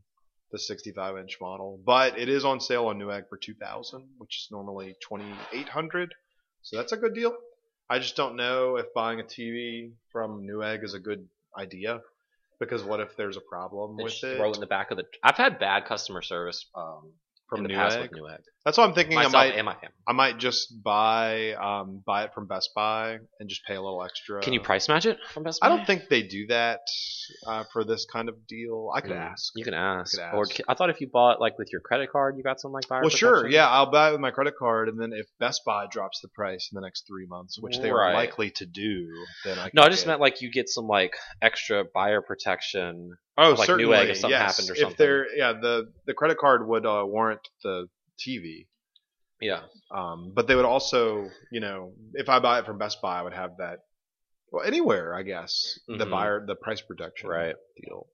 Speaker 1: the 65 inch model. But it is on sale on Newegg for 2,000, which is normally 2,800. So that's a good deal. I just don't know if buying a TV from Newegg is a good idea. Because what if there's a problem
Speaker 3: They
Speaker 1: with
Speaker 3: just
Speaker 1: it?
Speaker 3: throw it in the back of the. I've had bad customer service um,
Speaker 1: From
Speaker 3: in the past
Speaker 1: Newegg,
Speaker 3: with Newegg.
Speaker 1: that's what I'm thinking.
Speaker 3: Myself
Speaker 1: I might
Speaker 3: and my family.
Speaker 1: I might just buy um, buy it from Best Buy and just pay a little extra.
Speaker 3: Can you price match it from Best Buy?
Speaker 1: I don't think they do that uh, for this kind of deal. I could
Speaker 3: Mm.
Speaker 1: ask.
Speaker 3: You can ask.
Speaker 1: could
Speaker 3: Or
Speaker 1: ask.
Speaker 3: ca- I thought if you bought like with your credit card, you got some like buyer.
Speaker 1: Well, sure,
Speaker 3: protection.
Speaker 1: yeah, I'll buy it with my credit card, and then if Best Buy drops the price in the next three months, which they
Speaker 3: Right.
Speaker 1: are likely to do, then I.
Speaker 3: No,
Speaker 1: can
Speaker 3: I just
Speaker 1: get-
Speaker 3: meant like you get some like extra buyer protection.
Speaker 1: oh,
Speaker 3: like
Speaker 1: certainly,
Speaker 3: Newegg if something
Speaker 1: yes.
Speaker 3: happened or
Speaker 1: If
Speaker 3: something.
Speaker 1: they're yeah, the the credit card would uh, warrant the TV,
Speaker 3: Yeah.
Speaker 1: um, but they would also, you know, if I buy it from Best Buy, I would have that. Well, anywhere, I guess the
Speaker 3: Mhm.
Speaker 1: buyer, the price protection,
Speaker 3: Right.
Speaker 1: deal.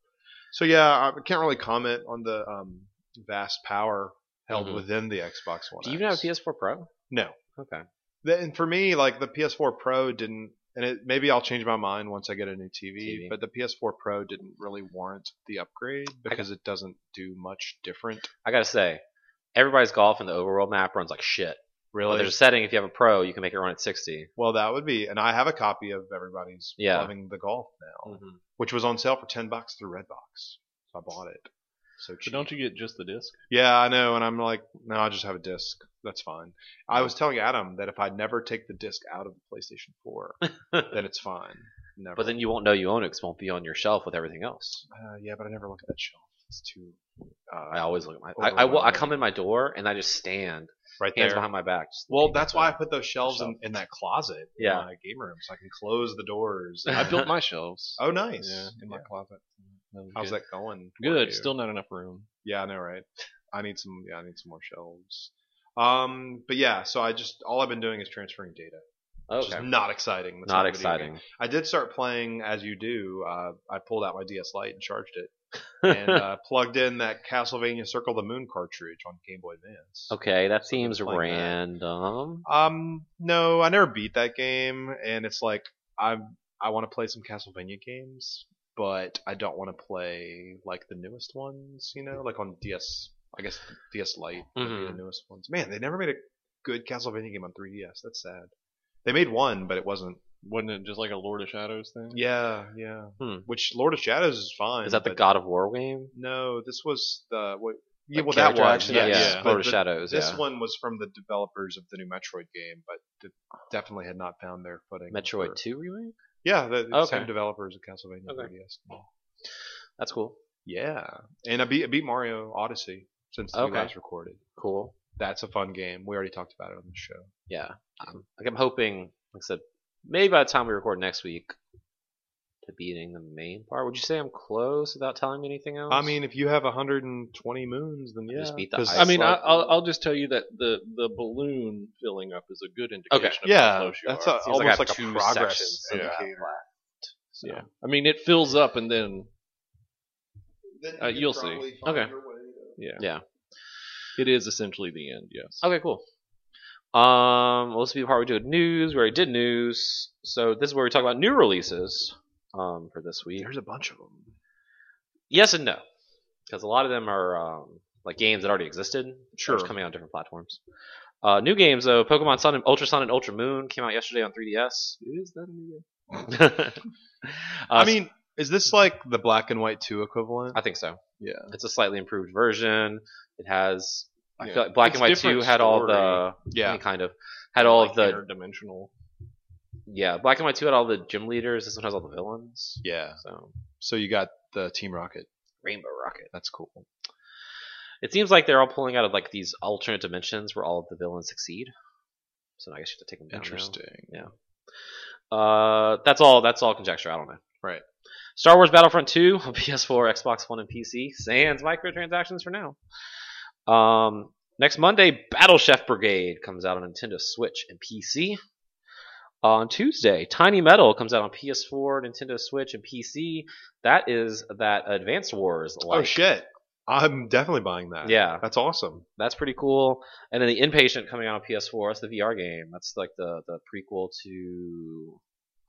Speaker 1: So yeah, I can't really comment on the um, vast power held
Speaker 3: Mhm.
Speaker 1: within the Xbox One.
Speaker 3: Do you even have a
Speaker 1: X.
Speaker 3: PS4 Pro?
Speaker 1: No.
Speaker 3: Okay.
Speaker 1: The- and for me, like the PS4 Pro didn't, and it, maybe I'll change my mind once I get a new TV,
Speaker 3: TV.
Speaker 1: But the PS4 Pro didn't really warrant the upgrade because it doesn't do much different.
Speaker 3: I gotta say, everybody's golf in the overworld map runs like shit. But
Speaker 1: Really,
Speaker 3: there's a setting if you have a Pro, you can make it run at 60.
Speaker 1: well, that would be, and I have a copy of everybody's
Speaker 3: Yeah. Mm-hmm.
Speaker 1: loving the golf now, which was on sale for ten bucks through Redbox. So I bought it. So
Speaker 2: So
Speaker 1: cheap.
Speaker 2: don't you get just the disc?
Speaker 1: Yeah, I know, and I'm like, no, I just have a disc. That's fine. I was telling Adam that if I never take the disc out of the PlayStation 4, then it's fine. Never.
Speaker 3: But then you won't know you own it 'cause it won't be on your shelf with everything else.
Speaker 1: uh, yeah, but I never look at that shelf. It's too
Speaker 3: I
Speaker 1: uh,
Speaker 3: always look at my. I, I, will- I come in my door and I just stand,
Speaker 1: right
Speaker 3: hands
Speaker 1: there.
Speaker 3: behind my back. just
Speaker 1: well,
Speaker 3: looking
Speaker 1: that's
Speaker 3: at
Speaker 1: why I
Speaker 3: the-
Speaker 1: put those shelves in, in that closet
Speaker 3: Yeah.
Speaker 1: in my game room so I can close the doors.
Speaker 2: I built my shelves.
Speaker 1: oh, nice.
Speaker 2: Yeah,
Speaker 1: in my closet.
Speaker 2: That was
Speaker 1: How's
Speaker 2: good.
Speaker 1: that going? for
Speaker 2: Good.
Speaker 1: you?
Speaker 2: Still not enough room.
Speaker 1: Yeah, I know, right? I need some. Yeah, I need some more shelves. Um, but yeah, so I just all I've been doing is transferring data, which
Speaker 3: Oh, Okay.
Speaker 1: is not exciting. That's
Speaker 3: Not
Speaker 1: a video game.
Speaker 3: exciting.
Speaker 1: I did start playing as you do. Uh, I pulled out my DS Lite and charged it, and uh, plugged in that Castlevania Circle of the Moon cartridge on Game Boy Advance.
Speaker 3: Okay, that seems
Speaker 1: like that.
Speaker 3: random.
Speaker 1: Um, no, I never beat that game, and it's like I'm I want to play some Castlevania games, but I don't want to play like the newest ones. You know, like on DS. I guess DS Lite would be
Speaker 3: Mhm.
Speaker 1: the newest ones. Man, they never made a good Castlevania game on 3DS. That's sad. They made one, but it wasn't
Speaker 2: Wasn't it just like a Lord of Shadows thing?
Speaker 1: Yeah, yeah.
Speaker 3: Hmm.
Speaker 1: Which Lord of Shadows is fine.
Speaker 3: Is that the
Speaker 1: but-
Speaker 3: God of War game?
Speaker 1: No, this was the what? Yeah,
Speaker 3: Like
Speaker 1: well, that
Speaker 3: character
Speaker 1: was
Speaker 3: action?
Speaker 1: yes,
Speaker 2: yeah.
Speaker 1: but
Speaker 3: Lord of
Speaker 1: the-
Speaker 3: Shadows.
Speaker 1: This
Speaker 3: yeah.
Speaker 1: one was from the developers of the new Metroid game, but th- definitely had not found their footing.
Speaker 3: Metroid
Speaker 1: for-
Speaker 3: Two remake.
Speaker 1: Yeah, the the
Speaker 3: Okay.
Speaker 1: same developers of Castlevania
Speaker 3: Okay.
Speaker 1: 3DS.
Speaker 3: That's cool.
Speaker 1: Yeah, and I beat, I beat Mario Odyssey since we
Speaker 3: Okay.
Speaker 1: last recorded.
Speaker 3: Cool.
Speaker 1: That's a fun game. We already talked about it on the show.
Speaker 3: Yeah. Um, like I'm hoping, like I said, maybe by the time we record next week, to beating the main part. Would you say I'm close without telling me anything else?
Speaker 1: I mean, if you have 120 moons, then yeah.
Speaker 3: Just beat the
Speaker 1: 'Cause-
Speaker 3: ice.
Speaker 2: I mean, I,
Speaker 3: love
Speaker 2: I'll,
Speaker 3: that.
Speaker 2: I'll just tell you that the, the balloon filling up is a good indication
Speaker 3: Okay.
Speaker 2: of how
Speaker 1: yeah,
Speaker 2: close you
Speaker 1: that's
Speaker 2: are.
Speaker 1: a,
Speaker 3: Seems like I
Speaker 1: almost
Speaker 3: have
Speaker 1: like,
Speaker 3: two
Speaker 1: a progress
Speaker 3: sections
Speaker 2: of
Speaker 1: indicator.
Speaker 3: so.
Speaker 2: yeah. I mean, it fills up and then
Speaker 1: Then
Speaker 2: Uh,
Speaker 1: you could
Speaker 2: you'll see.
Speaker 1: probably find
Speaker 3: Okay.
Speaker 1: your way to-
Speaker 2: yeah,
Speaker 3: Yeah.
Speaker 2: it is essentially the end. Yes.
Speaker 3: Okay, cool. Um, well, this will be the part we do with news. We already did news, so this is where we talk about new releases um, for this week.
Speaker 2: There's a bunch of them.
Speaker 3: Yes and no, because a lot of them are um, like games that already existed, they're
Speaker 1: Sure.
Speaker 3: just coming on different platforms. Uh, new games though, Pokemon Sun and Ultra Sun and Ultra Moon came out yesterday on 3DS.
Speaker 2: Is that a new
Speaker 3: Uh,
Speaker 1: I mean, is this like the black and white two equivalent?
Speaker 3: I think so.
Speaker 1: Yeah.
Speaker 3: it's a slightly improved version. It has. I
Speaker 2: Yeah.
Speaker 3: feel like Black
Speaker 2: It's
Speaker 3: and White
Speaker 2: different
Speaker 3: Two had all
Speaker 2: story.
Speaker 3: the I
Speaker 1: yeah,
Speaker 3: mean, kind of had all
Speaker 2: like
Speaker 3: of the
Speaker 2: interdimensional?
Speaker 3: yeah Black and White Two had all the gym leaders. This one has all the villains.
Speaker 1: yeah.
Speaker 3: So
Speaker 1: So you got the Team Rocket.
Speaker 3: Rainbow Rocket.
Speaker 1: That's cool.
Speaker 3: It seems like they're all pulling out of like these alternate dimensions where all of the villains succeed. So I guess you have to take them down. now.
Speaker 1: Interesting.
Speaker 3: Uh, that's all. That's all conjecture. I don't know.
Speaker 1: Right.
Speaker 3: Star Wars Battlefront 2 on PS4, Xbox One, and PC. Sans microtransactions for now. Um, next Monday, Battle Chef Brigade comes out on Nintendo Switch and PC. On Tuesday, Tiny Metal comes out on PS4, Nintendo Switch, and PC. That is that Advanced Wars.
Speaker 1: oh shit! I'm definitely buying that.
Speaker 3: Yeah,
Speaker 1: that's awesome.
Speaker 3: that's pretty cool. And then the Inpatient coming out on PS4. That's the VR game. That's like the the prequel to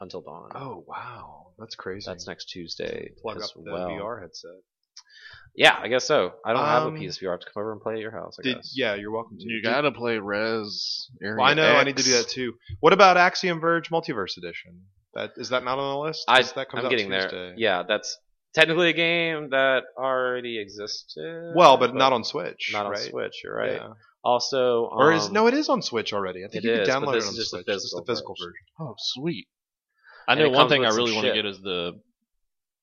Speaker 3: Until Dawn.
Speaker 1: Oh wow, that's crazy.
Speaker 3: That's next Tuesday
Speaker 1: Plug
Speaker 3: as
Speaker 1: up the
Speaker 3: well.
Speaker 1: VR headset.
Speaker 3: Yeah, I guess so. I don't have a
Speaker 1: Um,
Speaker 3: PSVR. I have to come over and play at your house. I
Speaker 1: Did,
Speaker 3: guess.
Speaker 1: yeah, you're welcome to.
Speaker 4: You
Speaker 1: Did-
Speaker 4: gotta play Res.
Speaker 1: Well, I know. I need to do that too. What about Axiom Verge Multiverse Edition? That is that not on the list?
Speaker 3: I,
Speaker 1: Is that comes
Speaker 3: I'm
Speaker 1: out
Speaker 3: getting
Speaker 1: Tuesday.
Speaker 3: there. Yeah, that's technically a game that already existed.
Speaker 1: Well, but, not on Switch.
Speaker 3: not on
Speaker 1: right?
Speaker 3: Switch. You're right.
Speaker 1: Yeah.
Speaker 3: Also, um,
Speaker 1: Or is no? It is on Switch already. I think
Speaker 3: it
Speaker 1: you can
Speaker 3: is, but
Speaker 1: download
Speaker 3: this
Speaker 1: it on
Speaker 3: is just the
Speaker 1: Switch. It's just the
Speaker 3: physical
Speaker 1: physical version.
Speaker 4: Oh, sweet.
Speaker 2: I
Speaker 3: And
Speaker 2: know
Speaker 3: it
Speaker 2: one
Speaker 3: comes
Speaker 2: thing I
Speaker 3: with some
Speaker 2: really want to
Speaker 3: shit.
Speaker 2: get is the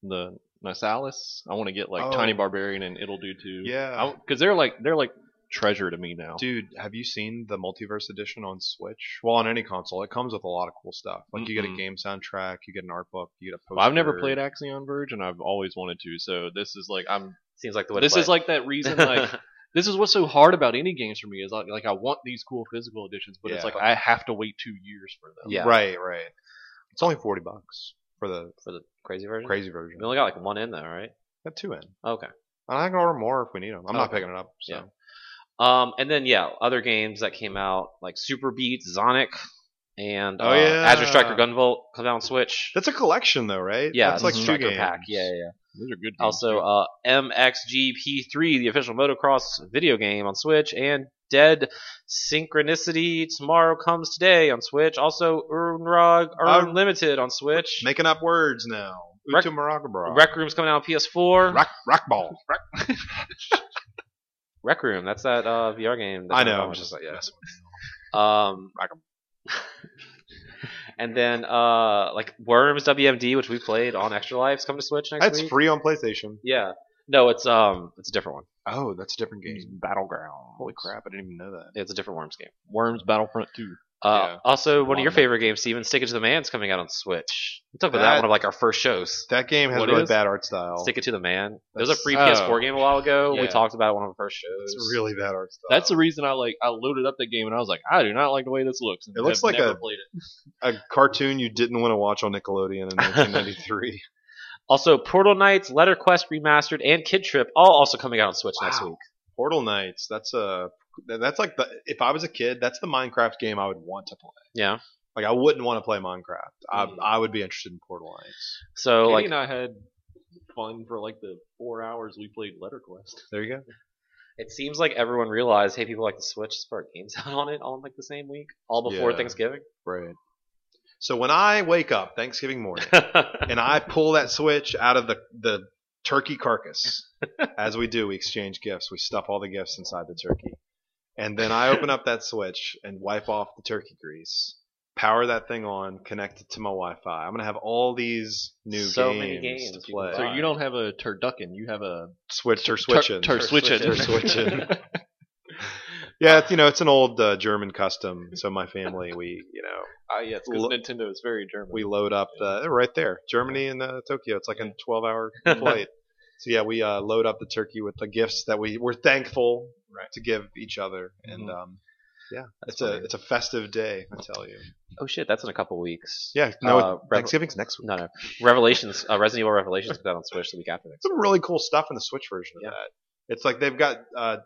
Speaker 2: the Nisalis. I want to get like
Speaker 1: Oh.
Speaker 2: Tiny Barbarian and It'll Do Too.
Speaker 1: Yeah,
Speaker 2: because they're like they're like treasure to me now.
Speaker 1: dude. Have you seen the Multiverse Edition on Switch? Well, on any console, it comes with a lot of cool stuff. Like you get a
Speaker 2: Mhm.
Speaker 1: game soundtrack, you get an art book, you get a poster.
Speaker 2: I've never played Axion Verge, and I've always wanted to. So this is like I'm.
Speaker 3: seems like the way. to
Speaker 2: this
Speaker 3: play
Speaker 2: is
Speaker 3: it.
Speaker 2: like that reason. Like this is what's so hard about any games for me is like, like I want these cool physical editions, but it's
Speaker 1: Yeah.
Speaker 2: like I have to wait two years for them.
Speaker 3: Yeah.
Speaker 1: Right, right. It's only forty bucks for the
Speaker 3: for the crazy version.
Speaker 1: crazy version.
Speaker 3: We only got like one in though, right?
Speaker 1: Got two in, and
Speaker 3: Okay.
Speaker 1: I can order more if we need them. I'm not
Speaker 3: Okay.
Speaker 1: picking it up. So.
Speaker 3: Yeah. Um, and then yeah, other games that came out like Super Beat, Sonic, and
Speaker 1: Oh,
Speaker 3: uh,
Speaker 1: yeah.
Speaker 3: Azure Striker Gunvolt come out on Switch.
Speaker 1: That's a collection, though, right?
Speaker 3: yeah,
Speaker 1: that's like two
Speaker 3: Striker
Speaker 1: games.
Speaker 3: pack. Yeah, yeah. yeah.
Speaker 2: These are good. games,
Speaker 3: Also,
Speaker 2: too.
Speaker 3: uh, MXGP3, the official motocross video game on Switch, and Dead Synchronicity Tomorrow Comes Today on Switch. Also, Urnrog
Speaker 1: Um,
Speaker 3: Unlimited on Switch.
Speaker 1: Making up words now.
Speaker 3: Rec-
Speaker 1: Utu Maragabra.
Speaker 3: Rec Room's coming out on PS4.
Speaker 1: rock, rock ball.
Speaker 3: Rec Room, that's that uh, VR game. That
Speaker 1: I
Speaker 3: came out
Speaker 1: know.
Speaker 3: on
Speaker 1: I'm just
Speaker 3: Switch.
Speaker 1: like, yes.
Speaker 3: Um, and then uh, like Worms WMD, which we played on Extra Life's coming to Switch next
Speaker 1: That's
Speaker 3: week.
Speaker 1: free on PlayStation.
Speaker 3: Yeah. No, it's um, it's a different one.
Speaker 1: Oh, that's a different game.
Speaker 3: Mm,
Speaker 4: Battleground.
Speaker 1: Holy crap! I didn't even know that.
Speaker 3: It's a different Worms game.
Speaker 2: Worms Battlefront Two.
Speaker 3: Uh,
Speaker 1: Yeah.
Speaker 3: Also, one of
Speaker 2: Long
Speaker 3: your
Speaker 2: enough.
Speaker 3: favorite games, Steven, Stick It to the Man's coming out on Switch. We talked about that,
Speaker 1: That-
Speaker 3: one of like our first shows.
Speaker 1: That game has
Speaker 3: What
Speaker 1: really
Speaker 3: is?
Speaker 1: bad art style.
Speaker 3: Stick It to the Man. There was a
Speaker 1: That's-
Speaker 3: free
Speaker 2: oh.
Speaker 3: PS4 game a while ago. We
Speaker 2: Yeah.
Speaker 3: talked about it one of our first shows.
Speaker 1: It's really bad art style.
Speaker 2: That's the reason I like I loaded up that game and I was like, I do not like the way this looks. and
Speaker 1: It looks
Speaker 2: have
Speaker 1: like
Speaker 2: never
Speaker 1: a-
Speaker 2: played it.
Speaker 1: a cartoon you didn't want to watch on Nickelodeon in 1993.
Speaker 3: Also, Portal Knights, Letter Quest Remastered, and Kid Trip all also coming out on Switch next
Speaker 1: Wow.
Speaker 3: week.
Speaker 1: Portal Knights. That's a that's like the if I was a kid, that's the Minecraft game I would want to play.
Speaker 3: Yeah.
Speaker 1: Like I wouldn't want to play Minecraft. I,
Speaker 3: Mm-hmm.
Speaker 2: Mm.
Speaker 1: I would be interested in Portal Knights.
Speaker 3: So,
Speaker 2: Katie
Speaker 3: like,
Speaker 2: and I had fun for like the four hours we played LetterQuest.
Speaker 1: There you go.
Speaker 3: it seems like everyone realized, hey, people like the Switch to start games out on it all in like the same week, all before
Speaker 1: Yeah.
Speaker 3: Thanksgiving.
Speaker 1: Right. So when I wake up Thanksgiving morning and I pull that switch out of the the turkey carcass, as we do, we exchange gifts. We stuff all the gifts inside the turkey, and then I open up that switch and wipe off the turkey grease. Power that thing on, connect it to my Wi-Fi. I'm gonna have all these new
Speaker 3: So
Speaker 1: games,
Speaker 3: many games
Speaker 1: to
Speaker 3: you can
Speaker 1: play.
Speaker 2: So
Speaker 3: Right.
Speaker 2: you don't have a turducken, you have a
Speaker 1: Switch or switching.
Speaker 2: Tur- tur- switchin'.
Speaker 1: Tur- switchin'. Yeah, it's, you know, it's an old uh, German custom. So my family, we, you know,
Speaker 2: Ah, yes, because
Speaker 1: Lo-
Speaker 2: Nintendo is very German.
Speaker 1: we load up the right there, Germany and uh, Tokyo. It's like a 12-hour flight. so yeah, we uh, load up the turkey with the gifts that we we're thankful to give each other, and um, yeah, it's a
Speaker 3: Mm-hmm. funny.
Speaker 1: it's a festive day, I tell you.
Speaker 3: Oh shit, that's in a couple weeks.
Speaker 1: Yeah, no,
Speaker 3: Uh, Rev-
Speaker 1: Thanksgiving's next week.
Speaker 3: No, no. Revelations, uh, Resident Evil Revelations comes out on Switch the week after next.
Speaker 1: Some really cool stuff in the Switch version of
Speaker 3: Yeah.
Speaker 1: that. It's like they've got uh,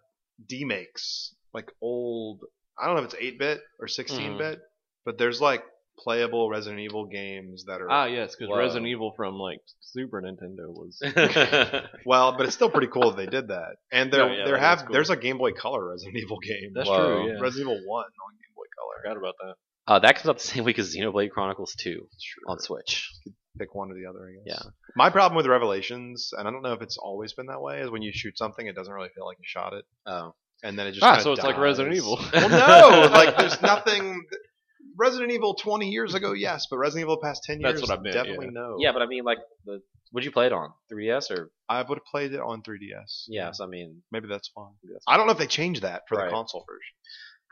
Speaker 1: D-makes, like old. I don't know if it's 8-bit or 16-bit,
Speaker 3: Mm-hmm.
Speaker 1: but there's like playable Resident Evil games that are
Speaker 2: Ah, yes, because
Speaker 3: Whoa.
Speaker 2: Resident Evil from like Super Nintendo was.
Speaker 1: Well, but it's still pretty cool that they did that. And there,
Speaker 2: No, yeah,
Speaker 1: there
Speaker 2: that
Speaker 1: have
Speaker 2: is cool.
Speaker 1: there's a Game Boy Color Resident Evil game.
Speaker 2: That's
Speaker 3: Whoa.
Speaker 2: true. Yeah,
Speaker 1: Resident Evil One on Game Boy Color.
Speaker 2: forgot about that.
Speaker 3: Uh, that comes out the same week as Xenoblade Chronicles 2
Speaker 1: Sure.
Speaker 3: on Switch.
Speaker 1: Pick one or the other, I guess.
Speaker 3: Yeah.
Speaker 1: My problem with Revelations, and I don't know if it's always been that way, is when you shoot something, it doesn't really feel like you shot it,
Speaker 3: Oh.
Speaker 1: and then it just
Speaker 2: Ah,
Speaker 1: kinda
Speaker 2: so it's like
Speaker 1: dies.
Speaker 2: Resident Evil.
Speaker 1: well, no, like there's nothing. Resident Evil 20 years ago, yes, but Resident Evil past 10
Speaker 2: That's
Speaker 1: years,
Speaker 2: what I meant,
Speaker 1: definitely no.
Speaker 3: Yeah, but I mean, like, the would you play it on 3DS or?
Speaker 1: I would have played it on 3DS.
Speaker 3: Yeah, so I mean,
Speaker 1: maybe that's why.
Speaker 3: because
Speaker 1: I don't know if they changed that for
Speaker 3: Right.
Speaker 1: the console version.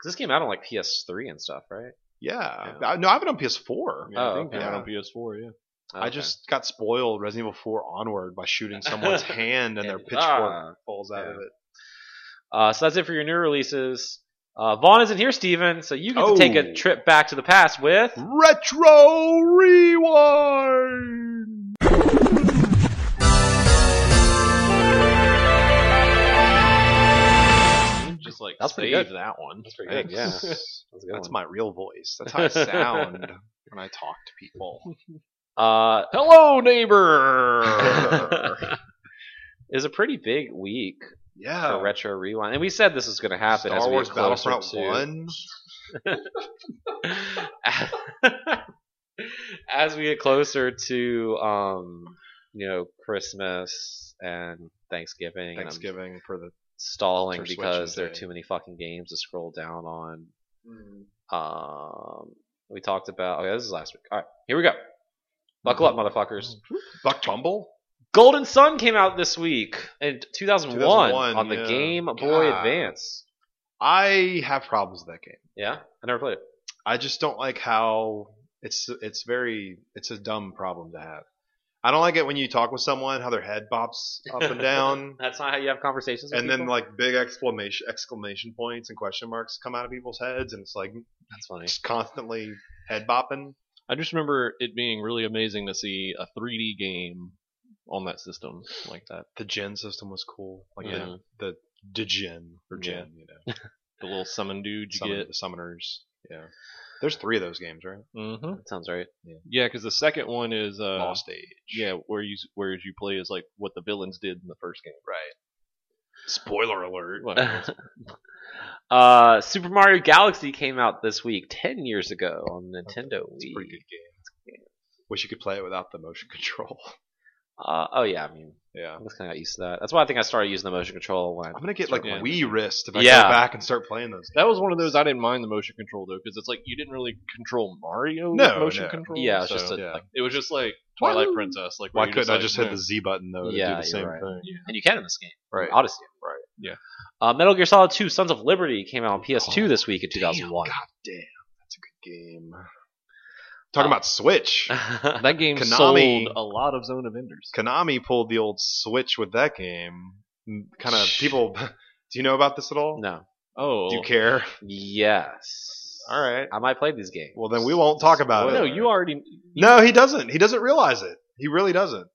Speaker 3: this came out on like PS3 and stuff, right?
Speaker 1: Yeah, I, no, I have it on PS4.
Speaker 2: Yeah, I
Speaker 3: Oh,
Speaker 2: think
Speaker 1: okay.
Speaker 2: yeah. on PS4. Yeah.
Speaker 1: I
Speaker 3: Okay.
Speaker 1: just got spoiled Resident Evil 4 onward by shooting someone's hand and their
Speaker 3: Yeah.
Speaker 1: pitchfork
Speaker 3: Ah.
Speaker 1: falls out of it.
Speaker 3: Uh, so that's it for your new releases. Uh, Vaughn isn't here, Steven, so you get to take a
Speaker 1: Oh. Hmm?
Speaker 3: trip back to the past with.
Speaker 1: Retro Rewind!
Speaker 2: Just like
Speaker 3: That's pretty
Speaker 2: save
Speaker 3: good.
Speaker 2: that one.
Speaker 3: That's pretty good. Yeah,
Speaker 1: That's,
Speaker 3: that's a good one.
Speaker 1: my real voice. That's how I sound when I talk to people.
Speaker 3: Uh,
Speaker 2: Hello, neighbor.
Speaker 3: it was a pretty big week for
Speaker 1: Yeah.
Speaker 3: retro rewind, and we said this was going to happen. as
Speaker 1: Star
Speaker 3: we
Speaker 1: Wars
Speaker 3: get closer
Speaker 1: Battlefront
Speaker 3: to-
Speaker 1: 1.
Speaker 3: as we get closer to um, you know Christmas and Thanksgiving, and I'm
Speaker 1: Thanksgiving for the.
Speaker 3: stalling
Speaker 1: For Switch
Speaker 3: because
Speaker 1: and
Speaker 3: there are
Speaker 1: thing.
Speaker 3: too many fucking games to scroll down on.
Speaker 1: Mm-hmm.
Speaker 3: Um, we talked about. Okay, this is last week. All right, here we go. Buckle up, motherfuckers.
Speaker 1: Mm-hmm. Buck Bumble?
Speaker 3: Golden Sun came out this week in 2001,
Speaker 1: 2001,
Speaker 3: on the
Speaker 1: yeah.
Speaker 3: Game Boy
Speaker 1: God.
Speaker 3: Advance.
Speaker 1: I have problems with that game.
Speaker 3: Yeah, I never played it.
Speaker 1: I just don't like how it's it's very it's a dumb problem to have. I don't like it when you talk with someone how their head bops up and down,
Speaker 3: That's not how you have conversations. with
Speaker 1: and then
Speaker 3: people?
Speaker 1: like big exclamation exclamation points and question marks come out of people's heads, and it's like
Speaker 3: that's funny.
Speaker 1: just constantly head bopping.
Speaker 2: I just remember it being really amazing to see a 3D game on that system like that.
Speaker 1: The Gen system was cool, like
Speaker 2: Yeah.
Speaker 1: the the Degen or Gen,
Speaker 2: Yeah.
Speaker 1: you know,
Speaker 2: The little summon dude you
Speaker 1: summon-
Speaker 2: get.
Speaker 1: the summoners. Yeah, there's three of those games, right?
Speaker 2: Mm-hmm.
Speaker 3: That sounds right.
Speaker 2: Yeah, because the second one is uh,
Speaker 1: Lost Age.
Speaker 2: Yeah, where you where you play is like what the villains did in the first game.
Speaker 1: right. Spoiler alert.
Speaker 2: Well,
Speaker 3: uh, Super Mario Galaxy came out this week, ten years ago on Nintendo
Speaker 1: It's a
Speaker 3: Wii.
Speaker 1: pretty good game. Wish you could play it without the motion control.
Speaker 3: Uh, oh yeah, I mean,
Speaker 1: Yeah. Oh,
Speaker 3: I just kind of got used to that. That's why I think I started using the motion control when I
Speaker 1: I'm gonna get like
Speaker 2: Yeah.
Speaker 1: Wii wrist if I
Speaker 3: Yeah.
Speaker 1: go back and start playing those.
Speaker 2: that was one of those I didn't mind the motion control though, because it's like you didn't really control Mario with
Speaker 1: No,
Speaker 2: motion
Speaker 1: no.
Speaker 2: control.
Speaker 3: Yeah, it's
Speaker 2: so-
Speaker 3: just a,
Speaker 1: yeah.
Speaker 3: like,
Speaker 2: it was just like Twilight
Speaker 1: Why-
Speaker 2: Princess. Like where
Speaker 1: Why
Speaker 2: you're
Speaker 1: couldn't I
Speaker 2: like,
Speaker 1: just hit
Speaker 2: no.
Speaker 1: the Z button though to
Speaker 3: Yeah,
Speaker 1: do
Speaker 3: you're
Speaker 1: the same
Speaker 3: right.
Speaker 1: thing?
Speaker 3: and you can in this game,
Speaker 1: Right.
Speaker 3: Odyssey.
Speaker 1: Right.
Speaker 2: Yeah.
Speaker 3: Uh, Metal Gear Solid 2: Sons of Liberty came out on PS2
Speaker 1: Oh,
Speaker 3: this week in 2001.
Speaker 1: That's a good game. Talking about Switch.
Speaker 2: That game
Speaker 1: Konami-
Speaker 2: sold a lot of Zone of Enders.
Speaker 1: Konami pulled the old Switch with that game. Kind of people. Do you know about this at all?
Speaker 3: no.
Speaker 2: Oh,
Speaker 1: Do you care?
Speaker 3: Yes.
Speaker 1: All right.
Speaker 3: I might play these games.
Speaker 1: Well, then we won't talk about
Speaker 2: Well,
Speaker 1: it.
Speaker 2: no, you already.
Speaker 1: No, he doesn't. He doesn't realize it. He really doesn't.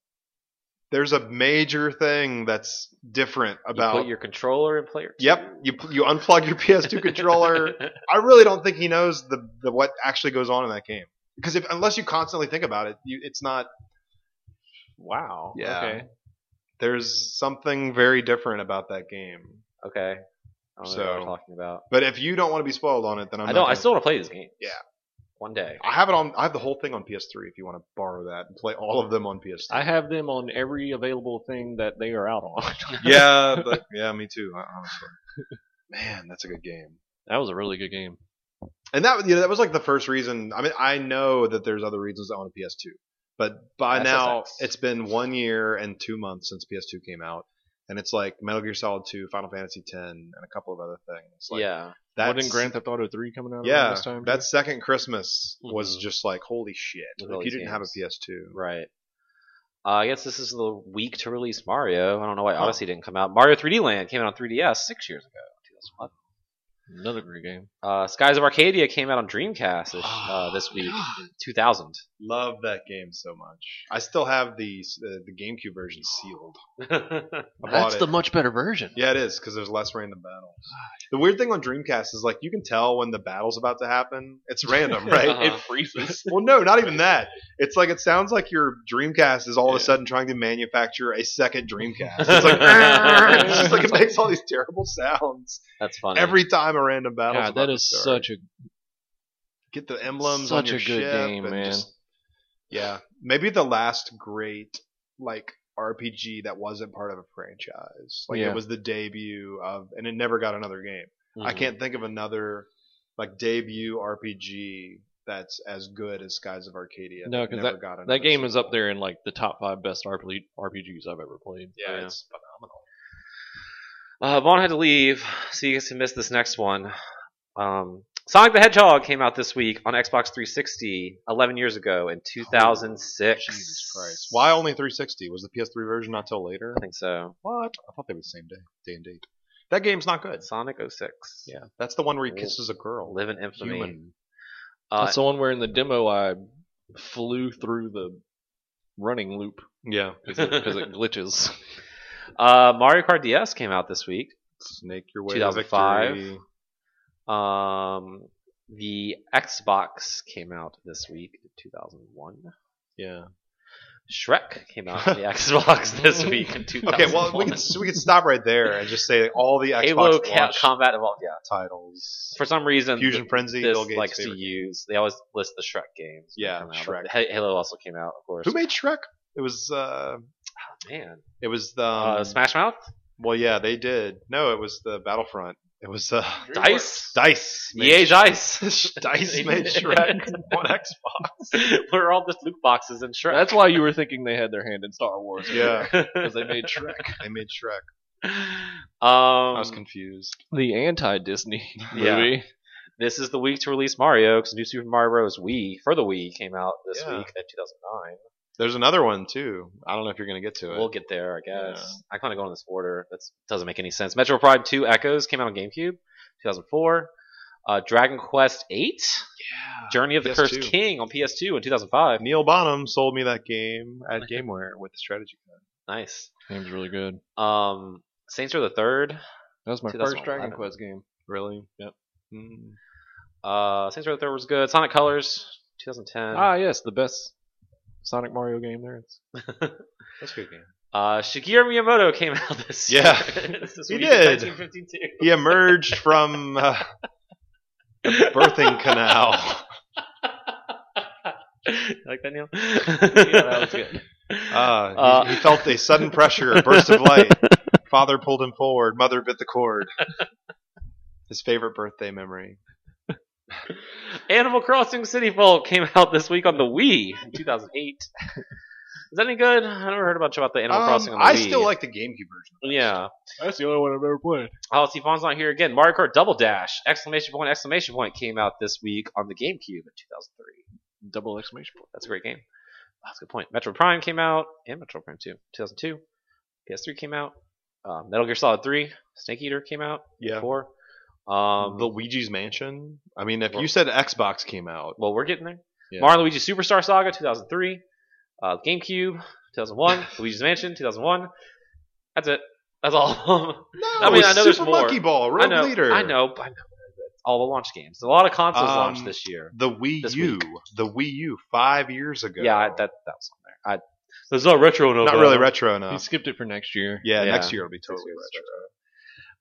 Speaker 1: There's a major thing that's different
Speaker 3: About
Speaker 1: about.
Speaker 3: you put your controller in player. two.
Speaker 1: Yep, you you unplug your PS2 controller I really don't think he knows the, the what actually goes on in that game because if unless you constantly think about it, you, it's not.
Speaker 2: Wow.
Speaker 1: Yeah.
Speaker 2: Okay.
Speaker 1: There's something very different about that game.
Speaker 3: okay. I don't know what
Speaker 1: So-
Speaker 3: we're talking about.
Speaker 1: But if you don't want to be spoiled on it, then I'm
Speaker 3: I'm
Speaker 1: not
Speaker 3: I do not I
Speaker 1: gonna-
Speaker 3: still want to play these games.
Speaker 1: Yeah.
Speaker 3: One day.
Speaker 1: I have it on. I have the whole thing on PS3. If you want to borrow that and play all of them on PS3.
Speaker 2: I have them on every available thing that they are out on.
Speaker 1: yeah, but, yeah, me too. hon- Honestly, man, that's a good game.
Speaker 2: that was a really good game.
Speaker 1: And that you know, that was like the first reason. I mean, I know that there's other reasons I own a PS2, but by now
Speaker 3: SSX.
Speaker 1: it's been one year and two months since PS2 came out, and it's like Metal Gear Solid 2, Final Fantasy 10, and a couple of other things. Like,
Speaker 3: yeah.
Speaker 2: What
Speaker 1: that's
Speaker 2: in Grand Theft Auto 3 coming out? around
Speaker 1: yeah,
Speaker 2: this time? Mm-hmm.
Speaker 1: that second Christmas was
Speaker 3: Mhm.
Speaker 1: just like holy shit.
Speaker 3: With all
Speaker 1: Like, you
Speaker 3: these
Speaker 1: didn't have a
Speaker 3: games.
Speaker 1: PS2.
Speaker 3: Right. Uh, I guess this is the week to release Mario. I don't know why Odyssey didn't come out. Mario 3D Land came out on 3DS six years ago. 2001.
Speaker 2: another great game.
Speaker 3: Uh, Skies of Arcadia came out on Dreamcast this,
Speaker 1: Oh,
Speaker 3: uh, this week, in 2000.
Speaker 1: Love that game so much. I still have the uh, the GameCube version sealed. I
Speaker 2: That's
Speaker 1: bought
Speaker 2: the
Speaker 1: it.
Speaker 2: much better version.
Speaker 1: Yeah, it is because there's less random battles. The weird thing on Dreamcast is like you can tell when the battle's about to happen. It's random, right?
Speaker 3: Uh-huh.
Speaker 2: It freezes.
Speaker 1: Well, no, not even that. It's like it sounds like your Dreamcast is all of a
Speaker 2: Yeah.
Speaker 1: sudden trying to manufacture a second Dreamcast. It's like, it's just like it makes all these terrible sounds
Speaker 3: That's funny.
Speaker 1: every time a random battle.
Speaker 2: God, that is such a
Speaker 1: get the emblems
Speaker 2: such
Speaker 1: on your
Speaker 2: a good
Speaker 1: ship
Speaker 2: game,
Speaker 1: and
Speaker 2: man.
Speaker 1: just- yeah, maybe the last great like RPG that wasn't part of a franchise. Like
Speaker 2: Yeah.
Speaker 1: it was the debut of, and it never got another game.
Speaker 3: Mhm.
Speaker 2: Mm-hmm.
Speaker 1: I can't think of another like debut RPG that's as good as Skies of Arcadia.
Speaker 2: No,
Speaker 1: that
Speaker 2: 'cause
Speaker 1: never got
Speaker 2: that
Speaker 1: another
Speaker 2: game is
Speaker 1: sequel.
Speaker 2: up there in like the top five best RPG RPGs I've ever played.
Speaker 1: Yeah,
Speaker 3: Yeah.
Speaker 1: it's phenomenal.
Speaker 3: Uh, Vaughn had to leave, so you guys can miss this next one. Um, Sonic the Hedgehog came out this week on Xbox 360 11 years ago in 2006.
Speaker 1: Oh, Jesus Christ! Why only 360? Was the PS3 version not till later?
Speaker 3: I think so.
Speaker 1: What? I thought they were the same day, day and date. That game's not good.
Speaker 3: Sonic 06.
Speaker 1: Yeah, that's the one where he kisses a girl.
Speaker 3: Live in infamy.
Speaker 1: Human.
Speaker 3: Uh,
Speaker 2: That's the one where in the demo I flew through the running loop
Speaker 1: Yeah,
Speaker 2: because it, 'cause it glitches.
Speaker 3: uh, Mario Kart DS came out this week.
Speaker 1: snake your way.
Speaker 3: 2005.
Speaker 1: To victory.
Speaker 3: Um, the Xbox came out this week, 2001.
Speaker 1: Yeah.
Speaker 3: Shrek came out on the Xbox this week in 2001.
Speaker 1: Okay, well we can we can stop right there and just say all the Xbox
Speaker 3: Halo Ca-
Speaker 1: launch
Speaker 3: Combat Evolved. Yeah,
Speaker 1: titles.
Speaker 3: for some reason,
Speaker 1: Fusion
Speaker 3: th-
Speaker 1: Frenzy.
Speaker 3: this
Speaker 1: Bill Gates'
Speaker 3: likes to
Speaker 1: favorite game.
Speaker 3: use. They always list the Shrek games. when they
Speaker 1: Yeah,
Speaker 3: come out,
Speaker 1: Shrek.
Speaker 3: but Ha- Halo also came out, of course.
Speaker 1: Who made Shrek? It was uh,
Speaker 3: Man,
Speaker 1: it was the
Speaker 3: uh, Smash Mouth,
Speaker 1: Well, yeah, they did. No, it was the Battlefront. It was uh,
Speaker 3: Dice,
Speaker 1: Dice.
Speaker 3: EA Dice.
Speaker 1: Dice made Shrek on Xbox.
Speaker 3: We're all just loot boxes in Shrek.
Speaker 2: That's why you were thinking they had their hand in Star Wars.
Speaker 1: Yeah,
Speaker 2: because they made Shrek
Speaker 1: they made Shrek.
Speaker 3: um,
Speaker 1: I was confused.
Speaker 2: the anti-Disney
Speaker 3: Yeah.
Speaker 2: movie.
Speaker 3: this is the week to release Mario because New Super Mario Bros. Wii for the Wii came out this
Speaker 1: Yeah.
Speaker 3: week in 2009.
Speaker 1: There's another one too. I don't know if you're gonna get to it.
Speaker 3: We'll get there, I guess. I kind of go in this order. That doesn't make any sense. Metro Prime 2 Echoes came out on GameCube, 2004. Uh, Dragon Quest 8,
Speaker 1: yeah.
Speaker 3: Journey of the
Speaker 1: PS2.
Speaker 3: Cursed King on PS2 in 2005.
Speaker 1: Neil Bonham sold me that game at GameWare with the strategy guide.
Speaker 3: Nice.
Speaker 2: Game's really good.
Speaker 3: Um, Saints Row the Third.
Speaker 2: That was my first
Speaker 3: 2011.
Speaker 2: Dragon Quest game. Really? Yep.
Speaker 1: Hmm.
Speaker 3: Uh, Saints Row the Third was good. Sonic Colors, 2010.
Speaker 2: Ah, yes, the best Sonic Mario game there is.
Speaker 1: That's a good game.
Speaker 3: Uh, Shigeru Miyamoto came out this
Speaker 1: Yeah.
Speaker 3: year. this is
Speaker 1: He
Speaker 3: week,
Speaker 1: did.
Speaker 3: 1952.
Speaker 1: He emerged from uh, the birthing canal.
Speaker 3: You like that, Neil? yeah,
Speaker 2: that was good.
Speaker 1: Uh, he,
Speaker 3: Uh,
Speaker 1: he felt a sudden pressure, a burst of light. Father pulled him forward. Mother bit the cord. His favorite birthday memory.
Speaker 3: Animal Crossing City Folk came out this week on the Wii in 2008. Is that any good? I never heard much about the Animal
Speaker 1: Um,
Speaker 3: Crossing on the
Speaker 1: I
Speaker 3: Wii.
Speaker 1: still like the GameCube version.
Speaker 3: Yeah.
Speaker 2: That's the only one I've ever played.
Speaker 3: Oh, Stefan's not here again. Mario Kart Double Dash! Exclamation point! Exclamation point! Came out this week on the GameCube in 2003.
Speaker 2: Double exclamation point.
Speaker 3: That's a great game. That's a good point. Metro Prime came out, and Metro Prime 2, 2002. PS3 came out. Um, Metal Gear Solid 3, Snake Eater came out.
Speaker 1: Yeah. Mm-hmm.
Speaker 3: 4. Um,
Speaker 1: the Luigi's Mansion. I mean, if
Speaker 3: Well-
Speaker 1: you said Xbox came out,
Speaker 3: well, we're getting there.
Speaker 1: Yeah.
Speaker 3: Mario and Luigi Superstar Saga, 2003. Uh, GameCube, 2001. Luigi's Mansion, 2001. That's it. That's all of them.
Speaker 1: no,
Speaker 3: I mean,
Speaker 1: it's
Speaker 3: I know there's
Speaker 1: Super
Speaker 3: more.
Speaker 1: Monkey Ball, Rogue
Speaker 3: I know.
Speaker 1: Leader.
Speaker 3: I know. but I know. It's all the launch games. A lot of consoles
Speaker 1: Um,
Speaker 3: launched this year.
Speaker 1: The Wii
Speaker 3: This
Speaker 1: U,
Speaker 3: week.
Speaker 1: the Wii U, five years ago.
Speaker 3: Yeah, I, that that was on there. I, there's no retro enough.
Speaker 1: not really retro enough.
Speaker 2: He skipped it for next year.
Speaker 1: yeah,
Speaker 3: Yeah.
Speaker 1: next year it'll be totally
Speaker 3: year's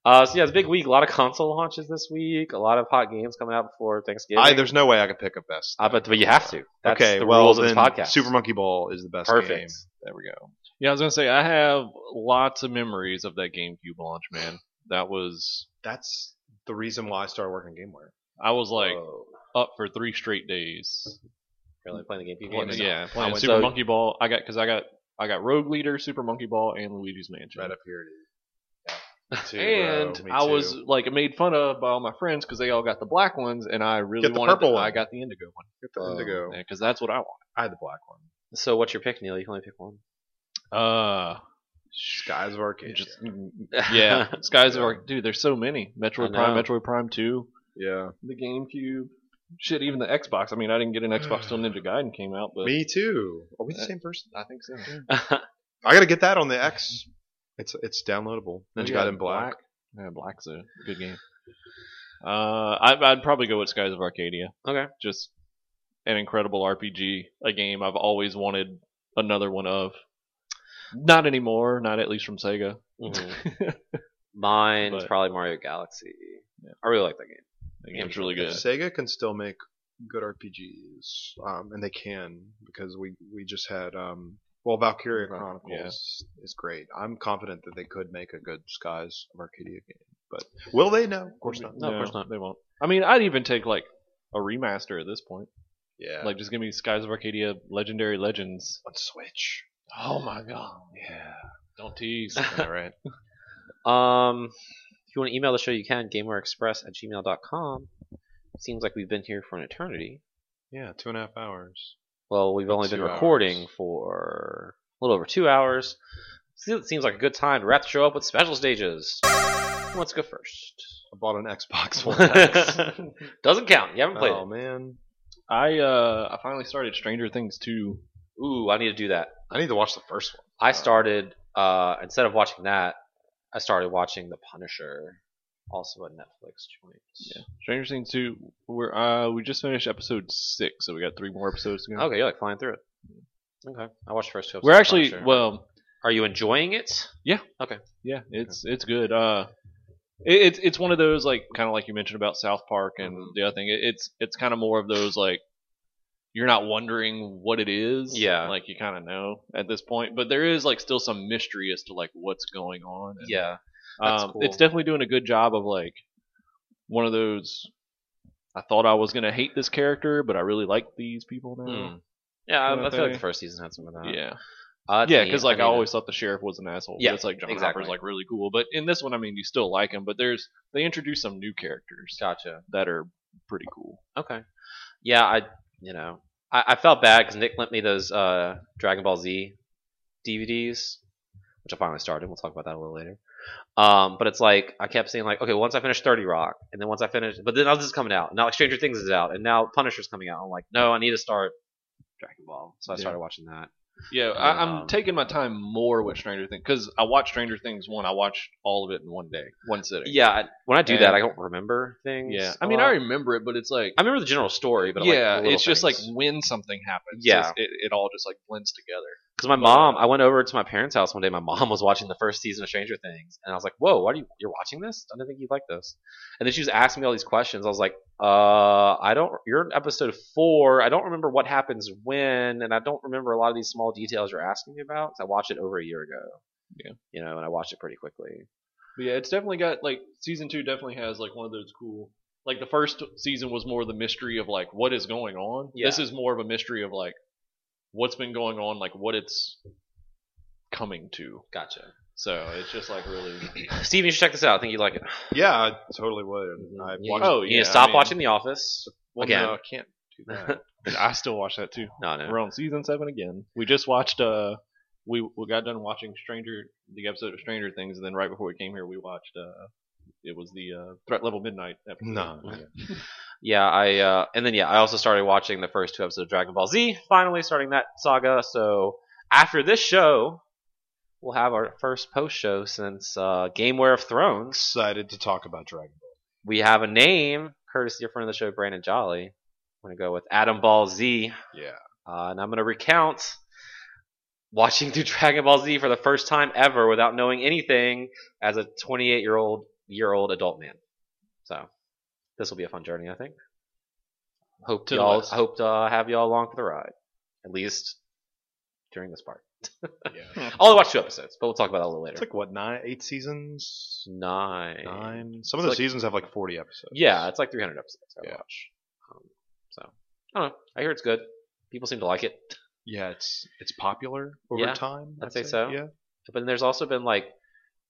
Speaker 1: retro.
Speaker 3: Uh, so yeah, it's a big week. A lot of console launches this week. A lot of hot games coming out before Thanksgiving.
Speaker 1: I, there's no way I could pick a best.
Speaker 3: Uh, but, but you have to. That's
Speaker 1: okay,
Speaker 3: the
Speaker 1: well
Speaker 3: rules
Speaker 1: then,
Speaker 3: of this podcast.
Speaker 1: Super Monkey Ball is the best
Speaker 3: Perfect.
Speaker 1: game. There we go.
Speaker 2: Yeah, I was gonna say I have lots of memories of that GameCube launch, man. That was
Speaker 1: That's the reason why I started working at GameWare. Oh,
Speaker 2: I was like
Speaker 3: Whoa.
Speaker 2: up for three straight days.
Speaker 3: really playing the
Speaker 1: Playing
Speaker 3: game.
Speaker 1: the
Speaker 3: games.
Speaker 1: game.
Speaker 2: Yeah, playing
Speaker 1: went-
Speaker 2: Super
Speaker 3: so-
Speaker 2: Monkey Ball. I got because I got I got Rogue Leader, Super Monkey Ball, and Luigi's Mansion.
Speaker 1: Right up here. it is. Too,
Speaker 2: and
Speaker 1: bro. Me
Speaker 2: I
Speaker 1: too.
Speaker 2: was like made fun of by all my friends because they all got the black ones, and I really
Speaker 1: Get the
Speaker 2: wanted.
Speaker 1: purple
Speaker 2: the-
Speaker 1: one.
Speaker 2: I got the indigo one.
Speaker 1: Get the indigo.
Speaker 2: because that's what I want.
Speaker 1: I had the black one.
Speaker 3: So what's your pick, Neil? You can only pick one.
Speaker 2: Uh,
Speaker 1: Skies of Arcadia.
Speaker 2: just mm, yeah, Skies are dude. There's so many
Speaker 3: I
Speaker 2: Metroid
Speaker 3: know.
Speaker 2: Prime, Metroid Prime Two,
Speaker 1: yeah.
Speaker 2: the GameCube, shit, even the Xbox. I mean, I didn't get an Xbox till Ninja Gaiden came out, but
Speaker 1: Me too. Are we the
Speaker 2: Uh,
Speaker 1: same person?
Speaker 2: I think so.
Speaker 1: I gotta get that on the X. It's it's downloadable.
Speaker 2: Ninja
Speaker 1: Ninja Gaiden Black.
Speaker 2: Yeah, Black's a good game. Uh, I, I'd probably go with Skies of Arcadia.
Speaker 3: Okay.
Speaker 2: Just an incredible RPG, a game I've always wanted another one of. Not anymore, not at least from Sega.
Speaker 3: Mhm. Mine's
Speaker 2: But-
Speaker 3: probably Mario Galaxy.
Speaker 2: Yeah.
Speaker 3: I really like that game.
Speaker 2: That
Speaker 3: Yeah,
Speaker 2: game's really
Speaker 1: If
Speaker 2: good.
Speaker 1: Sega can still make good RPGs, um, and they can because we we just had um, well Valkyria
Speaker 2: Val-
Speaker 1: Chronicles is great. I'm confident that they could make a good Skies of Arcadia game, but will they? No, of course not.
Speaker 3: No, of course not.
Speaker 2: They won't. I mean, I'd even take like a remaster at this point.
Speaker 1: Yeah,
Speaker 2: Like, just give me Skies of Arcadia, Legendary Legends.
Speaker 1: on Switch.
Speaker 2: Oh my god!
Speaker 1: Yeah,
Speaker 2: Don't tease.
Speaker 1: all right.
Speaker 3: Um, if you want to email the show, you can gamerexpress at gmail.com. Seems like we've been here for an eternity.
Speaker 1: Yeah, two and a half hours.
Speaker 3: Well, we've only
Speaker 1: Two
Speaker 3: been recording
Speaker 1: hours.
Speaker 3: for a little over two hours. Se- It seems like a good time to wrap the show up with special stages. Who wants to go first?
Speaker 1: I bought an Xbox One. X.
Speaker 3: Doesn't count. You haven't played
Speaker 1: oh man,
Speaker 2: I uh, I finally started Stranger Things 2.
Speaker 3: it. Ooh, I need to do that.
Speaker 1: I need to watch the first one.
Speaker 3: I started uh, instead of watching that, I started watching The Punisher, also a Netflix joint.
Speaker 2: Stranger Things 2. We're uh, we just finished episode six, so we got three more episodes to go.
Speaker 3: Okay, you're like flying through it. Okay, I watched the first two. episodes
Speaker 2: We're
Speaker 3: of
Speaker 2: actually
Speaker 3: Punisher.
Speaker 2: well,
Speaker 3: Are you enjoying it?
Speaker 2: yeah. It's it's good. Uh, it, it's it's one of those like kind of like you mentioned about South Park and
Speaker 3: Mhm.
Speaker 2: the other thing. It, it's it's kind of more of those like you're not wondering what it is.
Speaker 3: Yeah.
Speaker 2: like you kind of know at this point, but there is like still some mystery as to like what's going on. and
Speaker 3: Yeah. That's
Speaker 2: Um,
Speaker 3: cool.
Speaker 2: It's definitely doing a good job of like one of those. I thought I was gonna hate this character, but I really like these people now.
Speaker 1: Mm.
Speaker 3: Hmm. Yeah, I,
Speaker 2: You know
Speaker 3: I feel like
Speaker 2: they-
Speaker 3: the first season had some of that.
Speaker 2: Yeah,
Speaker 3: uh,
Speaker 2: yeah,
Speaker 3: neat.
Speaker 2: because like I,
Speaker 3: mean,
Speaker 2: always thought the sheriff was an asshole.
Speaker 3: Yeah,
Speaker 2: Yeah, it's like John
Speaker 3: exactly.
Speaker 2: Hopper's like really cool, but in this one, I mean, you still like him, but there's they introduce some new characters
Speaker 3: gotcha.
Speaker 2: that are pretty cool.
Speaker 3: uh, Okay, yeah, I you know I, I felt bad because Nick lent me those uh, Dragon Ball Z DVDs, which I finally started. We'll talk about that a little later. Um, but it's like I kept saying like, okay, once I finish Thirty Rock, and then once I finish, but then this is coming out. Now like Stranger Things is out, and now Punisher's coming out. I'm like, no, I need to start Dragon Ball. So I
Speaker 2: Yeah.
Speaker 3: started watching that.
Speaker 2: Yeah, I, I'm
Speaker 3: Um,
Speaker 2: taking my time more with Stranger Things because I watched Stranger Things one. I watched all of it in one day, one sitting.
Speaker 3: Yeah, I, when I do that,
Speaker 2: And-
Speaker 3: I don't remember things.
Speaker 2: yeah.
Speaker 3: a
Speaker 2: I mean,
Speaker 3: lot.
Speaker 2: uh, I remember it, but it's like
Speaker 3: I remember the general story, but I
Speaker 2: yeah,
Speaker 3: like the little
Speaker 2: it's just like
Speaker 3: things.
Speaker 2: when something happens,
Speaker 3: Yeah.
Speaker 2: it's- it, it all just like blends together.
Speaker 3: Because my mom, I went over to my parents' house one day. My mom was watching the first season of Stranger Things, and I was like, "Whoa, why are you you're watching this? I didn't think you'd like this." And then she was asking me all these questions. I was like, "Uh, I don't. You're in episode four. I don't remember what happens when, and I don't remember a lot of these small details you're asking me about." 'cause I watched it over a year ago.
Speaker 2: Yeah.
Speaker 3: you know, and I watched it pretty quickly.
Speaker 2: But yeah, it's definitely got like season two definitely has like one of those cool like the first season was more the mystery of like what is going on.
Speaker 3: Yeah.
Speaker 2: This is more of a mystery of like what's been going on, like what it's coming to.
Speaker 3: Gotcha.
Speaker 2: So it's just like really
Speaker 3: Steven, you should check this out. I think you'd like it.
Speaker 1: Yeah, I totally would. I
Speaker 3: You-
Speaker 1: watched.
Speaker 2: Oh,
Speaker 3: you
Speaker 2: yeah,
Speaker 3: need to stop
Speaker 2: I mean-
Speaker 3: watching The Office.
Speaker 1: Well,
Speaker 3: again.
Speaker 1: no, I can't do that.
Speaker 2: I still watch that too.
Speaker 3: No, no.
Speaker 2: We're on season seven again. We just watched uh we, we got done watching Stranger the episode of Stranger Things and then right before we came here we watched uh it was the uh, threat level midnight episode.
Speaker 1: No.
Speaker 3: Yeah, I uh, and then yeah, I also started watching the first two episodes of Dragon Ball Z. Finally, starting that saga. So after this show, we'll have our first post show since uh, Gameware of Thrones.
Speaker 1: excited to talk about Dragon
Speaker 3: We have a name, courtesy of friend of the show Brandon Jolly. I'm gonna go with Adam Ball Z,
Speaker 1: Ball. Yeah.
Speaker 3: uh, and I'm gonna recount watching through Dragon Ball Z for the first time ever without knowing anything as a 28 year old year old adult man. So this will be a fun journey, I think. Hope
Speaker 2: To
Speaker 3: to
Speaker 2: the
Speaker 3: y'all,
Speaker 2: west.
Speaker 3: I hope to uh, have y'all along for the ride, at least during this part.
Speaker 1: Yeah.
Speaker 3: I only watched two episodes, but we'll talk about that a little later.
Speaker 1: it's like what nine, eight seasons,
Speaker 3: nine.
Speaker 1: nine. Some of
Speaker 3: It's
Speaker 1: the
Speaker 3: like-
Speaker 1: seasons have like forty episodes.
Speaker 3: Yeah, it's like 300 episodes. I
Speaker 1: Yeah.
Speaker 3: watch. Um, so I don't know. I hear it's good. People seem to like it.
Speaker 1: yeah. It's it's popular over
Speaker 3: Yeah,
Speaker 1: time.
Speaker 3: I'd say so.
Speaker 1: Yeah.
Speaker 3: But then there's also been like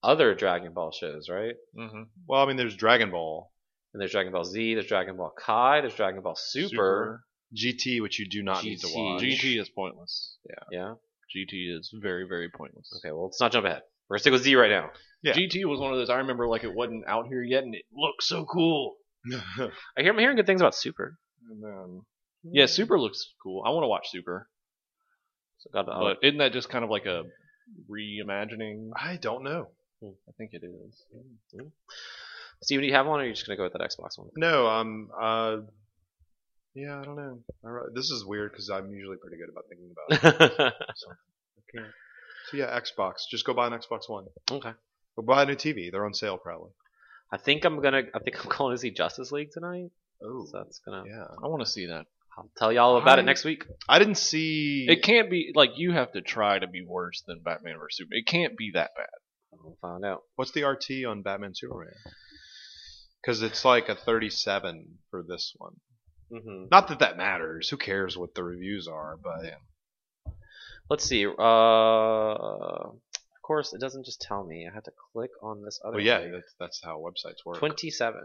Speaker 3: other Dragon Ball shows, right?
Speaker 2: Mm-hmm.
Speaker 1: Well, I mean, there's Dragon Ball
Speaker 3: And there's Dragon Ball Z, there's Dragon Ball Kai, there's Dragon Ball Super.
Speaker 1: GT, which you do not need to
Speaker 3: GT.
Speaker 1: watch.
Speaker 2: GT is pointless. Yeah,
Speaker 3: Yeah.
Speaker 2: GT is very very pointless.
Speaker 3: Okay, well, let's not jump ahead. We're gonna stick with Z right now.
Speaker 1: Yeah.
Speaker 2: GT was one of those I remember like it wasn't out here yet, and it looked so cool.
Speaker 3: I hear I'm hearing good things about Super.
Speaker 1: And then-
Speaker 3: Hmm.
Speaker 2: Yeah, Super looks cool. I want to watch Super,
Speaker 3: So God, I'll-
Speaker 2: but isn't that just kind of like a reimagining?
Speaker 1: I don't know.
Speaker 2: I think it is.
Speaker 3: Steven, Mm-hmm. do you have one, or are you just gonna go with that Xbox one?
Speaker 1: No, um, uh, yeah, I don't know. I re- this is weird because I'm usually pretty good about thinking about it. Okay. So yeah, Xbox. Just go buy an Xbox One.
Speaker 3: okay.
Speaker 1: Go buy a new TV. They're on sale probably.
Speaker 3: I think I'm gonna. I think I'm going to see Justice League tonight.
Speaker 1: Oh,
Speaker 3: So that's gonna.
Speaker 1: yeah.
Speaker 2: I want to see that.
Speaker 3: I'll tell y'all about it
Speaker 1: I-
Speaker 3: next week.
Speaker 1: I didn't see.
Speaker 2: It can't be like you have to try to be worse than Batman vs Superman. It can't be that bad.
Speaker 3: We'll find out.
Speaker 1: What's the RT on Batman Superman? Because it's like a 37 for this one.
Speaker 3: hmm
Speaker 1: Not that that matters. Who cares what the reviews are? But
Speaker 3: Let's see. Uh, of course, it doesn't just tell me. I have to click on this other.
Speaker 1: well, yeah,
Speaker 3: thing.
Speaker 1: that's, that's how websites work.
Speaker 3: twenty-seven.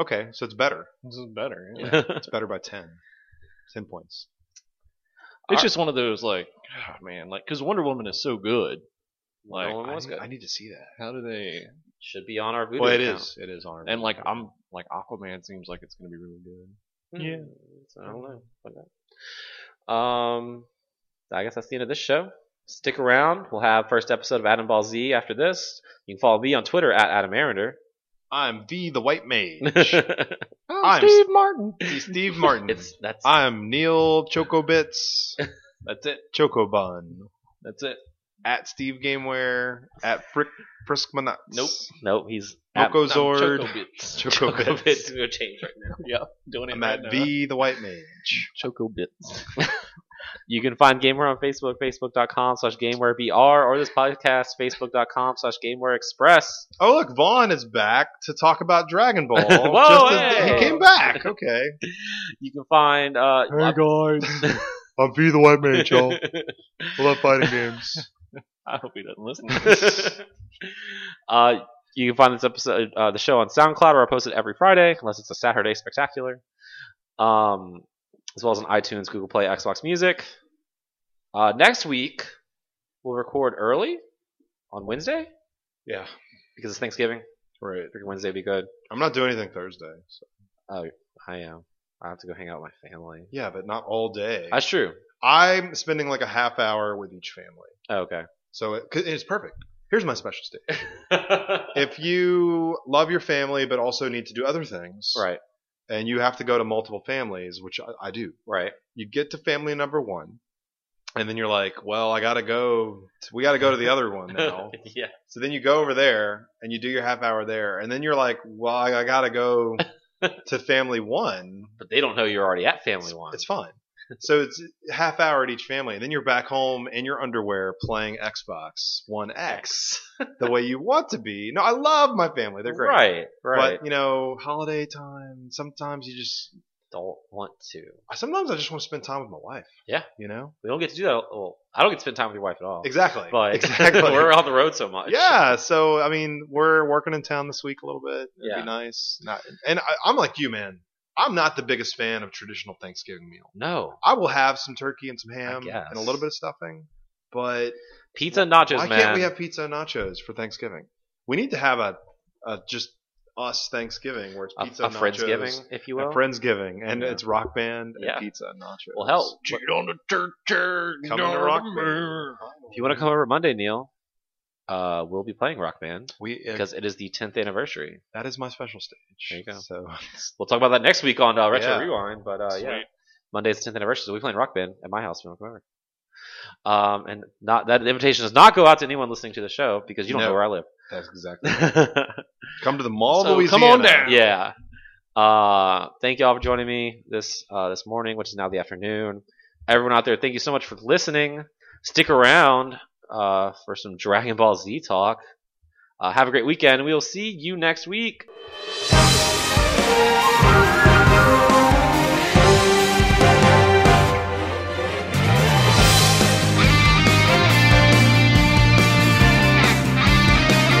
Speaker 1: Okay, so it's better.
Speaker 2: This is better. yeah.
Speaker 1: It's better by 10. 10 points.
Speaker 2: It's just one of those like, ah, man, like because Wonder Woman is so good. Like,
Speaker 3: Wonder Woman
Speaker 1: I
Speaker 3: was
Speaker 1: need,
Speaker 3: good.
Speaker 1: I need to see that.
Speaker 2: How do they?
Speaker 3: Should be on our Voodoo
Speaker 1: well, it
Speaker 3: account.
Speaker 1: is. It is on. our-
Speaker 2: And like I'm like Aquaman seems like it's gonna be really good.
Speaker 3: Yeah. Hmm, I don't know. Find out. Um, I guess that's the end of this show. Stick around. We'll have first episode of Adam Ball Z after this. You can follow me on Twitter at Adam Arender.
Speaker 1: I'm V the White Mage.
Speaker 3: it's
Speaker 1: I'm
Speaker 2: Steve Martin.
Speaker 1: Steve Martin.
Speaker 3: that's
Speaker 1: I'm Neil Chocobits.
Speaker 2: That's it.
Speaker 1: Chocobun.
Speaker 2: That's it.
Speaker 1: At Steve Gameware. At Frick Friskmanox.
Speaker 2: Nope.
Speaker 3: nope. He's at
Speaker 2: I'm
Speaker 1: Nocozord.
Speaker 2: Chocobits.
Speaker 1: Chocobits.
Speaker 3: Chocobit to go change right now.
Speaker 2: yep. Doing it
Speaker 1: I'm
Speaker 2: right
Speaker 1: at
Speaker 2: now.
Speaker 1: V the White Mage.
Speaker 2: Chocobits.
Speaker 3: You can find Gameware on Facebook, facebook.com slash GamewareBR, or this podcast, facebook.com slash GamewareExpress. Express.
Speaker 1: Oh look, Vaughn is back to talk about Dragon Ball.
Speaker 3: Whoa,
Speaker 1: Just as-
Speaker 3: hey!
Speaker 1: he came back. Okay.
Speaker 3: You can find uh,
Speaker 1: guys, I'm V the White Mage, y'all. Love fighting games.
Speaker 2: I hope he doesn't listen.
Speaker 3: uh, you can find this episode, uh, the show on SoundCloud, where I post it every Friday, unless it's a Saturday spectacular. Um, as well as on iTunes, Google Play, Xbox Music. Uh, next week, we'll record early on Wednesday
Speaker 1: Yeah,
Speaker 3: because it's Thanksgiving.
Speaker 1: right.
Speaker 3: I figured Wednesday would be good.
Speaker 1: I'm not doing anything Thursday. So.
Speaker 3: I am. I have to go hang out with my family.
Speaker 1: Yeah, but not all day.
Speaker 3: That's true.
Speaker 1: I'm spending like a half hour with each family,
Speaker 3: Oh, okay.
Speaker 1: so it, 'cause it's perfect. Here's my special state. if you love your family but also need to do other things,
Speaker 3: right.
Speaker 1: and you have to go to multiple families, which I, I do,
Speaker 3: Right.
Speaker 1: you get to family number one, and then you're like, well, I gotta go. t we gotta go to the other one now.
Speaker 3: yeah.
Speaker 1: So then you go over there and you do your half hour there, and then you're like, well, I, I gotta go to family one.
Speaker 3: But they don't know you're already at family
Speaker 1: It's,
Speaker 3: one.
Speaker 1: it's fine. So it's half hour at each family, and then you're back home in your underwear playing Xbox One X the way you want to be. No, I love my family; they're great.
Speaker 3: Right. Right.
Speaker 1: But you know, holiday time. Sometimes you just.
Speaker 3: don't want to.
Speaker 1: Sometimes I just want to spend time with my wife.
Speaker 3: Yeah.
Speaker 1: You know.
Speaker 3: We don't get to do that. Well, I don't get to spend time with your wife at all.
Speaker 1: Exactly.
Speaker 3: But
Speaker 1: exactly.
Speaker 3: we're on the road so much.
Speaker 1: yeah. So I mean, we're working in town this week a little bit. It'd
Speaker 3: Yeah.
Speaker 1: be nice. Not, and I, I'm like you, man. I'm not the biggest fan of traditional Thanksgiving meal.
Speaker 3: No.
Speaker 1: I will have some turkey and some ham
Speaker 3: guess.
Speaker 1: and a little bit of stuffing, but
Speaker 3: Pizza and nachos,
Speaker 1: why
Speaker 3: man.
Speaker 1: can't we have pizza and nachos for Thanksgiving? We need to have a, a just us Thanksgiving where it's
Speaker 3: a,
Speaker 1: pizza
Speaker 3: a
Speaker 1: and
Speaker 3: Friendsgiving,
Speaker 1: nachos.
Speaker 3: if you will.
Speaker 1: A Friendsgiving, and
Speaker 3: Yeah.
Speaker 1: it's rock band and
Speaker 3: Yeah.
Speaker 1: pizza and nachos.
Speaker 3: Well, hell,
Speaker 2: Cheat on the turkey.
Speaker 1: Coming to rock band.
Speaker 3: if you want to come over Monday, Neil, uh, we'll be playing Rock Band
Speaker 1: we uh,
Speaker 3: because it is the 10th anniversary.
Speaker 1: that is my special stage.
Speaker 3: There you go.
Speaker 1: So
Speaker 3: We'll talk about that next week on uh, Retro
Speaker 1: Yeah.
Speaker 3: Rewind. But uh, yeah,
Speaker 2: Sweet.
Speaker 3: Monday's 10th anniversary, so we're playing Rock Band at my house. If you want to come over. Um, and not that invitation does not go out to anyone listening to the show because you don't
Speaker 1: No.
Speaker 3: know where I live.
Speaker 1: that's exactly. Come to the mall,
Speaker 2: So,
Speaker 1: Louisiana.
Speaker 2: come on down.
Speaker 3: yeah. Uh, thank you all for joining me this uh, this morning, which is now the afternoon. Everyone out there, thank you so much for listening. Stick around uh, for some Dragon Ball Z talk. Uh, have a great weekend. and We will see you next week.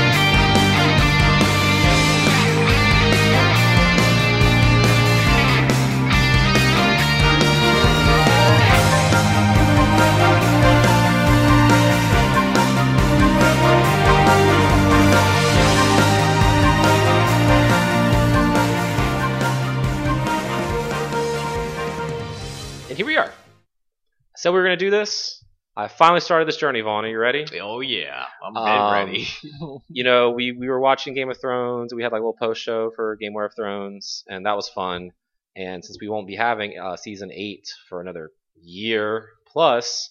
Speaker 5: Thank
Speaker 3: said we were gonna do this. I finally started this journey, Vaughn. Are you ready?
Speaker 4: Oh yeah, I'm
Speaker 3: Um,
Speaker 4: dead ready.
Speaker 3: you know, we, we were watching Game of Thrones. We had like a little post show for Game War of Thrones, and that was fun. And since we won't be having uh, season eight for another year plus,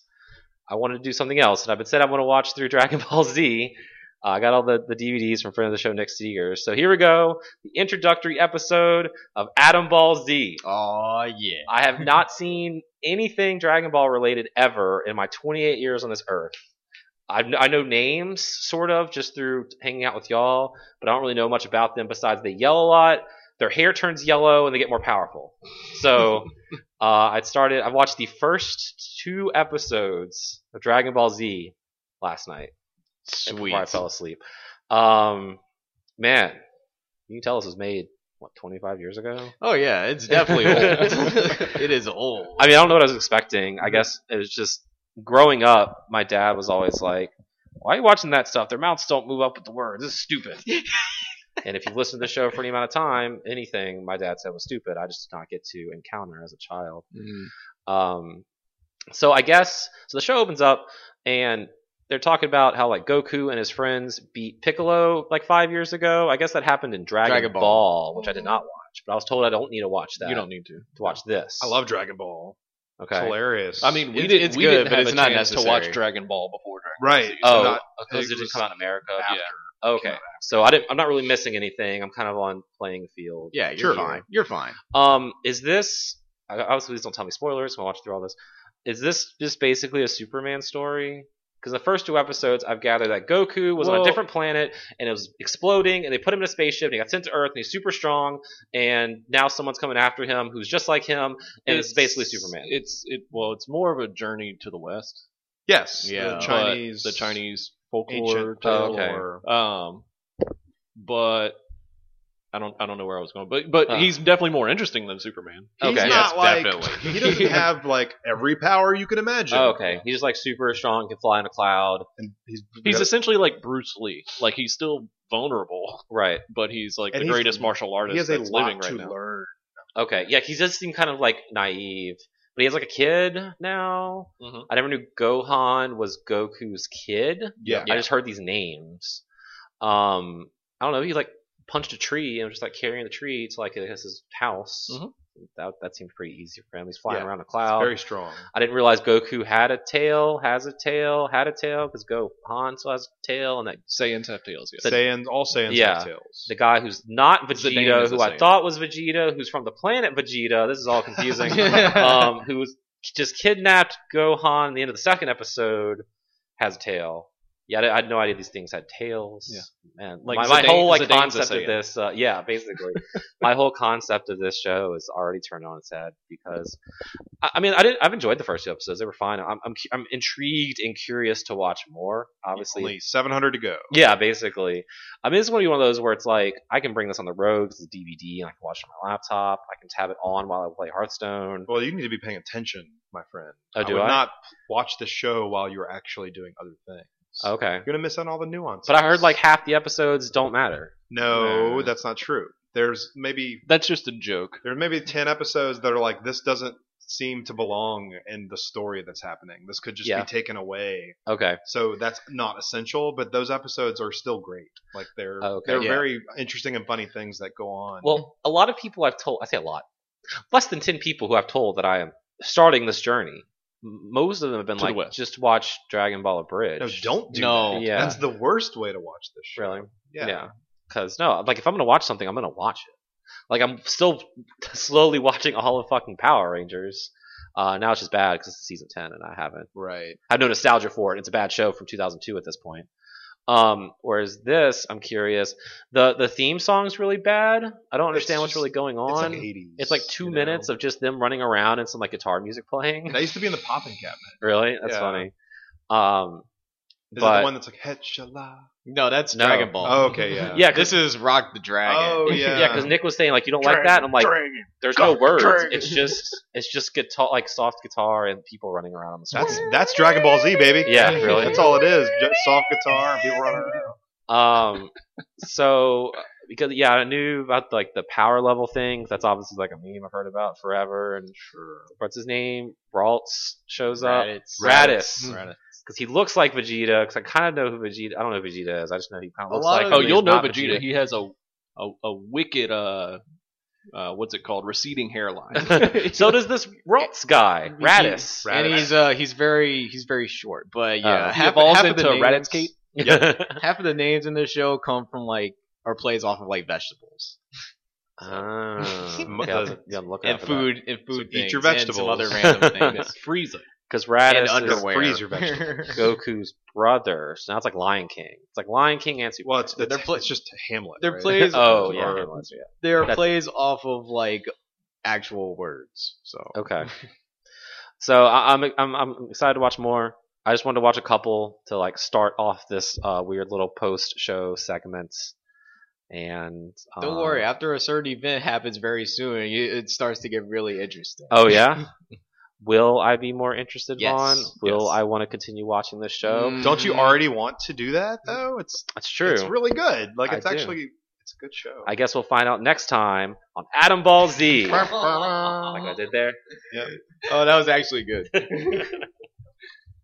Speaker 3: I wanted to do something else. And I've been said I want to watch through Dragon Ball Z. Uh, I got all the, the DVDs from friend of the show, Nick Seeger. So here we go, the introductory episode of Adam Ball Z.
Speaker 4: Oh yeah.
Speaker 3: I have not seen anything Dragon Ball related ever in my 28 years on this earth. I, kn- I know names, sort of, just through hanging out with y'all, but I don't really know much about them besides they yell a lot, their hair turns yellow, and they get more powerful. So uh, I started, I watched the first two episodes of Dragon Ball Z last night
Speaker 4: Sweet.
Speaker 3: before I fell asleep. Um, man, you can tell this was made, what, 25 years ago?
Speaker 4: Oh yeah, it's definitely old. it is old.
Speaker 3: I mean, I don't know what I was expecting. I guess it was just growing up, my dad was always like, Why are you watching that stuff? Their mouths don't move up with the words. This is stupid. and if you've listened to the show for any amount of time, anything my dad said was stupid. I just did not get to encounter as a child.
Speaker 2: Mm-hmm.
Speaker 3: Um, so I guess so. The show opens up, and they're talking about how like Goku and his friends beat Piccolo like five years ago. I guess that happened in Dragon,
Speaker 4: Dragon Ball.
Speaker 3: Ball. which I did not watch, but I was told I don't need to watch that.
Speaker 2: You don't need to.
Speaker 3: to watch this.
Speaker 1: I love Dragon Ball.
Speaker 3: Okay.
Speaker 1: It's hilarious.
Speaker 2: I mean, we
Speaker 4: It's-
Speaker 2: didn't.
Speaker 4: it's
Speaker 2: we
Speaker 4: good,
Speaker 2: didn't
Speaker 4: but
Speaker 2: have
Speaker 4: it's
Speaker 2: a
Speaker 4: not
Speaker 2: chance to watch
Speaker 4: necessary.
Speaker 2: Dragon Ball before Dragon.
Speaker 1: right?
Speaker 3: Oh,
Speaker 1: Not-
Speaker 3: because
Speaker 1: it
Speaker 3: it didn't
Speaker 1: was
Speaker 3: come out in America.
Speaker 2: Ball.
Speaker 3: Yeah. Okay. So I didn't, I'm not really missing anything. I'm kind of on playing field.
Speaker 4: Yeah, you're
Speaker 1: Sure.
Speaker 4: fine. You're fine.
Speaker 3: Um, is this? I- Obviously, please don't tell me spoilers. I'll watch through all this. Is this just basically a Superman story? Because the first two episodes, I've gathered that Goku was on a
Speaker 2: Well-
Speaker 3: different planet and it was exploding, and they put him in a spaceship, and he got sent to Earth, and he's super strong, and now someone's coming after him who's just like him, and it's, basically Superman.
Speaker 2: It's it. Well, it's more of a journey to the West.
Speaker 1: Yes.
Speaker 4: Yeah.
Speaker 1: The
Speaker 2: but
Speaker 1: Chinese.
Speaker 2: the Chinese folklore.
Speaker 1: ancient
Speaker 2: tale.
Speaker 3: Oh, okay.
Speaker 1: lore.
Speaker 2: Um, but I don't. I don't know where I was going. But but
Speaker 3: Huh.
Speaker 2: he's definitely more interesting than Superman.
Speaker 1: He's
Speaker 3: Okay.
Speaker 1: not
Speaker 4: Yes,
Speaker 1: like
Speaker 4: definitely.
Speaker 1: he doesn't have like every power you can imagine.
Speaker 3: Oh, okay, he's just like super strong, can fly in a cloud.
Speaker 1: And he's
Speaker 2: He's
Speaker 1: got-
Speaker 2: essentially like Bruce Lee. Like he's still vulnerable,
Speaker 3: Right.
Speaker 2: but he's like
Speaker 1: And
Speaker 2: the
Speaker 1: he's-
Speaker 2: greatest martial artist
Speaker 1: he has a
Speaker 2: that's
Speaker 1: lot
Speaker 2: living right
Speaker 1: to
Speaker 2: now.
Speaker 1: learn.
Speaker 3: Okay. Yeah, he does seem kind of like naive, but he has like a kid now.
Speaker 2: Mhm.
Speaker 3: I never knew Gohan was Goku's kid.
Speaker 1: Yeah.
Speaker 3: I just heard these names. Um, I don't know. He like punched a tree and was just like carrying the tree to like I guess his house.
Speaker 2: Mhm.
Speaker 3: That that seemed pretty easy for him. He's flying
Speaker 1: Mm-hmm. Yeah,
Speaker 3: around a
Speaker 1: It's
Speaker 3: cloud.
Speaker 1: very strong.
Speaker 3: I didn't realize Goku had a tail, has a tail, had a tail because Gohan still has a tail, and that
Speaker 2: Saiyans have tails. Yes.
Speaker 1: Saiyans, all Saiyans
Speaker 3: Yeah.
Speaker 1: have tails.
Speaker 3: the guy who's not
Speaker 2: The name
Speaker 3: Vegeta,
Speaker 2: is the
Speaker 3: who I
Speaker 2: same.
Speaker 3: thought was Vegeta, who's from the planet Vegeta. This is all confusing. um, who was just kidnapped Gohan in the end of the second episode, has a tail. Yeah, I, I had no idea these things had tails.
Speaker 2: Yeah.
Speaker 3: Man,
Speaker 2: Like
Speaker 3: my, my
Speaker 2: Zidane-
Speaker 3: whole like
Speaker 2: Zidane's a
Speaker 3: concept of
Speaker 2: Saiyan.
Speaker 3: this, uh, yeah, basically, my whole concept of this show is already turned on its head because, I, I mean, I didn't, I've enjoyed the first two episodes; they were fine. I'm, I'm, cu- I'm intrigued and curious to watch more. Obviously,
Speaker 1: Only 700 to go.
Speaker 3: yeah, basically. I mean, this is going to be one of those where it's like I can bring this on the road 'cause it's DVD and I can watch it on my laptop. I can tab it on while I play Hearthstone.
Speaker 1: Well, you need to be paying attention, my friend.
Speaker 3: Oh, do
Speaker 1: would
Speaker 3: I?
Speaker 1: not watch the show while you're actually doing other things.
Speaker 3: Okay,
Speaker 1: You're gonna miss out on all the nuances.
Speaker 3: but I heard like half the episodes don't matter.
Speaker 1: no,
Speaker 2: Nah.
Speaker 1: that's not true. There's maybe
Speaker 2: That's just a joke.
Speaker 1: there may be 10 episodes that are like this doesn't seem to belong in the story that's happening. This could just
Speaker 3: Yeah.
Speaker 1: be taken away.
Speaker 3: Okay,
Speaker 1: So that's not essential, but those episodes are still great. Like they're
Speaker 3: Oh, Okay.
Speaker 1: they're
Speaker 4: Yeah.
Speaker 1: very interesting and funny things that go on.
Speaker 3: well, a lot of people I've told—I say a lot, less than ten people who I've told that I am starting this journey. M- Most of them have been
Speaker 2: To the
Speaker 3: like,
Speaker 2: West.
Speaker 3: just watch Dragon Ball Abridged.
Speaker 1: no, don't do
Speaker 4: No.
Speaker 1: that.
Speaker 3: Yeah.
Speaker 1: That's the worst way to watch this show.
Speaker 3: really.
Speaker 1: Yeah.
Speaker 3: Yeah. Because, no, like, if I'm going to watch something, I'm going to watch it. Like, I'm still slowly watching all of fucking Power Rangers. Uh, now it's just bad because it's season 10 and I haven't.
Speaker 4: Right.
Speaker 3: I have no nostalgia for it. It's a bad show from 2002 at this point. Um, whereas this, I'm curious. The the theme song's really bad. I don't understand what's
Speaker 1: just-
Speaker 3: really going
Speaker 1: It's
Speaker 3: on.
Speaker 1: like 80s.
Speaker 3: It's like two
Speaker 1: you know?
Speaker 3: minutes of just them running around and some like guitar music playing.
Speaker 1: That used to be in the popping cabinet.
Speaker 3: really? That's
Speaker 1: Yeah.
Speaker 3: funny. Um,
Speaker 1: Is it
Speaker 3: But-
Speaker 1: the one that's like Hetchala?
Speaker 4: No, that's
Speaker 3: No.
Speaker 4: Dragon Ball.
Speaker 1: Oh, okay, yeah.
Speaker 3: yeah,
Speaker 4: This
Speaker 3: because
Speaker 4: is Rock the Dragon.
Speaker 1: Oh yeah.
Speaker 3: yeah, because Nick was saying like you don't like that, and I'm like, there's no
Speaker 1: Go,
Speaker 3: words.
Speaker 1: Dragon.
Speaker 3: It's just it's just guitar like soft guitar and people running around on the
Speaker 1: That's
Speaker 3: screen.
Speaker 1: that's Dragon Ball Z, baby.
Speaker 3: Yeah, really.
Speaker 1: That's all it is. Ju- soft guitar and people running around.
Speaker 3: Um, so because yeah, I knew about like the power level thing. 'cause That's obviously like a meme I've heard about forever. And
Speaker 4: Sure.
Speaker 3: what's his name? Ralts shows up.
Speaker 4: Raditz.
Speaker 3: Raditz.
Speaker 1: Hmm.
Speaker 4: Raditz.
Speaker 3: because he looks like Vegeta. Because I kind of know who Vegeta. I don't know who Vegeta is. I just know he kind of
Speaker 4: A
Speaker 3: looks
Speaker 4: lot
Speaker 3: like.
Speaker 4: of-
Speaker 3: him,
Speaker 2: Oh,
Speaker 3: but
Speaker 2: you'll
Speaker 3: he's
Speaker 2: know
Speaker 3: not
Speaker 2: Vegeta. He has a a, a wicked uh, uh, what's it called? Receding hairline.
Speaker 3: so does this Ralts guy,
Speaker 4: He-
Speaker 3: Raditz.
Speaker 4: And he's uh he's very he's very short, but yeah,
Speaker 3: Uh,
Speaker 2: Oh. he evolves into
Speaker 4: names,
Speaker 2: Raditz Kate.
Speaker 4: Half of the names in this show come from like or plays off of like vegetables
Speaker 3: oh,
Speaker 1: Mo-
Speaker 3: okay, I'll- yeah, I'm looking
Speaker 4: and
Speaker 3: out for
Speaker 4: food and food.
Speaker 1: So eat
Speaker 4: things
Speaker 1: your
Speaker 4: and some other
Speaker 1: vegetables.
Speaker 4: random things
Speaker 2: It's Frieza.
Speaker 3: because
Speaker 4: and
Speaker 3: Raditz is
Speaker 4: underwear.
Speaker 1: freezer vegetables.
Speaker 3: Goku's brother. So now it's like Lion King. It's like Lion King and Super.
Speaker 1: Well, it's, it's,
Speaker 4: They're pla-
Speaker 1: it's just Hamlet.
Speaker 4: They're
Speaker 1: right?
Speaker 4: plays-
Speaker 3: oh yeah,
Speaker 1: or-
Speaker 3: it was, yeah.
Speaker 4: They are
Speaker 3: That's-
Speaker 4: plays off of like actual words. So
Speaker 3: Okay. So I, I'm, I'm I'm excited to watch more. I just wanted to watch a couple to like start off this uh, weird little post show segment. And
Speaker 4: don't
Speaker 3: um,
Speaker 4: worry. After a certain event happens very soon, you, it starts to get really interesting.
Speaker 3: Oh yeah. Will I be more interested,
Speaker 4: Yes,
Speaker 3: Vaughn? Will
Speaker 4: yes.
Speaker 3: I want to continue watching this show?
Speaker 4: Mm.
Speaker 1: Don't you already want to do that though? It's
Speaker 3: That's Mm-hmm. true.
Speaker 1: it's really good. Like
Speaker 3: I
Speaker 1: it's
Speaker 3: do.
Speaker 1: actually it's a good show.
Speaker 3: I guess we'll find out next time on Adam Ball Z. like
Speaker 4: oh,
Speaker 3: I did there.
Speaker 4: that was actually good.